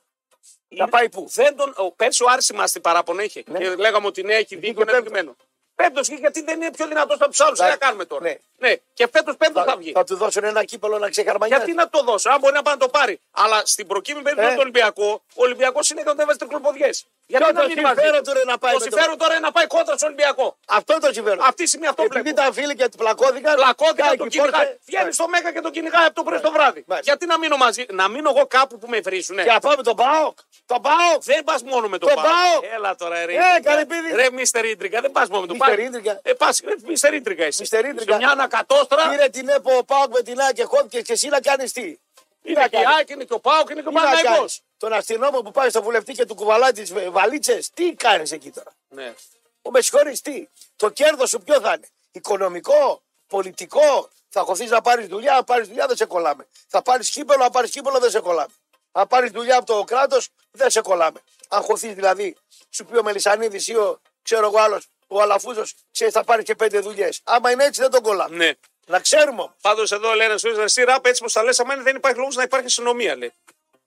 B: Να πάει πού.
A: Δεν τον... ο, πέρσι ο Άρης μας την παράπονο είχε. Και λέγαμε ότι ναι, έχει δίκιο, είναι
B: πέμπτο.
A: δικημένο. Πέμπτο γιατί δεν είναι πιο δυνατός από τους άλλους. Τι
B: Ναι.
A: να κάνουμε τώρα.
B: Ναι.
A: Ναι. Και φέτος πέμπτος θα
B: Θα,
A: βγει.
B: θα του δώσουν ένα κύπελο να ξεχαρμανιάσει.
A: Γιατί να το δώσω, αν μπορεί να πάει να το πάρει. Αλλά στην προκείμενη περίπτωση
B: Ε.
A: του Ολυμπιακού, ο Ολυμπιακός συνέχεια δεν βάζει τρικλοποδιέ.
B: Ποιο
A: Γιατί
B: το
A: να μην βάζει.
B: συμφέρον του ρε να πάει.
A: Το
B: με το-
A: συμφέρον τώρα είναι να πάει κόντρα στον Ολυμπιακό.
B: Αυτό το συμφέρον.
A: Αυτή τη στιγμή αυτό
B: Επειδή
A: βλέπω.
B: ήταν φίλοι και πλακώθηκαν.
A: Πλακώθηκα,
B: Κάει
A: τον
B: εκεί
A: κυνηγάει.
B: πόρτα.
A: Βγαίνει στο Μέγα και τον κυνηγάει από το πρωί στο βράδυ.
B: Μάλιστα.
A: Γιατί να μείνω μαζί, να μείνω εγώ κάπου που με βρίζουνε.
B: Και να πάμε τον Πάοκ. Τον Πάοκ.
A: Δεν πας μόνο με το
B: Το
A: Πάοκ.
B: Πάοκ.
A: Έλα τώρα, ρε.
B: Ε,
A: Ίντρικα.
B: καλή πίδη.
A: Ρε, Μίστερ Ίντρικα, δεν πας μόνο με το
B: Mr.
A: Πάοκ.
B: Ίντρικα.
A: Ε, πας, Μίστερ Ίντρικα εσύ.
B: Mr. Ίντρικα.
A: Σε μια ανακατόστρα.
B: Πήρε την ΕΠΟ ο Πάοκ με την ΑΕΚ και κόβηκε και εσύ να κάνεις τι.
A: Είναι και η
B: κάνεις.
A: Άκη, είναι και ο Πάοκ, είναι και ο
B: Τι να
A: Παναγιώ.
B: κάνεις. Τον αστυνόμο που πάει στο βουλευτή και του κουβαλάει τις βαλίτσες. Τι κάνεις εκεί τώρα.
A: Ναι.
B: Ο με συγχωρείς, τι. Το κέρδος σου ποιο θα είναι. Οικονομικό, πολιτικό. Θα χωθείς να πάρεις δουλειά, αν πάρεις δουλειά δεν σε κολλάμε. Θα πάρεις κύπελο, αν πάρεις κύπελο δεν σε κολλάμε. Αν πάρεις δουλειά από το κράτος δεν σε κολλάμε. Αν χωθείς δηλαδή, σου πει ο Μελισανίδης ή ο ξέρω εγώ άλλος, ο Αλαφούζος, ξέρει θα πάρει και πέντε δουλειές. Άμα είναι έτσι δεν τον κολλάμε.
A: ναι.
B: Να ξέρουμε όμως.
A: Πάντως εδώ λέει ένας φίλος, εσύ ράπ έτσι όπως τα λες, αμάν δεν υπάρχει λόγος να υπάρχει αστυνομία. Λέει.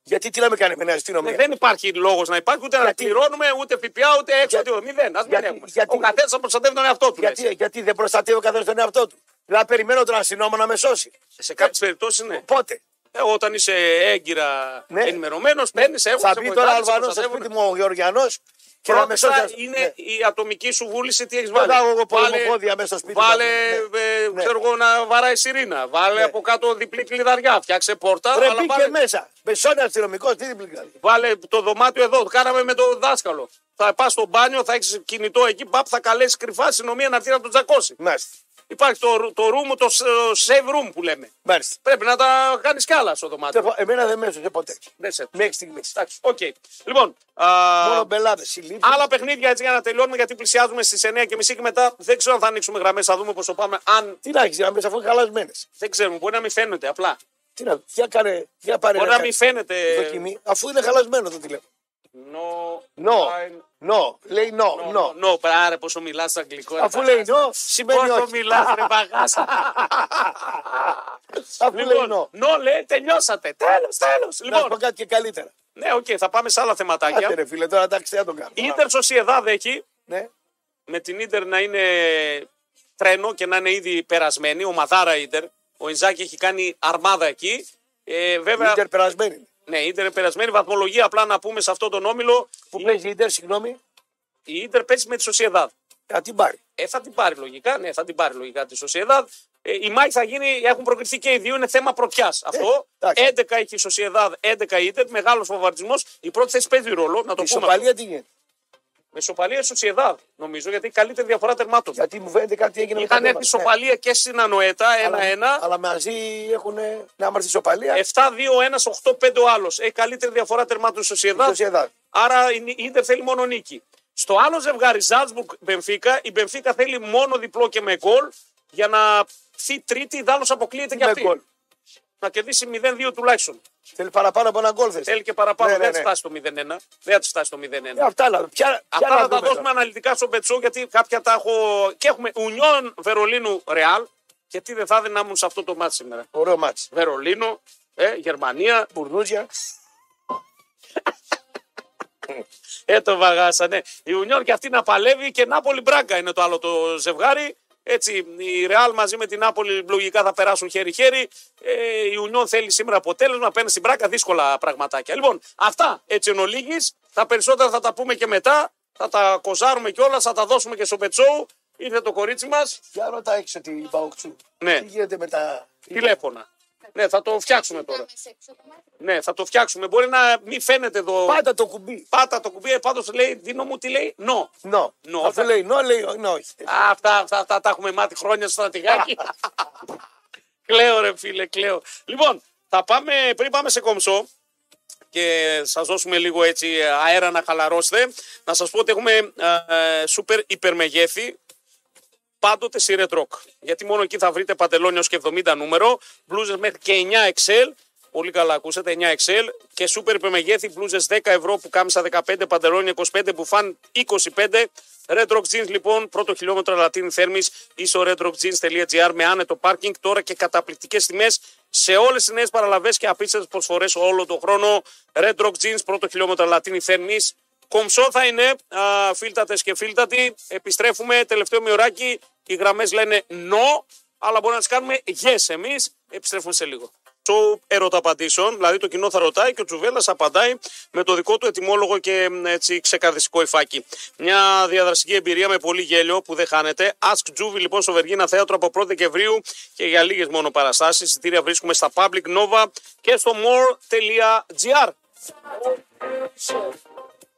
B: Γιατί τι να με κάνει με την αστυνομία.
A: Ε, Δεν υπάρχει λόγος να υπάρχει ούτε
B: Ναι. Γιατί?
A: να πληρώνουμε ούτε ΦΠΑ ούτε έξω.
B: Για-
A: ούτε Μηδέν. Ας μην
B: γιατί-
A: έχουμε.
B: γιατί-
A: Ο καθένας θα προστατεύει τον εαυτό του. λες.
B: γιατί, γιατί δεν προστατεύει ο καθένας τον εαυτό του. Δηλαδή περιμένω τον αστυνόμο να με σώσει.
A: Σε κάποιες περιπτώσεις ναι.
B: Πότε.
A: Ε, όταν είσαι έγκυρα
B: Ναι.
A: ενημερωμένος, παίρνεις, έχουν
B: Θα
A: σε
B: μπει
A: βοηθάνε,
B: τώρα
A: σε
B: Αλβανό στο
A: προστατεύουν.
B: σπίτι μου ο Γεωργιανός και να με
A: Πρώτα
B: σώσει.
A: είναι
B: Ναι.
A: η ατομική σου βούληση τι έχεις
B: Δεν
A: βάλει.
B: θα έχω εγώ
A: Βάλε-
B: πολεμοφόδια μέσα στο σπίτι
A: Βάλε,
B: μου. Ναι.
A: ε,
B: Ναι.
A: ξέρω εγώ, να βαράει σιρήνα. Βάλε από κάτω διπλή κλειδαριά. Φτιάξε πόρτα.
B: Ρε
A: αλλά
B: μπήκε
A: βάλε,
B: μέσα. Μεσόνι αστυνομικός, τι την πληκάρει.
A: βάλε το δωμάτιο εδώ. Το κάναμε με το δάσκαλο. Θα πας στο μπάνιο, θα έχεις κινητό εκεί. Παπ, θα καλέσεις κρυφά αστυνομία να έρθει να τον τσακώσει.
B: Μάλιστα.
A: Υπάρχει το, ρου- το room, το σ- save room που λέμε.
B: Μάλιστα.
A: Πρέπει να τα κάνεις κι άλλα στο δωμάτιο.
B: Τε- Εμένα δεν με έσωσε ποτέ.
A: Δεν σε.
B: Μέχρι στιγμής.
A: Εντάξει, οκ. Λοιπόν, α,
B: Μόνο μπελάδες. συλλήψεις.
A: Άλλα παιχνίδια έτσι για να τελειώνουμε γιατί πλησιάζουμε στις 9.30 και μετά δεν ξέρω αν θα ανοίξουμε γραμμές, θα δούμε πώς το πάμε. Αν
B: Τι να έχεις, να μπει αφού είναι χαλασμένες.
A: δεν ξέρουμε, μπορεί να μην φαίνεται απλά.
B: Τι να για κάνε, για πάρε
A: Μπορεί
B: να
A: να μην
B: κάνεις
A: φαίνεται.
B: δοκιμή, αφού είναι χαλασμένο το τηλέφωνο.
A: No.
B: No,
A: I'm-
B: no, λέει no,
A: No.
B: no.
A: no. Άρα πόσο μιλάς αγγλικό.
B: Αφού λέει no, σημαίνει
A: Πόσο
B: όχι.
A: μιλάς, ρε παγάσα.
B: Αφού λέει no.
A: λοιπόν, no, λέει, τελειώσατε. Τέλος, τέλος.
B: Να σου πω
A: Λοιπόν,
B: κάτι και καλύτερα.
A: ναι, οκ, θα πάμε σε άλλα
B: Άντε
A: θεματάκια.
B: ρε φίλε, τώρα εντάξει, δεν το κάνω.
A: Η Ιντερ Σοσιεδάδ έχει
B: Ναι.
A: με την Ιντερ να είναι τρένο και να είναι ήδη περασμένη, ομαδάρα Ιντερ. Ο Ινζάκη έχει κάνει αρμάδα εκεί. Ε, βέβαια,
B: Ιντερ περασμένη.
A: ναι, η Ιντερ είναι περασμένη. Βαθμολογία, απλά να πούμε σε αυτόν τον όμιλο.
B: Που παίζει η Ιντερ, συγγνώμη,
A: Η Ιντερ παίζει με τη Σοσιεδάδ.
B: να την πάρει.
A: Ε, θα την πάρει λογικά. Ναι, θα την πάρει λογικά τη Σοσιεδάδ. Ε, η Μάη θα γίνει, έχουν προκριθεί και οι δύο, είναι θέμα πρωτιάς αυτό.
B: Ε, εντάξει.
A: 11 έχει η Σοσιεδάδ, 11 η Ιντερ. Μεγάλος φοβαρτισμό. Η πρώτη θέση παίζει ρόλο, να το πούμε. αυτό.
B: Η σοπαλία τι γίνεται.
A: Με σοπαλία η Σοσιεδάδ, νομίζω, γιατί έχει καλύτερη διαφορά τερμάτων.
B: Γιατί μου φαίνεται κάτι έγινε με τα
A: Είχαν έρθει
B: νούμερα. Ναι.
A: σοπαλία και στην Ανοέτα,
B: Αλλά-
A: 1-1.
B: Αλλά μαζί έχουν να μάθει σοπαλία.
A: 7-2-1, 8-5 ο άλλος. Έχει καλύτερη διαφορά τερμάτων η Σοσιεδάδ.
B: Η Sociedad.
A: Άρα η η Ιντερ θέλει μόνο νίκη. Στο άλλο ζευγάρι, Ζάλτσμπουργκ Μπενφίκα, η Μπενφίκα θέλει μόνο διπλό και με γκολ για να πθεί τρίτη. Δάλος αποκλείεται και
B: Με
A: αυτή.
B: γκολ.
A: Να κερδίσει 0-2 τουλάχιστον.
B: Θέλει παραπάνω από ένα γκολ θες.
A: Θέλει και παραπάνω.
B: Ναι, ναι,
A: δεν
B: ναι.
A: θα φτάσει το 0-1. Δεν θα τη φτάσει το 0-1.
B: Ε, Αυτά να πια, πια
A: Αυτά
B: να
A: θα τα
B: δούμε
A: δώσουμε
B: τώρα.
A: αναλυτικά στον Πετσό γιατί κάποια τα έχω. Και έχουμε Ουνιόν Βερολίνου Ρεάλ. Γιατί δεν θα έδινα ήμουν σε αυτό το μάτι σήμερα.
B: Ωραίο μάτς.
A: Βερολίνο, ε, Γερμανία,
B: Μπουρνούζια.
A: Ε, το βαγάσανε. Η Ουνιόν και αυτή να παλεύει και Νάπολη Μπράγκα είναι το άλλο το ζευγάρι. Έτσι, η Ρεάλ μαζί με την Νάπολη λογικά θα περάσουν χέρι-χέρι. Ε, η Ουνιόν θέλει σήμερα αποτέλεσμα, παίρνει στην Μπράγκα δύσκολα πραγματάκια. Λοιπόν, αυτά έτσι εν ολίγης. Τα περισσότερα θα τα πούμε και μετά. Θα τα κοζάρουμε κιόλας, θα τα δώσουμε και στο Πετσόου. Ήρθε το κορίτσι μας.
B: Για ρωτά έχεις ότι είπα οξού.
A: Ναι.
B: Τι γίνεται με τα...
A: Τηλέφωνα. Ναι, θα το φτιάξουμε τώρα. Ναι, θα το φτιάξουμε. Μπορεί να μην φαίνεται εδώ.
B: Πάντα το κουμπί.
A: Πάτα το κουμπί, πάντως λέει, δίνω μου τι λέει. Νο.
B: No.
A: No,
B: Αφού
A: θα-
B: λέει no, λέει no, όχι.
A: Α, αυτά, αυτά, αυτά τα έχουμε μάθει χρόνια στο στρατηγάκι. κλαίω ρε φίλε, κλαίω. Λοιπόν, θα πάμε, πριν πάμε σε κομψό και σας δώσουμε λίγο έτσι αέρα να χαλαρώσετε, να σας πω ότι έχουμε ε, ε, σούπερ υπερμεγέθη, πάντοτε σε ρετρόκ. Γιατί μόνο εκεί θα βρείτε παντελόνια ως και 70 νούμερο, μπλούζες μέχρι και 9 XL, πολύ καλά ακούσατε, 9 XL και σούπερ υπερμεγέθη, μπλούζες 10 ευρώ που κάμισα 15, παντελόνια 25, που φαν 25. Red Rock Jeans λοιπόν, πρώτο χιλιόμετρο Λατίνη Θέρμης ή στο redrockjeans.gr με άνετο πάρκινγκ τώρα και καταπληκτικές τιμές σε όλες τις νέες παραλαβές και απίστευτες προσφορές όλο τον χρόνο. Red Rock Jeans, πρώτο χιλιόμετρο Λατίνη Θέρμη Κομψό θα είναι, α, φίλτατες και φίλτατοι. Επιστρέφουμε, τελευταίο μειωράκι. Οι γραμμές λένε no, αλλά μπορούμε να τις κάνουμε yes εμείς. Επιστρέφουμε σε λίγο. Show ερωταπαντήσεων, δηλαδή το κοινό θα ρωτάει και ο Τσουβέλλας απαντάει με το δικό του ετοιμόλογο και μ, έτσι ξεκαρδιστικό υφάκι. Μια διαδραστική εμπειρία με πολύ γέλιο που δεν χάνεται. Ask Juve λοιπόν στο Βεργίνα Θέατρο από 1 Δεκεμβρίου και για λίγες μόνο παραστάσεις. Εισιτήρια βρίσκουμε στα Public Nova και στο more.gr.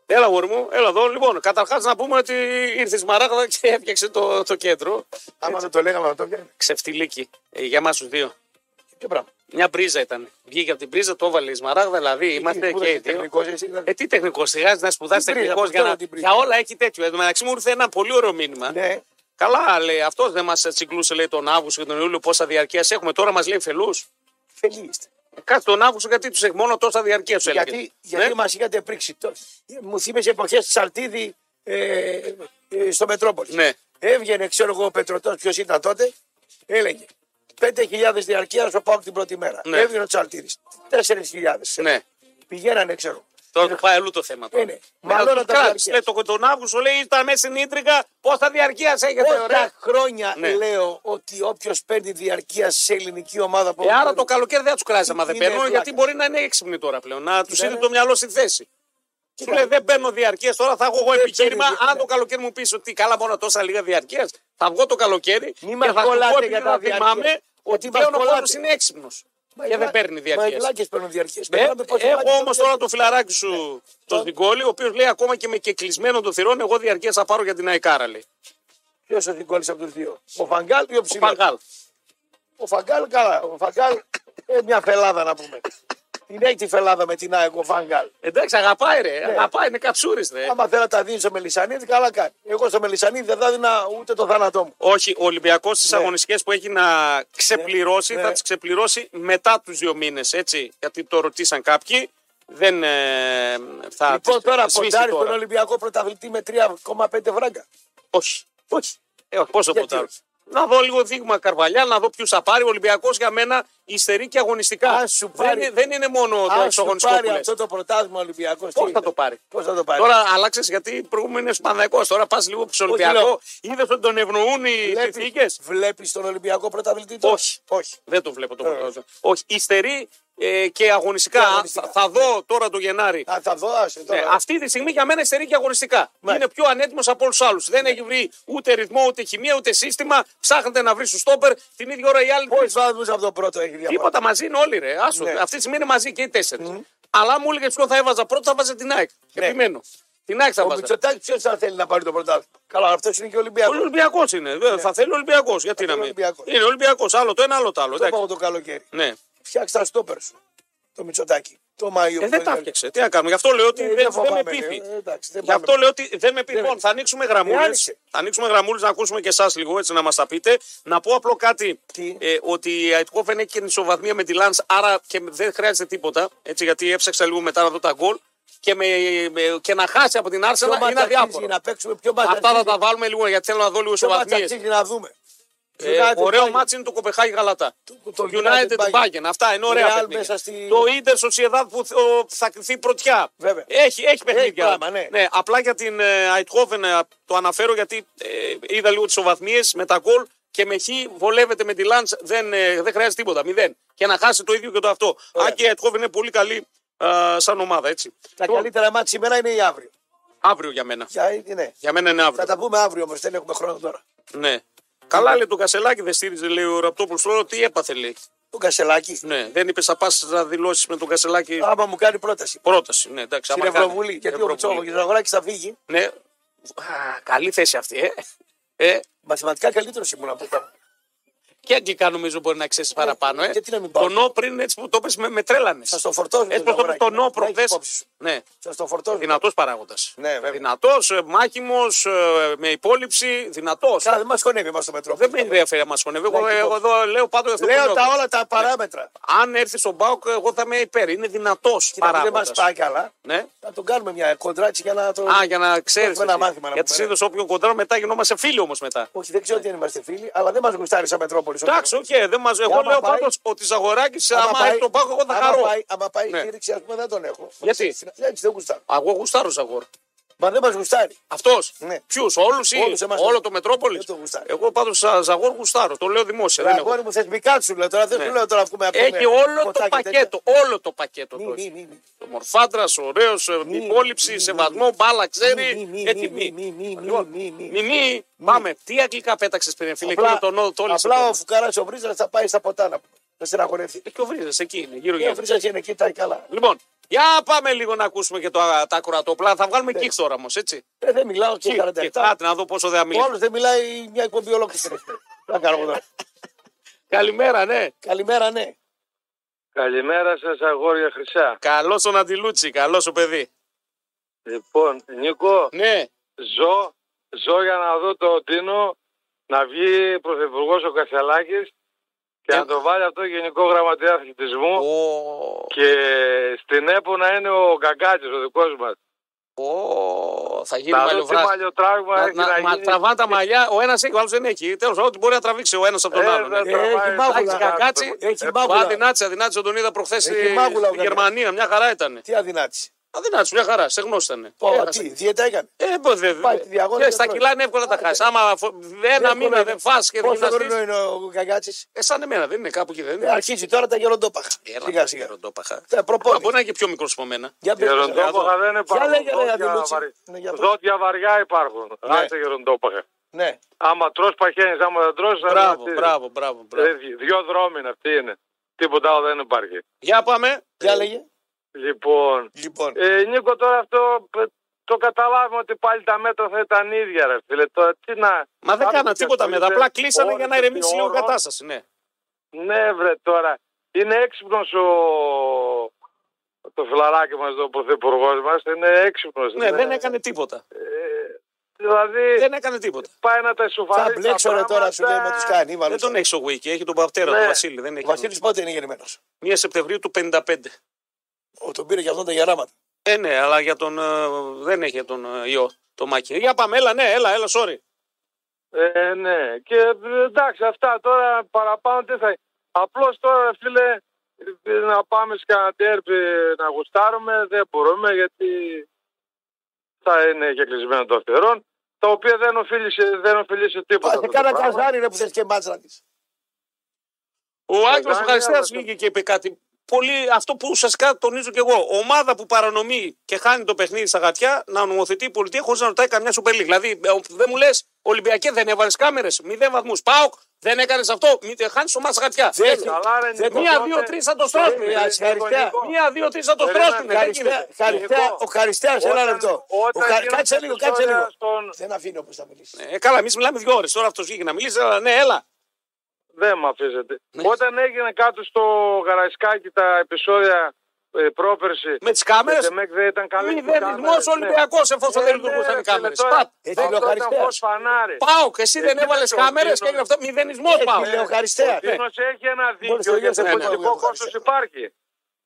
A: Έλα, γόρι μου, έλα εδώ. Λοιπόν, καταρχάς να πούμε ότι ήρθε η Μαράγδα και έφτιαξε το, το κέντρο.
B: Άμα δεν το λέγαμε, να το πιάνει.
A: Ξεφτυλίκι ε, για εμάς τους δύο.
B: Ποιο πράγμα.
A: Μια πρίζα ήταν. Βγήκε από την πρίζα, το έβαλε η Σμαράγδα, δηλαδή είμαστε
B: Ε, Πού
A: και οι
B: είσαι
A: δύο.
B: τεχνικός, εσύ ήταν.
A: Ε, τι τεχνικό, σιγά να σπουδάσει
B: Την πρίζα,
A: τεχνικός για,
B: ξέρω
A: να...
B: την πρίζα.
A: για όλα έχει τέτοιο. Εν τω μεταξύ μου ήρθε ένα πολύ ωραίο μήνυμα.
B: Ναι,
A: Καλά, λέει, αυτός δεν μας τσιγκλούσε λέει, τον Αύγουστο και τον Ιούλιο πόσα διαρκείας έχουμε. Τώρα μας λέει φελούς.
B: φελής είστε.
A: Κάτσε τον Αύγουστο γιατί τους έχει μόνο τόσα διαρκεία του έλεγε. Ναι,
B: Γιατί, γιατί μας είχατε πρίξει. Το- Μου θύμισε εποχέ Σαρτίδη ε, ε, στο Μετρόπολη.
A: Ναι.
B: Έβγαινε, ξέρω εγώ, ο Πετρωτός, ποιος ήταν τότε, έλεγε 5.000 διαρκεία ο Πάουκ την πρώτη μέρα.
A: Ναι.
B: Έβγαινε ο Τσαρτίδη. 4.000.
A: ναι.
B: Πηγαίνανε, ξέρω.
A: Τώρα του πάει αλλού το θέμα. Τώρα.
B: Ε, ναι. Μάλλον
A: τους
B: τα
A: κράτησε.
B: διαρκείας.
A: Λέει, το, τον Αύγουστο λέει ήταν μέσα στην ίντριγκα. Πόσα διαρκείας έχετε, ωραία.
B: Πόσα χρόνια
A: Ναι.
B: λέω ότι όποιος παίρνει διαρκεία σε ελληνική ομάδα από
A: Ε, άρα το καλοκαίρι δεν θα τους κράζει άμα δεν
B: Είναι
A: παίρνουν,
B: πλάκα.
A: γιατί μπορεί να είναι έξυπνοι τώρα πλέον. Να τους
B: Ναι,
A: είδε
B: ναι.
A: το μυαλό στη θέση. Σου
B: Κοίτα,
A: λέει δεν παίρνω διαρκείας, τώρα θα έχω εγώ επιχείρημα.
B: παίρνει
A: Αν
B: διαρκεία.
A: το καλοκαίρι μου πεις ότι καλά μόνο τόσα λίγα διαρκείας, θα βγω το καλοκαίρι
B: Μη
A: και
B: μας
A: θα
B: κολλάτε
A: σου πω
B: για
A: για
B: τα
A: να
B: διαρκεία.
A: θυμάμαι ότι
B: μας
A: πλέον ο κόσμος
B: κολλάτε.
A: είναι έξυπνος.
B: Μα
A: Και
B: οι
A: δεν
B: βλά-
A: παίρνει
B: Μα οι
A: διαρκείας.
B: βλάκες παίρνουν διαρκείες.
A: Ε,
B: Μετράμε πόσα
A: έχω
B: βλάκες
A: όμω
B: παίρνουν
A: τώρα το φιλαράκι
B: Ναι.
A: σου, τον Δικόλη, ο οποίος λέει ακόμα και με κεκλεισμένο το θηρόν, εγώ διαρκείας θα πάρω για την Αϊκάρα. Λέει.
B: Ποιος ο Νικόλη από τους δύο. Ο Φαγκάλ ή ο
A: Ο
B: Ψηλός.
A: Παγκάλ.
B: Ο Φαγκάλ, καλά. Ο Φαγκάλ, ε, μια φελάδα να πούμε. την έχει τη φελάδα με την ΑΕΚ ο Φαγκάλ.
A: Εντάξει, αγαπάει ρε, αγαπάει, είναι καψούρις ρε.
B: Ναι. Άμα θέλει να τα δίνει στο Μελισανίδη, καλά κάνει. Εγώ στο Μελισανίδη δεν θα δίνα ούτε το θάνατό μου.
A: Όχι, ο Ολυμπιακός στις
B: Ναι.
A: αγωνιστικές που έχει να ξεπληρώσει
B: Ναι.
A: θα τις ξεπληρώσει μετά τους δύο μήνες. Έτσι, γιατί το ρωτήσαν κάποιοι. Δεν ε, θα.
B: λοιπόν,
A: τις-
B: τώρα
A: σβήσει
B: ποντάρει
A: τώρα.
B: τον Ολυμπιακό πρωταθλητή με 3,5 βράγκα.
A: Όχι. Όχι. Ε, όχι, πόσο
B: Γιατί
A: ποντάρει.
B: όχι.
A: Να δω λίγο δείγμα καρβαλιά, να δω ποιους θα πάρει. Ο Ολυμπιακός για μένα υστερεί και αγωνιστικά.
B: Ας σου
A: δεν,
B: πάρει-
A: είναι- δεν είναι μόνο το
B: Αν σου
A: εξωγωνιστικό
B: πάρει
A: που λες.
B: αυτό το πρωτάθλημα Ολυμπιακός.
A: Πώς θα το πάρει.
B: Πώς θα το πάρει.
A: Τώρα άλλαξες γιατί προηγούμενο είναι Παναγικό. Τώρα πας λίγο προ Ολυμπιακό.
B: λέω.
A: Είδες ότι τον ευνοούν οι συνθήκες.
B: Βλέπεις τον Ολυμπιακό πρωταθλητή. τώρα?
A: Όχι.
B: Όχι.
A: Δεν το βλέπω το
B: Ε.
A: Πρωτάθλημα. Όχι, υστερεί ε, και αγωνιστικά.
B: Και αγωνιστικά.
A: Θα, θα δω τώρα το Γενάρη.
B: Θα τα δω, άσε
A: Ναι,
B: τώρα. Ναι.
A: αυτή τη στιγμή για μένα υστερεί και αγωνιστικά.
B: Μάλιστα.
A: Είναι πιο ανέτοιμος από όλους τους άλλους. Δεν έχει βρει ούτε ρυθμό, ούτε χημεία, ούτε σύστημα. Ψάχνετε να βρει του στόπερ. Την ίδια ώρα οι άλλοι.
B: Πόσους βαθμούς από το πρώτο έχει διαφορά.
A: Τίποτα μαζί είναι όλοι, ρε. Άσο.
B: Ναι.
A: Αυτή τη στιγμή είναι μαζί και οι τέσσερις. Αλλά μου έλεγε ποιο θα έβαζα πρώτο, θα βάζα την ΑΕΚ.
B: Ναι.
A: Επιμένω. Την ΑΕΚ θα
B: Ο
A: βάζα.
B: Μητσοτάκης ποιος θα θέλει να πάρει το πρωτάθλημα. Καλά, αυτός είναι και
A: Ο
B: Ολυμπιακός.
A: Ολυμπιακό είναι. Ε, Θα θέλει Ολυμπιακός. Γιατί
B: Ναι. θέλει
A: να μην.
B: Ολυμπιακός.
A: Είναι Ολυμπιακός. Άλλο το ένα, άλλο το άλλο.
B: Το
A: Εντάξει.
B: είπαμε το καλοκαίρι.
A: Ναι.
B: Φτιάξε τα στόπερ σου. Το Μητσοτάκη. Το Μάιο.
A: Ε, δεν τα έφτιαξε. Τι να κάνουμε. Γι' αυτό λέω ότι
B: Ναι. Ε,
A: δεν,
B: δεν
A: δεν με
B: φοβάμαι,
A: πείθει.
B: ε, εντάξει, δεν
A: Γι' αυτό
B: πάμε.
A: λέω ότι δεν με πείθει.
B: Δεν
A: Λοιπόν,
B: με
A: θα ανοίξουμε γραμμούλες.
B: άνοιξε.
A: Θα ανοίξουμε γραμμούλες να ακούσουμε και εσάς λίγο έτσι να μας τα πείτε. Να πω απλό κάτι.
B: Τι?
A: Ε, ότι η Αιτκόφεν έχει και ισοβαθμία με τη Λαντ, άρα και δεν χρειάζεται τίποτα. Έτσι, γιατί έψαξα λίγο μετά να δω τα γκολ. Και, με, με- και να χάσει από την Άρσενα είναι αδιάφορο.
B: Να παίξουμε πιο μάτς
A: Αυτά θα
B: αξίζει-
A: τα βάλουμε λίγο γιατί θέλω να δω λίγο
B: ποιο μάτς
A: ισοβαθμίες.
B: αξίζει να δούμε.
A: Ε, ωραίο
B: μάτι.
A: μάτσο είναι το Κοπεχάγι Γαλατά.
B: Το-
A: Το
B: το
A: United
B: United
A: Bayern. Αυτά είναι ωραία.
B: Real
A: παιχνίδια.
B: μέσα στη-
A: Το Inter Sociedad που θ- ο, θα κρυθεί πρωτιά.
B: Βέβαια.
A: Έχει, έχει παιχνίδια.
B: πράγμα, ναι.
A: απλά για την ε, Eindhoven ε, το αναφέρω γιατί ε, είδα λίγο τις ισοβαθμίε με τα γκολ και με χ βολεύεται με τη Λάντ. Δεν, ε, δεν χρειάζεται τίποτα. Μηδέν. Και να χάσει το ίδιο και το αυτό.
B: Ωραία.
A: Αν και η Eindhoven είναι πολύ καλή ε, σαν ομάδα. Έτσι.
B: Τα
A: Το-
B: καλύτερα μάτς σήμερα είναι ή αύριο.
A: Αύριο για μένα.
B: Για, ναι.
A: Για μένα είναι αύριο.
B: Θα τα πούμε αύριο όμως, δεν έχουμε χρόνο τώρα.
A: Ναι. Καλά λέει το Κασελάκη, δεν στήριζε λέει ο Ραπτόπουλος τώρα τι έπαθε λέει.
B: Το Κασελάκη.
A: Ναι, δεν είπες θα πας να δηλώσεις με τον Κασελάκη
B: Άμα μου κάνει πρόταση.
A: πρόταση. Ναι, εντάξει,
B: Στην
A: άμα κάνει.
B: Ευρωβουλή. Γιατί ο
A: Ευρωβουλή.
B: Μητσόγλου Αγοράκη θα φύγει.
A: Ναι. Α, καλή θέση αυτή, ε. ε.
B: Μαθηματικά καλύτερος ήμουν από αυτά.
A: Και αγγλικά νομίζω μπορεί να ξέρεις παραπάνω, ε.
B: γιατί να μην πάω.
A: το νο πριν έτσι που το πες με, με τρέλανες.
B: Θα στο φορτώσουμε.
A: Έτσι που το είπες, το νο
B: Να έχει
A: προχθές.
B: υπόψη σου.
A: Ναι,
B: Θα στο φορτώσουμε.
A: δυνατός παράγοντας.
B: Ναι, βέβαια.
A: δυνατός, μάχημος, ε, με υπόλοιψη, δυνατός.
B: Καλά, δεν μας χωνεύει εμάς το
A: Δεν με
B: Μετρόπολη.
A: ενδιαφέρει να μας χωνεύει. Εγώ,
B: έχει
A: εγώ εδώ λέω πάντα αυτό που
B: Λέω
A: νιώθω.
B: τα όλα
A: Ναι.
B: τα παράμετρα.
A: Αν έρθει στον Μπάουκ, εγώ θα είμαι υπέρ. Είναι δυνατός
B: Κοίτα, που δεν
A: παράγοντα.
B: μα πάει καλά.
A: Ναι.
B: Θα τον κάνουμε μια κοντράτσι για να το.
A: Α, για να ξέρεις.
B: Έχουμε ένα μάθημα να
A: Γιατί
B: πούμε, ναι.
A: συνήθω όποιον κοντράρω μετά γινόμαστε φίλοι όμως μετά.
B: Όχι, δεν ξέρω τι αν είμαστε φίλοι, αλλά δεν μας γουστάρει σαν Μετρόπολης.
A: Ναι. Εντάξει, οκ, δεν μας... εγώ
B: άμα
A: λέω
B: πάει-
A: πάντως ότι Ζαγοράκης, άμα έρθει τον πάγο, εγώ θα
B: άμα
A: χαρώ.
B: Πάει, άμα πάει
A: Ναι.
B: στήριξη, ας πούμε, δεν τον έχω.
A: Γιατί?
B: Στην- Εντάξει, δεν γουστάρω.
A: Α, Εγώ γουστάρω Ζαγορ.
B: Μα δεν μας γουστάρει.
A: Αυτός.
B: Ναι.
A: Ποιους, όλους ή
B: Όλους εμάς. ναι.
A: όλο το Μετρόπολης.
B: Δεν το γουστάρει.
A: Εγώ πάντως σαν ζαγόρ γουστάρω. Το λέω δημόσια.
B: Ρε
A: δεν έχω. Ναι.
B: αγόρι μου θεσμικά σου λέω τώρα, δεν σου λέω τώρα να πούμε.
A: Έχει όλο το
B: ποτάκια τέτοια.
A: πακέτο. Όλο το πακέτο.
B: Μη,
A: το
B: μη,
A: έχει.
B: μη, μη.
A: Το μορφάντρας, ωραίος,
B: μη, μη,
A: υπόλοιψη, σεβασμό, μπάλα, ξέρει.
B: Μη, μη, μη,
A: Έτσι
B: μη,
A: μη.
B: μη, μη, μη,
A: Λοιπόν,
B: μη, μη.
A: μη, μη. Πάμε. Τι αγγλικά πέταξες πριν, φίλε,
B: Απλά-
A: εκείνο τον νόδο το
B: Απλά ο
A: Απλά
B: φουκάρα ο Βρίζας θα πάει στα ποτάνα. Θα στεναχωρεθεί.
A: Ε, και ο Βρίζας, εκεί είναι, γύρω
B: Ο
A: γύρω.
B: Βρίζας είναι εκεί, τα καλά.
A: Λοιπόν, για πάμε λίγο να ακούσουμε και το, τα κουρατόπλα. Θα βγάλουμε κίχ τώρα όμως, έτσι.
B: Ε, Δεν μιλάω και
A: Κιχ, κιχ.
B: 47.
A: Άντε, να δω πόσο δεν θα
B: Ο
A: μιλήσει.
B: άλλος δεν μιλάει μια εκπομπή ολόκληρη. Να κάνω εγώ τώρα.
A: Καλημέρα, ναι.
B: Καλημέρα, ναι.
D: Καλημέρα σας αγόρια χρυσά.
A: Καλό τον Αντιλούτσι, καλό σου παιδί.
D: Λοιπόν, Νίκο,
A: Ναι,
D: ζω, ζω για να δω το Τίνο να βγει πρωθυπουργός ο Κασιαλάκης και
A: Ε.
D: να το βάλει αυτό γενικό γραμματέα αθλητισμού
A: Ω,
D: και στην ΕΠΟ να είναι ο Γκαγκάτσης ο δικός μας.
A: ω, θα γίνει
D: Να δω τι
A: μαλλιοβράση.
D: μαλλιοτράγμα
A: Να,
D: έχει να,
A: να, μα
D: γίνει.
A: τραβά τα μαλλιά, ο ένας έχει, ο άλλος δεν έχει. Τέλος πάντων, μπορεί να τραβήξει ο ένας από τον
D: Ε,
A: άλλον.
D: δεν
A: ε.
D: τραβάει.
B: έχει μάγουλα.
A: Εντάξει, Γκαγκάτση.
B: Έχει
A: Ο
B: μάγουλα.
A: Αδυνάτση, αδυνάτση, τον είδα προχθές στη,
B: Έχει μάγουλα ο
A: στη
B: Γκαγκάτσης.
A: Γερμανία, μια χαρά ήταν.
B: Τι αδυνάτη.
A: Αδυνάτση, μια χαρά, στεγνό ήταν.
B: Πω, τι, διέτα έκανε.
A: Ε, πω, δε,
B: Πάει τη διαγώνια
A: ε,
B: και
A: στα
B: τρώει.
A: κιλά είναι εύκολα τα χάσεις. Άμα φο- ένα
B: Εύκολο
A: μήνα
B: είναι.
A: δεν φας και δεν
B: Πόσο
A: γυμναστείς.
B: χρόνο είναι ο Γκαγκάτσης.
A: Ε, σαν εμένα, δεν είναι κάπου εκεί, δεν είναι.
B: Αρχίζει τώρα τα γεροντόπαχα.
A: Έλα,
B: Ε, Σιγά σιγά.
A: γεροντόπαχα.
B: Τα
A: Α, Μπορεί
B: προπόνηση.
A: να είναι και πιο μικρός από μένα.
B: Για πες,
D: Γεροντόπαχα δεν
B: Για
D: υπάρχουν.
B: λέγε ρε
D: Δόντια
B: Αντιλούτσι.
D: βαρύ-
B: Ναι, για πες.
D: Δόντια βαριά υπάρχουν.
B: Ναι.
D: Άσε γεροντόπαχα.
B: Ναι.
D: Άμα τρως παχαίνεις, άμα δεν τρως... δεν
A: Μπράβο,
D: είναι.
A: μπράβο, μπράβο. μπράβο.
D: Ε, Δυο δρόμοι είναι αυτοί είναι. Τίποτα άλλο δεν υπάρχει.
A: Για πάμε.
B: Για λέγε.
D: Λοιπόν,
B: Λοιπόν.
D: ε, Νίκο, τώρα αυτό ε, το καταλάβουμε ότι πάλι τα μέτρα θα ήταν ίδια, ρε φίλε. Τώρα, τι να...
A: Μα δεν
D: Άρχισε
A: κάνα τίποτα
D: το
A: μετά.
D: είδε
A: Απλά κλείσανε για να
D: όρος,
A: ηρεμήσει λίγο η
D: όρος.
A: κατάσταση. Ναι.
D: Ναι, βρε, τώρα. Είναι έξυπνος ο... Το φιλαράκι μας, ο πρωθυπουργός μας, είναι έξυπνος.
A: ναι, Ε, δεν έκανε τίποτα.
D: Δηλαδή,
A: Δεν έκανε τίποτα.
D: πάει να τα
B: Θα
D: ισοφαρίσει τα
B: μπλέξω ρε τώρα
D: πράγματα.
B: σου λέει με του κάνει. η
A: Δεν
B: Βαλούτσα.
A: τον έχει ο Γουίκη, έχει τον παπτέρα
D: Ναι.
A: του Βασίλη. Δεν
B: Ο
A: έχει.
B: Βασίλη πότε είναι γεννημένος.
A: 1 Σεπτεμβρίου του 55.
B: Τον πήρε και αυτόν τα γεράματα.
A: Ε, ναι, αλλά για τον. ε, δεν έχει για τον ε, ιό το μάκι. Για πάμε, έλα, ναι, έλα, έλα, sorry.
D: Ε, ναι. Και ε, εντάξει, αυτά τώρα παραπάνω τι θα. Απλώς τώρα, φίλε, ε, να πάμε σε κανένα τέρπι να γουστάρουμε δεν μπορούμε γιατί θα είναι και κλεισμένο το θερών. Τα οποία δεν οφείλει σε, δεν οφείλει σε τίποτα.
B: Πάτε
D: αυτό το
B: κάνα
D: πράγμα.
B: καζάρι ρε που θες και μάτσα τη.
A: Ο Άγγλο
D: Δάνεια,
A: Ευχαριστέα
D: αλλά-
A: βγήκε και είπε κάτι. Πολύ, αυτό που ουσιαστικά τονίζω και εγώ. Ομάδα που παρανομεί και χάνει το παιχνίδι στα γατιά να νομοθετεί η πολιτεία χωρίς να ρωτάει καμιά σούπερ League. Δηλαδή, ε, δεν μου λες Ολυμπιακέ δεν έβαλες κάμερες, μηδέν βαθμούς. Πάοκ, δεν έκανες αυτό. Μην χάνει ομάδα στα γατιά.
B: Δεν
A: Τέλος.
B: έχει.
D: Καλά, ρε,
B: Δεν-
D: Νίκο,
A: Μία,
D: τότε-
A: δύο, τρεις θα το στρώσουμε.
B: Ε, Ευχαριστέα.
D: Νίκο.
A: Μία, δύο, τρεις θα το
D: Περίμενε,
A: στρώσουμε. Δεν
D: ευχαριστέ.
A: γίνεται.
B: Χαριστέα, χαριστέα,
D: Νίκο,
B: ο Χαριστέα, ένα
D: όταν-
B: λεπτό. Ο
D: Όταν
B: Χα-
D: γίνονται
B: Κάτσε λίγο, κάτσε
D: επεισόδια
B: λίγο.
D: στον-
B: Δεν αφήνω όπω θα μιλήσεις.
A: Ε, καλά, εμείς μιλάμε δύο ώρες. Τώρα αυτός βγήκε να μιλήσει, αλλά ναι, έλα.
D: Δεν με αφήσετε.
A: Ναι.
D: Όταν έγινε κάτω στο Γαραϊσκάκι τα επεισόδια ε, πρόπερση.
A: Με τις κάμερες.
D: με τη ΜΕΚ δεν ήταν καλή.
A: Μηδενισμό Ολυμπιακός εφόσον δεν
B: ε, ναι,
A: λειτουργούσαν οι κάμερε.
B: Έτσι λέω,
D: Αυτό ήταν
B: Χαριστέας.
D: φως φανάρι.
A: Πάω και εσύ Ε, δεν
D: Εκείνος
A: έβαλε
D: ο
A: κάμερε και
D: Δίνος.
A: έγινε αυτό. Μηδενισμός
B: Έτσι
A: πάω.
B: λέω, Χαριστέα.
D: Ο Τίνος έχει ένα
B: Μπορείς να
D: δίκιο γιατί
B: λιώσεις
A: από
D: πολιτικό
B: εδώ,
D: κόστος
B: Χαριστέα.
D: υπάρχει.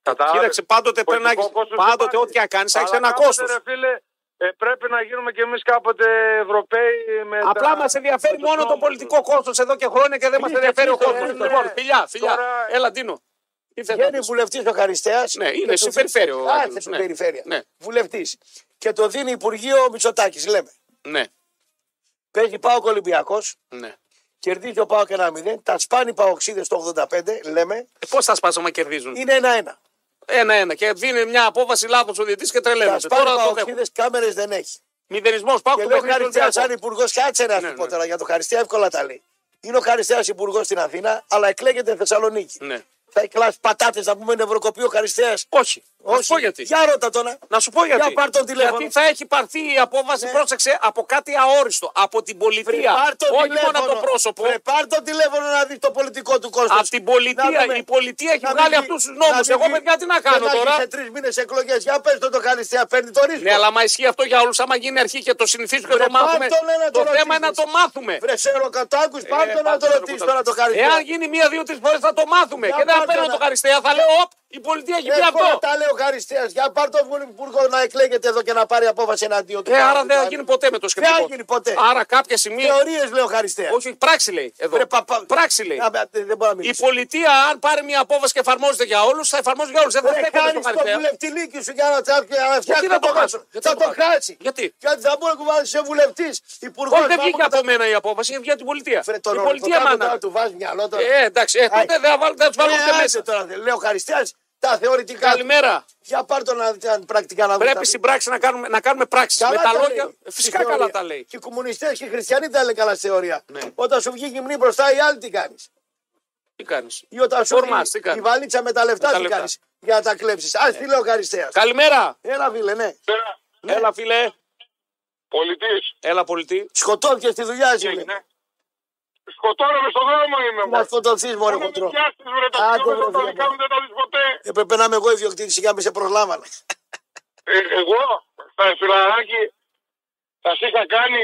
D: Κατάλαβες.
A: Κοίταξε, πάντοτε πρέπει να
D: Πολιτικό
A: έχεις-
D: κόστος
A: Πάντοτε,
D: υπάρχει.
A: ό,τι και αν κάνεις, θα έχεις
D: Αλλά
A: ένα
D: κάποτε,
A: κόστος.
D: ρε φίλε, ε, πρέπει να γίνουμε κι εμείς κάποτε Ευρωπαίοι με
A: Απλά
D: τα-
A: μας ενδιαφέρει
D: με τους
A: μόνο το
D: νόμους.
A: πολιτικό κόστος εδώ και χρόνια και δεν μας
B: Κλείστε,
A: ενδιαφέρει ο
B: κλείστε,
A: κόσμο.
D: κλείστε.
A: Λοιπόν, φιλιά, φιλιά.
D: Τώρα-
A: Έλα, Ντίνο. Τι θες να
B: Βγαίνει
A: πεις.
B: βουλευτής ο Χαριστέας.
A: Ναι, είναι στην περιφέρεια ο Άγγελος,
B: στην
A: ναι.
B: περιφέρεια.
A: Ναι.
B: Βουλευτής. Και το δίνει Υπουργείο Μητσοτάκης, λέμε.
A: Ναι,
B: Παίζει πάω Ολυμπιακός,
A: ναι.
B: κερδίζει ο Πάο και ένα 0. Τα σπάνει Παοξίδε το 85, λέμε.
A: Πώ Ε, θα σπάσω μα κερδίζουν.
B: Είναι ένα-ένα.
A: Ένα-ένα. Και δίνει μια απόφαση λάθος ο διαιτή και
B: Τα
A: τρελαίνεται.
B: σπάνει
A: Τώρα το δέχομαι.
B: Παοξίδε, κάμερες δεν έχει.
A: Μηδενισμός πάω
B: Και
A: και
B: λέω
A: μέχρι τον
B: Χαριστέα, σαν
A: Ολυμπιακό.
B: υπουργός, κάτσε να
A: Ναι,
B: σου πω
A: ναι.
B: τώρα για το Χαριστέα, εύκολα τα λέει. Είναι ο Χαριστέας υπουργός στην Αθήνα, αλλά εκλέγεται Θεσσαλονίκη.
A: Ναι.
B: Θα εκλάσει πατάτε να πούμε νευροκοπείο Χαριστέας.
A: Όχι. Να σου πω γιατί.
B: Για ρώτα τώρα.
A: Να σου πω γιατί.
B: Για πάρ' τον τηλέφωνο.
A: Γιατί θα έχει πάρθει η απόφαση,
B: Ναι.
A: πρόσεξε, από κάτι αόριστο. Από την πολιτεία.
B: Πάρ το
A: Όχι
B: τηλέφωνο.
A: μόνο από το πρόσωπο.
B: Βρε, πάρ το τηλέφωνο να δει το πολιτικό του κόστος.
A: Από την πολιτεία. Η πολιτεία έχει βγάλει αυτού τους νόμους. Εγώ, παιδιά, τι να κάνω
B: Σε
A: τώρα.
B: τρεις μήνες εκλογές. Για πες το το Χαριστέα, παίρνει το ρίσκο.
A: Ναι, αλλά μα ισχύει αυτό για όλους. Άμα γίνει αρχή και το συνηθίζουμε και
B: Βρε,
A: το μάθουμε.
B: πάρ' τον ένα,
A: Το
B: τον
A: θέμα είναι να
B: ρωτήσεις.
A: το μάθουμε.
B: Βρε, σε ροκατάκου, πάρ
A: Ε,
B: το να
A: πάρ'
B: το
A: τον Ε,
B: ρωτήσει
A: ρωτήσεις.
B: τώρα το Χαριστέα.
A: Εάν γίνει μία, δύο, τρεις φορές θα το μάθουμε.
B: Για
A: Και δεν θα
B: πάρ'
A: παίρνω
B: τον
A: το
B: ένα.
A: Χαριστέα, θα λέω, οπ, Η πολιτεία έχει πει
B: Εύκολα
A: αυτό.
B: Ε, τα λέει ο Χαριστέα. Για πάρ το Υπουργό να εκλέγεται εδώ και να πάρει απόφαση εναντίον του.
A: Ε, άρα δεν θα γίνει ποτέ με το
B: Δεν
A: σκεπτικό.
B: θα γίνει ποτέ.
A: Άρα κάποια στιγμή.
B: Θεωρίες λέει ο Χαριστέα.
A: Όχι, όχι, πράξη λέει. Εδώ.
B: Ρε, παπα-
A: Πράξη λέει.
B: Δεν μπορώ
A: Η
B: να μιλήσω.
A: πολιτεία, αν πάρει μια απόφαση και εφαρμόζεται για όλους, θα εφαρμόζεται για όλους. Δεν θα
B: Δεν
A: στέκεται
B: κάνει
A: στον
B: το
A: Χαριστέα.
B: βουλευτηλίκι σου για να τσάρκει να φτιάξει.
A: να το χάσω? Γιατί
B: Θα
A: να το
B: το
A: χάσω?
B: χάσει.
A: Γιατί?
B: Γιατί θα μπορεί να κουβάλει σε βουλευτής. Υπουργός.
A: Όχι, δεν βγήκε από μένα η απόφαση, βγήκε από την πολιτεία.
B: Φρε
A: Η
B: τον
A: πολιτεία μάνα.
B: του βάζει μυαλό τώρα.
A: Ε, εντάξει, ε, τότε
B: Άι.
A: δεν θα βάλουν- δεν του βάλουν
B: Ε,
A: ούτε
B: άντε
A: μέσα.
B: τώρα, λέω Χαριστέα, τα θεωρητικά. του.
A: Καλημέρα.
B: Για πάρ το να αν πρακτικά να δούμε.
A: Πρέπει στην πράξη να κάνουμε, να κάνουμε πράξει. Με τα λόγια. Φυσικά καλά τα λέει.
B: Και οι κομμουνιστές και οι χριστιανοί τα λένε καλά στη θεωρία.
A: Ναι.
B: Όταν σου βγει γυμνή μπροστά, οι άλλοι τι κάνεις.
A: Τι κάνεις.
B: Ή όταν σου
A: Ορμάς, τι
B: βγει
A: κάνεις?
B: η βαλίτσα με τα λεφτά,
A: Με τα
B: τι
A: λεφτά. Ε.
B: κάνεις. Για να τα κλέψεις. Ας τι λέω Χαριστέας.
A: Καλημέρα.
B: Έλα, φίλε, ναι.
A: Έλα, φίλε.
D: Πολιτής.
A: Έλα, πολιτή.
B: Σκοτώθηκε στη δουλειά σου.
D: έγινε.
B: λέει.
D: Ναι. Σκοτώνομαι στον δρόμο είμαι.
B: Να
D: μωρέ.
B: σκοτωθεί, Μωρέ,
D: Άμα με
B: χοντρό.
D: πιάσεις, βρε, τα
B: Άντε,
D: χιλιόμετρα
B: βρε,
D: τα
B: φίλε
D: δικά
B: μου.
D: μου δεν τα δεις ποτέ.
B: Έπρεπε να είμαι εγώ ιδιοκτήτη, σιγά μη σε προλάβανα.
D: Ε, Εγώ, στα φιλαράκι, θα σε είχα κάνει.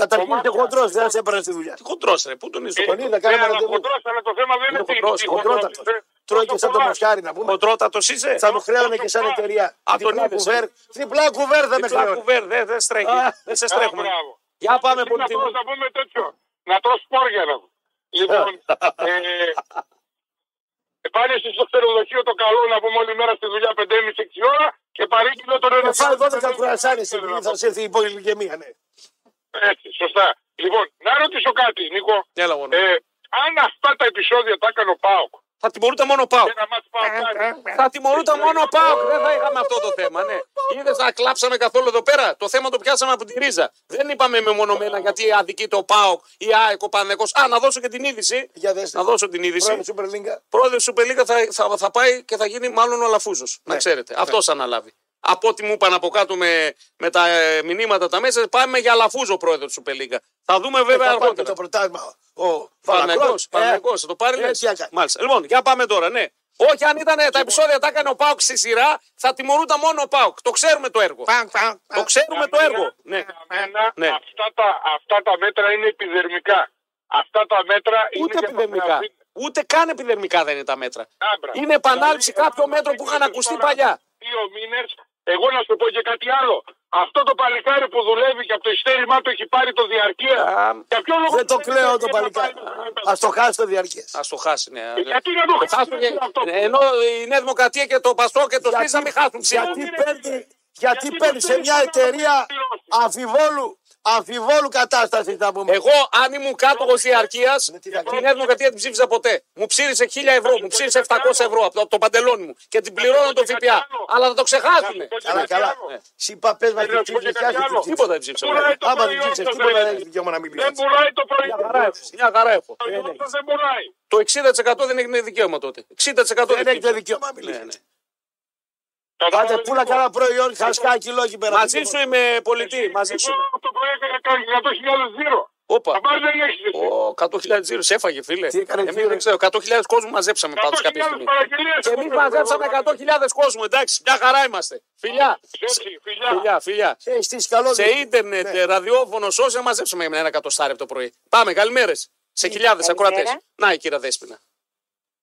B: Καταρχήν είσαι
D: Κομμάτια.
B: χοντρό, δεν θα σε έπαιρνε στη δουλειά.
A: Τι χοντρός, ρε, πού τον είσαι.
D: Ε,
A: τον
B: Τον
A: είδα.
B: είδα, κάναμε
D: ε, αλλά
B: ραντεβού.
D: χοντρός, αλλά το θέμα δεν
A: Είναι
D: είναι τι-
A: χοντρός,
D: τι
A: χοντρότατος.
D: χοντρός.
B: Τρώει και
D: Τόσο
B: σαν το
D: πολλά.
B: μοσχάρι να πούμε.
A: Χοντρότατος είσαι.
B: Θα μου χρέωνε και σαν
D: Τόσο
B: εταιρεία.
A: Α, τον
B: Διπλά
A: είδες.
B: κουβέρ, διπλά κουβέρ θα με
A: Διπλά
B: χρέωνε.
A: κουβέρ, δεν δεν στρέχει.
B: Α,
A: Δεν σε
D: Α,
A: στρέχουμε.
D: μπράβο.
A: Για
B: Ε,
A: πάμε,
D: Εσύ Να
A: πολιτή.
D: τρως, να πούμε τέτοιο. Να τρως σπόργερα. Λοιπόν, ε, πάνε εσείς στο ξενοδοχείο το καλό να πούμε όλη μέρα στη δουλειά 5,5-6 ώρα και παρήγγειλε τον
B: Θα
D: ένα.
B: Ε, φάει 12 κουρασάνε στην πλήρη, θα σε έρθει η υπολοιπημία, ναι.
D: Έτσι, σωστά. Λοιπόν, να ρωτήσω κάτι, Νίκο.
A: Έλα, γονό.
D: Ε, αν αυτά τα επεισόδια τα έκανε ο Πάοκ,
A: Θα τιμωρούταν μόνο ο Πάοκ.
D: ένα μάτς Πάοκ,
A: Θα τιμωρούταν μόνο ο Πάοκ. Δεν θα είχαμε αυτό το θέμα, ναι. Είδε να κλάψαμε καθόλου εδώ πέρα. Το θέμα το πιάσαμε από τη ρίζα. Δεν είπαμε μεμονωμένα γιατί αδικεί το Πάοκ ή ΑΕΚ ο Πανεκός. Α, να δώσω και την είδηση.
B: Για δες.
A: Να δώσω την είδηση.
B: Πρώην Σούπερ Λίγκα.
A: Πρόεδρο του Πελίκα θα, θα, θα πάει και θα γίνει μάλλον ο Αλαφούζος. Να
B: Ναι.
A: ξέρετε. Αυτός αναλάβει. Από ό,τι μου είπαν από κάτω με, με τα ε, μηνύματα τα μέσα, πάμε για Αλαφούζο πρόεδρο του Πελίκα. Θα δούμε βέβαια
B: Ε, Θα πάρει και
A: αργότερα.
B: το πρωτάθλημα. Ο ε.
A: Παναγό,
B: Παναγιώτης.
A: παναγό, θα το πάρει λες.
B: έτσι έκανε.
A: Μάλιστα. Λοιπόν, για πάμε τώρα, ναι. Όχι, αν ήταν τα επεισόδια τα έκανε ο Πάουκ στη σειρά, θα τιμωρούταν μόνο ο Πάουκ. Το ξέρουμε το έργο. Το ξέρουμε το έργο. Ναι.
D: Εμένα,
A: Ναι.
D: αυτά, τα, αυτά τα μέτρα είναι επιδερμικά. Αυτά τα μέτρα είναι.
A: Ούτε
D: για τον
A: επιδερμικά.
D: καθένα.
A: Ούτε καν επιδερμικά δεν είναι τα μέτρα.
D: Άμπρα.
A: Είναι επανάληψη
D: Δηλαδή,
A: κάποιων
D: άμα
A: μέτρων που είχαν
D: πήγαινες
A: ακουστεί
D: τώρα
A: παλιά.
D: Δύο μήνες, εγώ να σου πω και κάτι άλλο. Αυτό το παλικάρι που δουλεύει και από το ιστέρημά του έχει πάρει το διαρκεία.
A: Α,
D: Για ποιο λόγο
B: Δεν το
D: δεν
B: κλαίω
D: έχει
B: το
D: να πάει
B: παλικάρι.
D: το γήπεδο.
B: Ας το χάσει το διαρκέ.
A: Ας το χάσει, ναι.
D: γιατί να το
A: Θα
D: χάσει,
A: χάσουν
D: δεν
A: και-
D: είναι αυτό που-
A: Ενώ η Νέα Δημοκρατία και το Πασό και το
B: Γιατί-
A: ΣΠΙΣ θα μην χάσουν ψήφο.
B: Γιατί
D: είναι
B: παίρνει,
D: φίλε.
B: γιατί
D: Γιατί
B: παίρνεις
D: το
B: σε μια
D: θέλεις να
B: εταιρεία
D: πληρώσεις.
B: αμφιβόλου, αμφιβόλου κατάσταση θα πούμε.
A: Εγώ, αν ήμουν κάτοχος διαρκεία,
B: Ναι, τι θα
A: τη
B: κάνεις.
A: Νέα Δημοκρατία την ψήφιζα ποτέ. Μου ψήφισε 1000 ευρώ, μου ψήφισε 700 ευρώ από το, από το παντελόνι μου και την πληρώνω το ΦΠΑ. Αλλά θα το ξεχάσουν.
B: Καλά, καλά.
A: Ναι.
B: Συ είπα, πες μας
D: Ε, να
B: τι
D: σου πω και
B: ψήφισες, τι
D: κάτι άλλο.
B: ψήφισες.
A: Τίποτα δεν ψήφισα.
D: Πουλάει το
B: Άμα δεν
D: προϊόν
B: ψήφισες
D: σας,
B: τίποτα
D: ρε.
B: δεν έχεις δικαίωμα να
D: Δεν
B: μιλήσεις.
D: πουλάει το προϊόν. σας.
A: Μια χαρά έχω.
D: Το προϊόν
B: έχεις.
D: σας δεν πουλάει.
A: Το 60% δεν έγινε δικαίωμα τότε. 60%
B: Δεν έχετε
A: δικαίωμα.
B: δικαίωμα να
A: Ναι, ναι.
B: μιλήσεις.
D: Κατάλαβες,
B: Άντε πουλα
D: Νίκο?
B: κανένα προϊόν, χασκά κιλό εκεί πέρα.
A: Λοιπόν. Μαζί σου είμαι πολιτή, μαζί σου. είμαι.
D: Εγώ το πρωί έκανα 100.000 ζήρο.
A: Όπα.
D: Θα πάρει δεν έχεις εσύ.
A: Ω, 100.000 τζίρου έφαγε, φίλε.
B: Τι έκανε,
A: Εμείς
B: τζίρο?
A: δεν ξέρω. 100.000 κόσμου μαζέψαμε πάντως κάποια
D: 100.000
A: στιγμή.
D: παραγγελίες.
A: Και εμεί μαζέψαμε 100.000 κόσμου, εντάξει. Μια χαρά είμαστε. Φιλιά.
D: Έτσι, φιλιά.
A: Φιλιά, φιλιά.
B: Έχεις στήσει καλό
A: Σε
B: δίκτυο.
A: ίντερνετ,
B: Ναι.
A: ε, ραδιόφωνο, social, μαζέψαμε για ένα εκατοστάρι από το πρωί. Πάμε, καλημέρες. Σε χιλιάδες
E: Καλημέρα.
A: ακροατές. Να η κυρία Δέσπινα.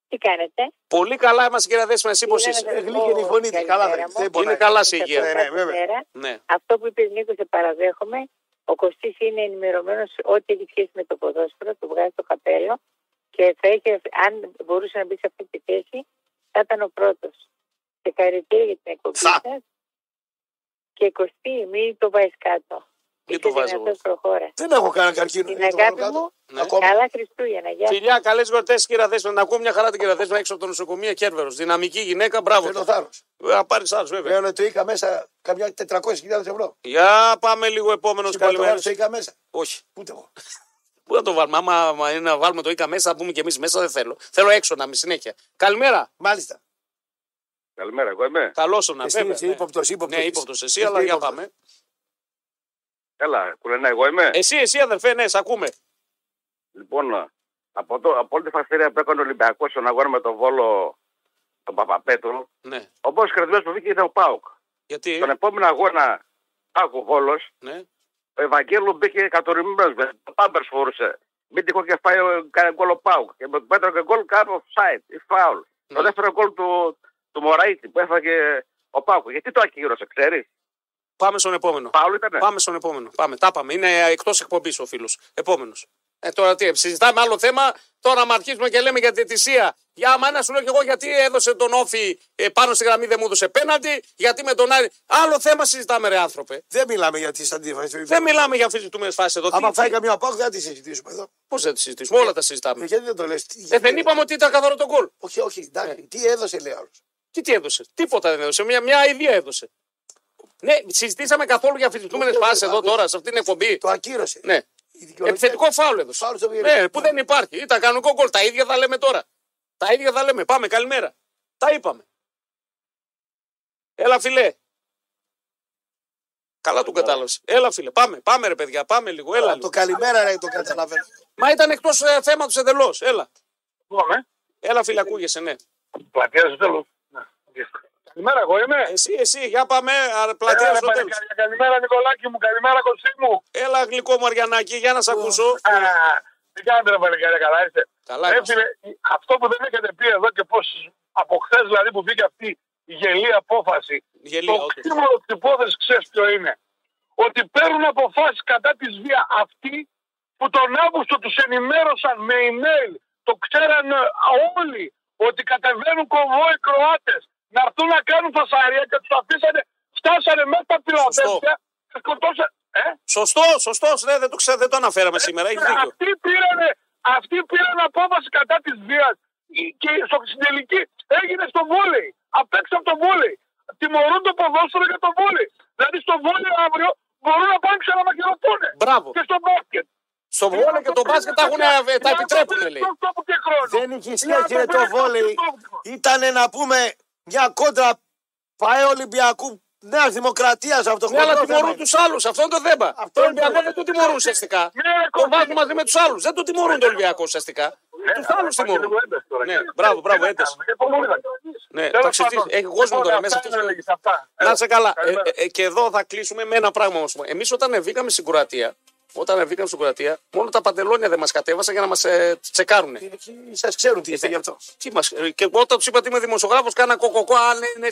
E: Τι κάνετε.
A: Πολύ καλά είμαστε, κυρία Δέσπινα, εσύ πώς
E: Είναι
A: είσαι.
E: ένα-
B: Ε, Γλύκαινη η φωνή της, καλά θα
E: Καλημέρα
B: είναι.
E: μου.
B: Δεν
A: Είναι
B: πονάει.
A: καλά σε
E: Σας
A: υγεία.
B: Ναι,
E: ευχαριστώ,
B: ναι, βέβαια.
E: Πέρα.
A: Ναι.
E: Αυτό που είπες Νίκο, σε παραδέχομαι. Ο Κωστής είναι ενημερωμένος ό,τι έχει σχέση με το ποδόσφαιρο, του βγάζει το καπέλο και θα είχε, αν μπορούσε να μπει σε αυτή τη θέση, θα ήταν ο πρώτος. Και χαρητήρια για την εκπομπή
B: Θα.
E: σας. Και Κωστή, μην το βάζεις κάτω.
A: Μην
E: Είσαι
A: το βάζω
E: δυνατός,
A: εγώ.
E: προχώρα.
B: Δεν έχω κανένα καρκίνο.
E: Την
B: Δεν το βάλω
E: αγάπη
B: κάτω.
E: μου,
A: Ναι.
B: Ακόμα.
E: καλά Χριστούγεννα. Γεια σας.
A: Φιλιά, καλές γιορτές, κυρία Δέσπινα. Να ακούω μια χαρά την κυρία Δέσπινα έξω από το νοσοκομείο Κέρβερος. Δυναμική γυναίκα, μπράβο.
B: Δεν το
A: της.
B: θάρρος.
A: Ε, Να πάρει άλλο, βέβαια.
B: Λέω το είχα μέσα καμιά 400.000 ευρώ.
A: Για πάμε λίγο επόμενος καλημέρα.
B: Συμπατοβάρος το είχα μέσα.
A: Όχι.
B: Ούτε εγώ.
A: Πού να το βάλουμε. Άμα, άμα είναι να βάλουμε το ΙΚΑ μέσα, θα πούμε και εμείς μέσα, δεν θέλω. Θέλω έξω να είμαι συνέχεια. Καλημέρα.
B: Μάλιστα.
D: Καλημέρα, εγώ είμαι.
A: Καλό σου να
B: Εσύ
A: βέβαια.
B: είσαι
A: ναι.
B: ύποπτος, ύποπτος.
A: Ναι, ύποπτος εσύ,
B: Είσαι
A: αλλά για
B: ύποπτος.
A: πάμε.
D: Έλα, κουρενά, εγώ είμαι.
A: Εσύ, εσύ, αδερφέ, ναι, σε ακούμε.
D: Λοιπόν, από, το, από όλη τη φαστήρια που έκανε ο Ολυμπιακός στον αγώνα με τον Βόλο, τον Παπαπέτρου,
A: Ναι.
D: ο πρώτο κρατημένος που βγήκε ήταν ο Πάουκ.
A: Γιατί.
D: Τον επόμενο αγώνα, Πάουκ Βόλος,
A: Ναι.
D: ο Ευαγγέλου μπήκε εκατορυμμένο με το πάμπερ φορούσε. Μην τυχόν και φάει ο- κανένα γκολ ο Πάουκ. Και με τον πέτρο και γκολ κάνω offside ή φάουλ.
A: Ναι.
D: Το δεύτερο γκολ του,
F: του Μωραήτη που έφαγε ο Πάκου. Γιατί το ακύρωσε, ξέρεις.
A: Πάμε στον επόμενο.
F: Παύλο
B: ναι.
F: ήταν.
A: Πάμε στον επόμενο. Πάμε. Τα πάμε. Είναι εκτός εκπομπής ο φίλος. Επόμενος. Ε, τώρα τι, συζητάμε άλλο θέμα. Τώρα, μα αρχίσουμε και λέμε για διαιτησία. Για άμα ένας σου λέω και εγώ γιατί έδωσε τον όφη ε, πάνω στη γραμμή δεν μου έδωσε πέναντι, γιατί με τον Άρη. Άλλο θέμα συζητάμε, ρε άνθρωπε.
B: Δεν μιλάμε για τις αντίφαση.
A: Δεν μιλάμε για αμφισβητούμενε φάσει εδώ.
B: Άμα φάει καμία πάγο, δεν τη συζητήσουμε εδώ.
A: Πώς δεν τη συζητήσουμε, όλα τα συζητάμε.
B: Ε, Γιατί δεν το λες.
A: Ε, δεν Ε. είπαμε ότι ήταν καθαρό τον κόλ.
B: Όχι, όχι, εντάξει. Τι έδωσε, λέει άλλος.
A: Τι, τι έδωσε. Τίποτα δεν έδωσε. Μια, μια ιδέα έδωσε. Ναι, συζητήσαμε καθόλου για αμφισβητούμενε
B: Όχι,
A: φάσει
B: όχι,
A: εδώ
B: όχι.
A: τώρα, σε αυτήν την εκπομπή.
B: Το ακύρωσε.
A: Ναι.
B: Η δικαιολογία-
A: Επιθετικό φάουλ έδωσε.
B: Φάουλ στο Βιγερίνο.
A: Ναι, που δεν υπάρχει. Ήταν κανονικό γκολ. Τα ίδια θα λέμε τώρα. Τα ίδια θα λέμε. Πάμε, καλημέρα. Τα είπαμε. Έλα, φιλέ. Καλά του κατάλαβες. Έλα, φιλέ. Πάμε, πάμε, ρε παιδιά. Πάμε λίγο. Έλα.
B: Α, Το
A: λίγο.
B: καλημέρα, ρε, το καταλαβαίνω.
A: Μα ήταν εκτός ε, θέματο εντελώς. Έλα.
D: Πάμε.
A: Έλα, φίλε, ακούγεσαι, ναι.
F: Πλατεία στο τέλος.
D: Ναι, Καλημέρα, εγώ είμαι.
A: Εσύ, εσύ, για πάμε. α,
D: Έλα,
A: Πλατεία
D: ρε,
A: στο
D: παλικάρια.
A: τέλο.
D: Καλημέρα, Νικολάκη μου. Καλημέρα, Κωσί μου.
A: Έλα, γλυκό μου, Αριανάκη, για να σε ακούσω.
D: Α, Τι κάνετε, ρε παλικάρια, καλά είστε.
A: Καλά,
D: Ρε,
A: είμαστε.
D: φίλε, αυτό που δεν έχετε πει εδώ και πώς από χθες δηλαδή που βγήκε αυτή η γελή απόφαση.
A: Γελία,
D: Το
A: όντως.
D: κτήμονο τη υπόθεση ξέρεις ποιο είναι. Ότι παίρνουν αποφάσεις κατά της βία αυτοί που τον Αύγουστο τους ενημέρωσαν με email. Το ξέραν ε, όλοι ότι κατεβαίνουν κομβόοι Κροάτες να έρθουν να κάνουν φασαρία και τους αφήσανε. Φτάσανε μέσα στα πυροδέλτια και σκοτώσαν. Ε?
A: Σωστό, σωστό. Ναι, δεν το, ξέ, δεν το αναφέραμε σήμερα. Έχεις δίκιο.
D: Αυτοί πήραν, αυτοί πήραν απόφαση κατά της βίας και στο στην τελική έγινε στο βόλεϊ. Απ' έξω από το βόλεϊ. Τιμωρούν το ποδόσφαιρο για το βόλεϊ. Δηλαδή στο βόλεϊ αύριο μπορούν να πάνε ξαναμαχαιρωθούν.
A: Μπράβο.
D: Και στο μπάσκετ.
A: Στο βόλε και το μπάσκετ τα, έχουν, ε, τα επιτρέπουν, λέει.
B: Δεν είχε σχέση με το βόλεϊ. Ήταν να πούμε μια κόντρα ΠαΕ Ολυμπιακού Νέας Δημοκρατίας αυτός.
A: Ναι, αλλά τιμωρούν τους άλλους. Αυτό είναι το θέμα. Το
B: Αυτό είναι
A: Ολυμπιακό
B: το-
A: δεν το τιμωρούν ουσιαστικά.
D: Ναι, ρε,
A: Το
D: κόκκινη.
A: βάζουν μαζί με τους άλλους. Δεν το τιμωρούν το Ολυμπιακό ουσιαστικά.
D: Ναι,
A: Τους άλλους τιμωρούν. Ναι, μπράβο, μπράβο, ένταση. Ναι, ταξιτής. Έχει κόσμο
D: Λοιπόν,
A: τώρα μέσα. αυτός- Να σε καλά. Ε, ε, ε, και εδώ θα κλείσουμε με ένα πράγμα όμως. Εμείς όταν βγήκαμε στην Κροατία, όταν βγήκαμε στην Κροατία, μόνο τα παντελόνια δεν μας κατέβασαν για να μας ε, τσεκάρουν.
B: Σα ε, ξέρουν τι είστε γι' αυτό.
A: Ε, Τι μας, ε, και όταν τους είπα ότι είμαι δημοσιογράφος, κάνα κοκοκό. Α, ναι, ναι,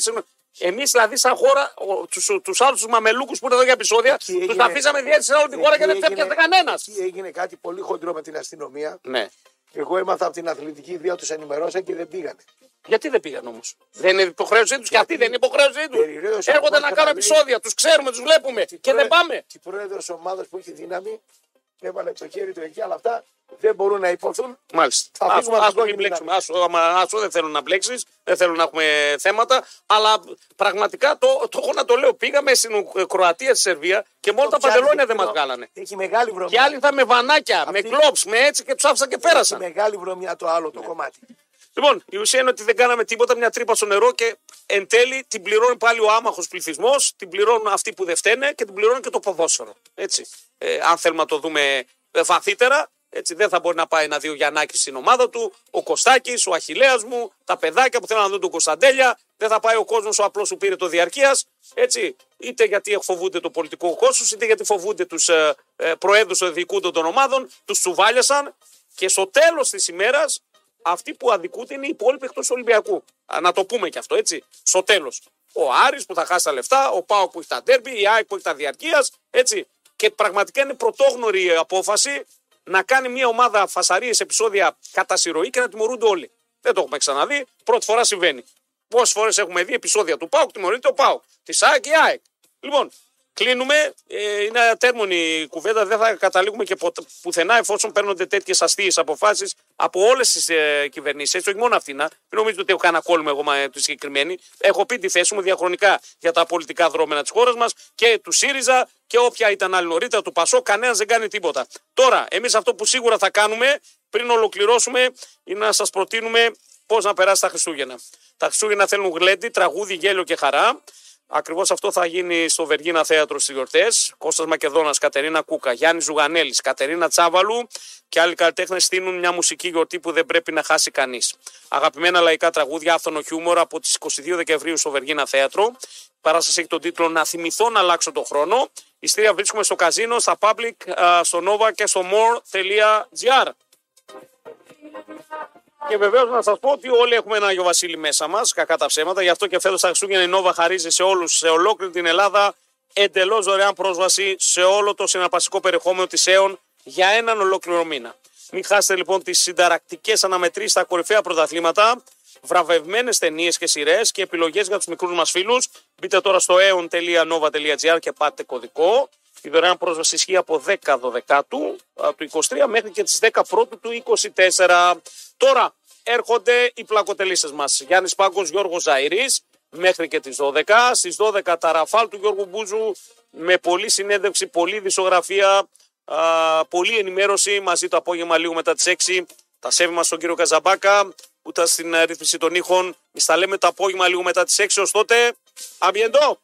A: Εμείς δηλαδή, σαν χώρα, τους τους άλλους τους μαμελούκους που είναι εδώ για επεισόδια,
B: Εκεί έγινε-
A: τους τα αφήσαμε διέτηση όλη την χώρα και δεν
B: Εκεί έγινε-
A: φτιάχνει κανένας.
B: εκεί Έγινε κάτι πολύ χοντρό με την αστυνομία.
A: Ναι.
B: Εγώ έμαθα από την αθλητική βία, του ενημερώσαν και δεν πήγανε.
A: Γιατί δεν πήγαν όμως. Δεν είναι υποχρέωσή τους και αυτή δεν είναι υποχρέωσή τους.
B: Περιραίωσε
A: Έρχονται
B: ακόμα
A: να
B: και
A: κάνουν
B: να λέει-
A: επεισόδια, τους ξέρουμε, τους βλέπουμε και δεν πάμε.
B: Η πρόεδρος ομάδας που έχει δύναμη έβαλε το χέρι του εκεί, αλλά αυτά δεν μπορούν να υποθούν.
A: Μάλιστα.
B: Θα
A: Ας-
B: φύγουμε από
A: Ας
B: την
A: το μην
B: κόκκινη
A: μπλέξουμε. Άσου, άμα- άσου, δεν θέλω να μπλέξεις, δεν θέλω να έχουμε θέματα. Αλλά πραγματικά το, το έχω να το λέω. Πήγαμε στην Κροατία, στη Σερβία και μόνο τα παντελόνια δεν μα βγάλανε.
B: Έχει μεγάλη βρωμιά.
A: Και άλλοι ήταν με βανάκια, με
B: Αυτοί-
A: κλόψ, με έτσι και του άφησαν και
B: Έχει
A: πέρασαν. Ναι.
B: μεγάλη βρωμιά το άλλο το κομμάτι.
A: Λοιπόν, η ουσία είναι ότι δεν κάναμε τίποτα, μια τρύπα στο νερό και εν τέλει την πληρώνει πάλι ο άμαχος πληθυσμός, την πληρώνουν αυτοί που δεν φταίνε και την πληρώνει και το ποδόσφαιρο. Έτσι. Ε, αν θέλουμε να το δούμε ε, βαθύτερα, έτσι, δεν θα μπορεί να πάει ένα-δύο Γιαννάκης στην ομάδα του, ο Κωστάκης, ο Αχηλέα μου, τα παιδάκια που θέλουν να δουν τον Κωνσταντέλια, δεν θα πάει ο κόσμος ο απλός που πήρε το διαρκείας. Έτσι, είτε γιατί φοβούνται το πολιτικό κόστος, είτε γιατί φοβούνται τους ε, ε, προέδρους των διοικούντων των ομάδων, τους τσουβάλιασαν και στο τέλος της ημέρας αυτοί που αδικούνται είναι οι υπόλοιποι εκτός Ολυμπιακού. Α, Να το πούμε και αυτό, έτσι. Στο τέλος. Ο Άρης που θα χάσει τα λεφτά, ο Πάο που έχει τα ντέρμπι, η ΑΕΚ που έχει τα διαρκείας. Έτσι. Και πραγματικά είναι πρωτόγνωρη η απόφαση να κάνει μια ομάδα φασαρίες επεισόδια κατά συρροή και να τιμωρούνται όλοι. Δεν το έχουμε ξαναδεί. Πρώτη φορά συμβαίνει. Πόσες φορές έχουμε δει επεισόδια του Πάουκ, τιμωρείται ο Πάουκ. Της ΑΕΚ, η ΑΕΚ. Λοιπόν, κλείνουμε. Ε, είναι ατέρμονη η κουβέντα. Δεν θα καταλήγουμε και ποτέ, πουθενά εφόσον παίρνονται τέτοιες αστείες αποφάσεις από όλες τις ε, κυβερνήσεις. Έτσι, όχι μόνο αυτήν. α. Μην νομίζετε ότι έχω κανένα κόλμα εγώ με τη συγκεκριμένη. Έχω πει τη θέση μου διαχρονικά για τα πολιτικά δρόμενα της χώρας μας και του ΣΥΡΙΖΑ και όποια ήταν άλλη νωρίτερα του ΠΑΣΟ. Κανένας δεν κάνει τίποτα. Τώρα, εμείς αυτό που σίγουρα θα κάνουμε πριν ολοκληρώσουμε είναι να σας προτείνουμε πώς να περάσει τα Χριστούγεννα. Τα Χριστούγεννα θέλουν γλέντι, τραγούδι, γέλιο και χαρά. Ακριβώς αυτό θα γίνει στο Βεργίνα Θέατρο στις γιορτές. Κώστας Μακεδόνας, Κατερίνα Κούκα, Γιάννης Ζουγανέλης, Κατερίνα Τσάβαλου και άλλοι καλλιτέχνες στείλουν μια μουσική γιορτή που δεν πρέπει να χάσει κανείς. Αγαπημένα λαϊκά τραγούδια, άφθονο χιούμορ από τις 22 Δεκεμβρίου στο Βεργίνα Θέατρο. Η παράσταση έχει τον τίτλο Να θυμηθώ να αλλάξω τον χρόνο. Ιστήρια βρίσκουμε στο καζίνο, στα public, α, στο Nova και στο more.gr. Και βεβαίως να σας πω ότι όλοι έχουμε ένα Άγιο Βασίλη μέσα μας, κακά τα ψέματα. Γι' αυτό και φέτος τα Χριστούγεννα η Νόβα χαρίζει σε όλους, σε ολόκληρη την Ελλάδα, εντελώς δωρεάν πρόσβαση σε όλο το συναρπαστικό περιεχόμενο της ΕΟΝ για έναν ολόκληρο μήνα. Μην χάσετε λοιπόν τις συνταρακτικές αναμετρήσεις στα κορυφαία πρωταθλήματα, βραβευμένες ταινίες και σειρές και επιλογές για τους μικρούς μας φίλους. Μπείτε τώρα στο aeon.nova.gr και πάτε κωδικό. Η δωρεάν πρόσβαση ισχύει από 10 Δεκάτου α, του 23 μέχρι και τις 10 Πρώτου του 24. Τώρα έρχονται οι πλακοτελήσεις μας. Γιάννης Πάγκος, Γιώργος Ζαϊρής μέχρι και τις 12. Στις 12 τα ραφάλ του Γιώργου Μπούζου με πολλή συνέντευξη, πολλή δισογραφία, α, πολλή ενημέρωση μαζί το απόγευμα λίγο μετά τις 6. Τα σέβη μας στον κύριο Καζαμπάκα, ούτε στην α, ρύθμιση των ήχων. Εμείς τα λέμε το απόγευμα λίγο μετά τις 6 ως τότε. Αμπιεντό!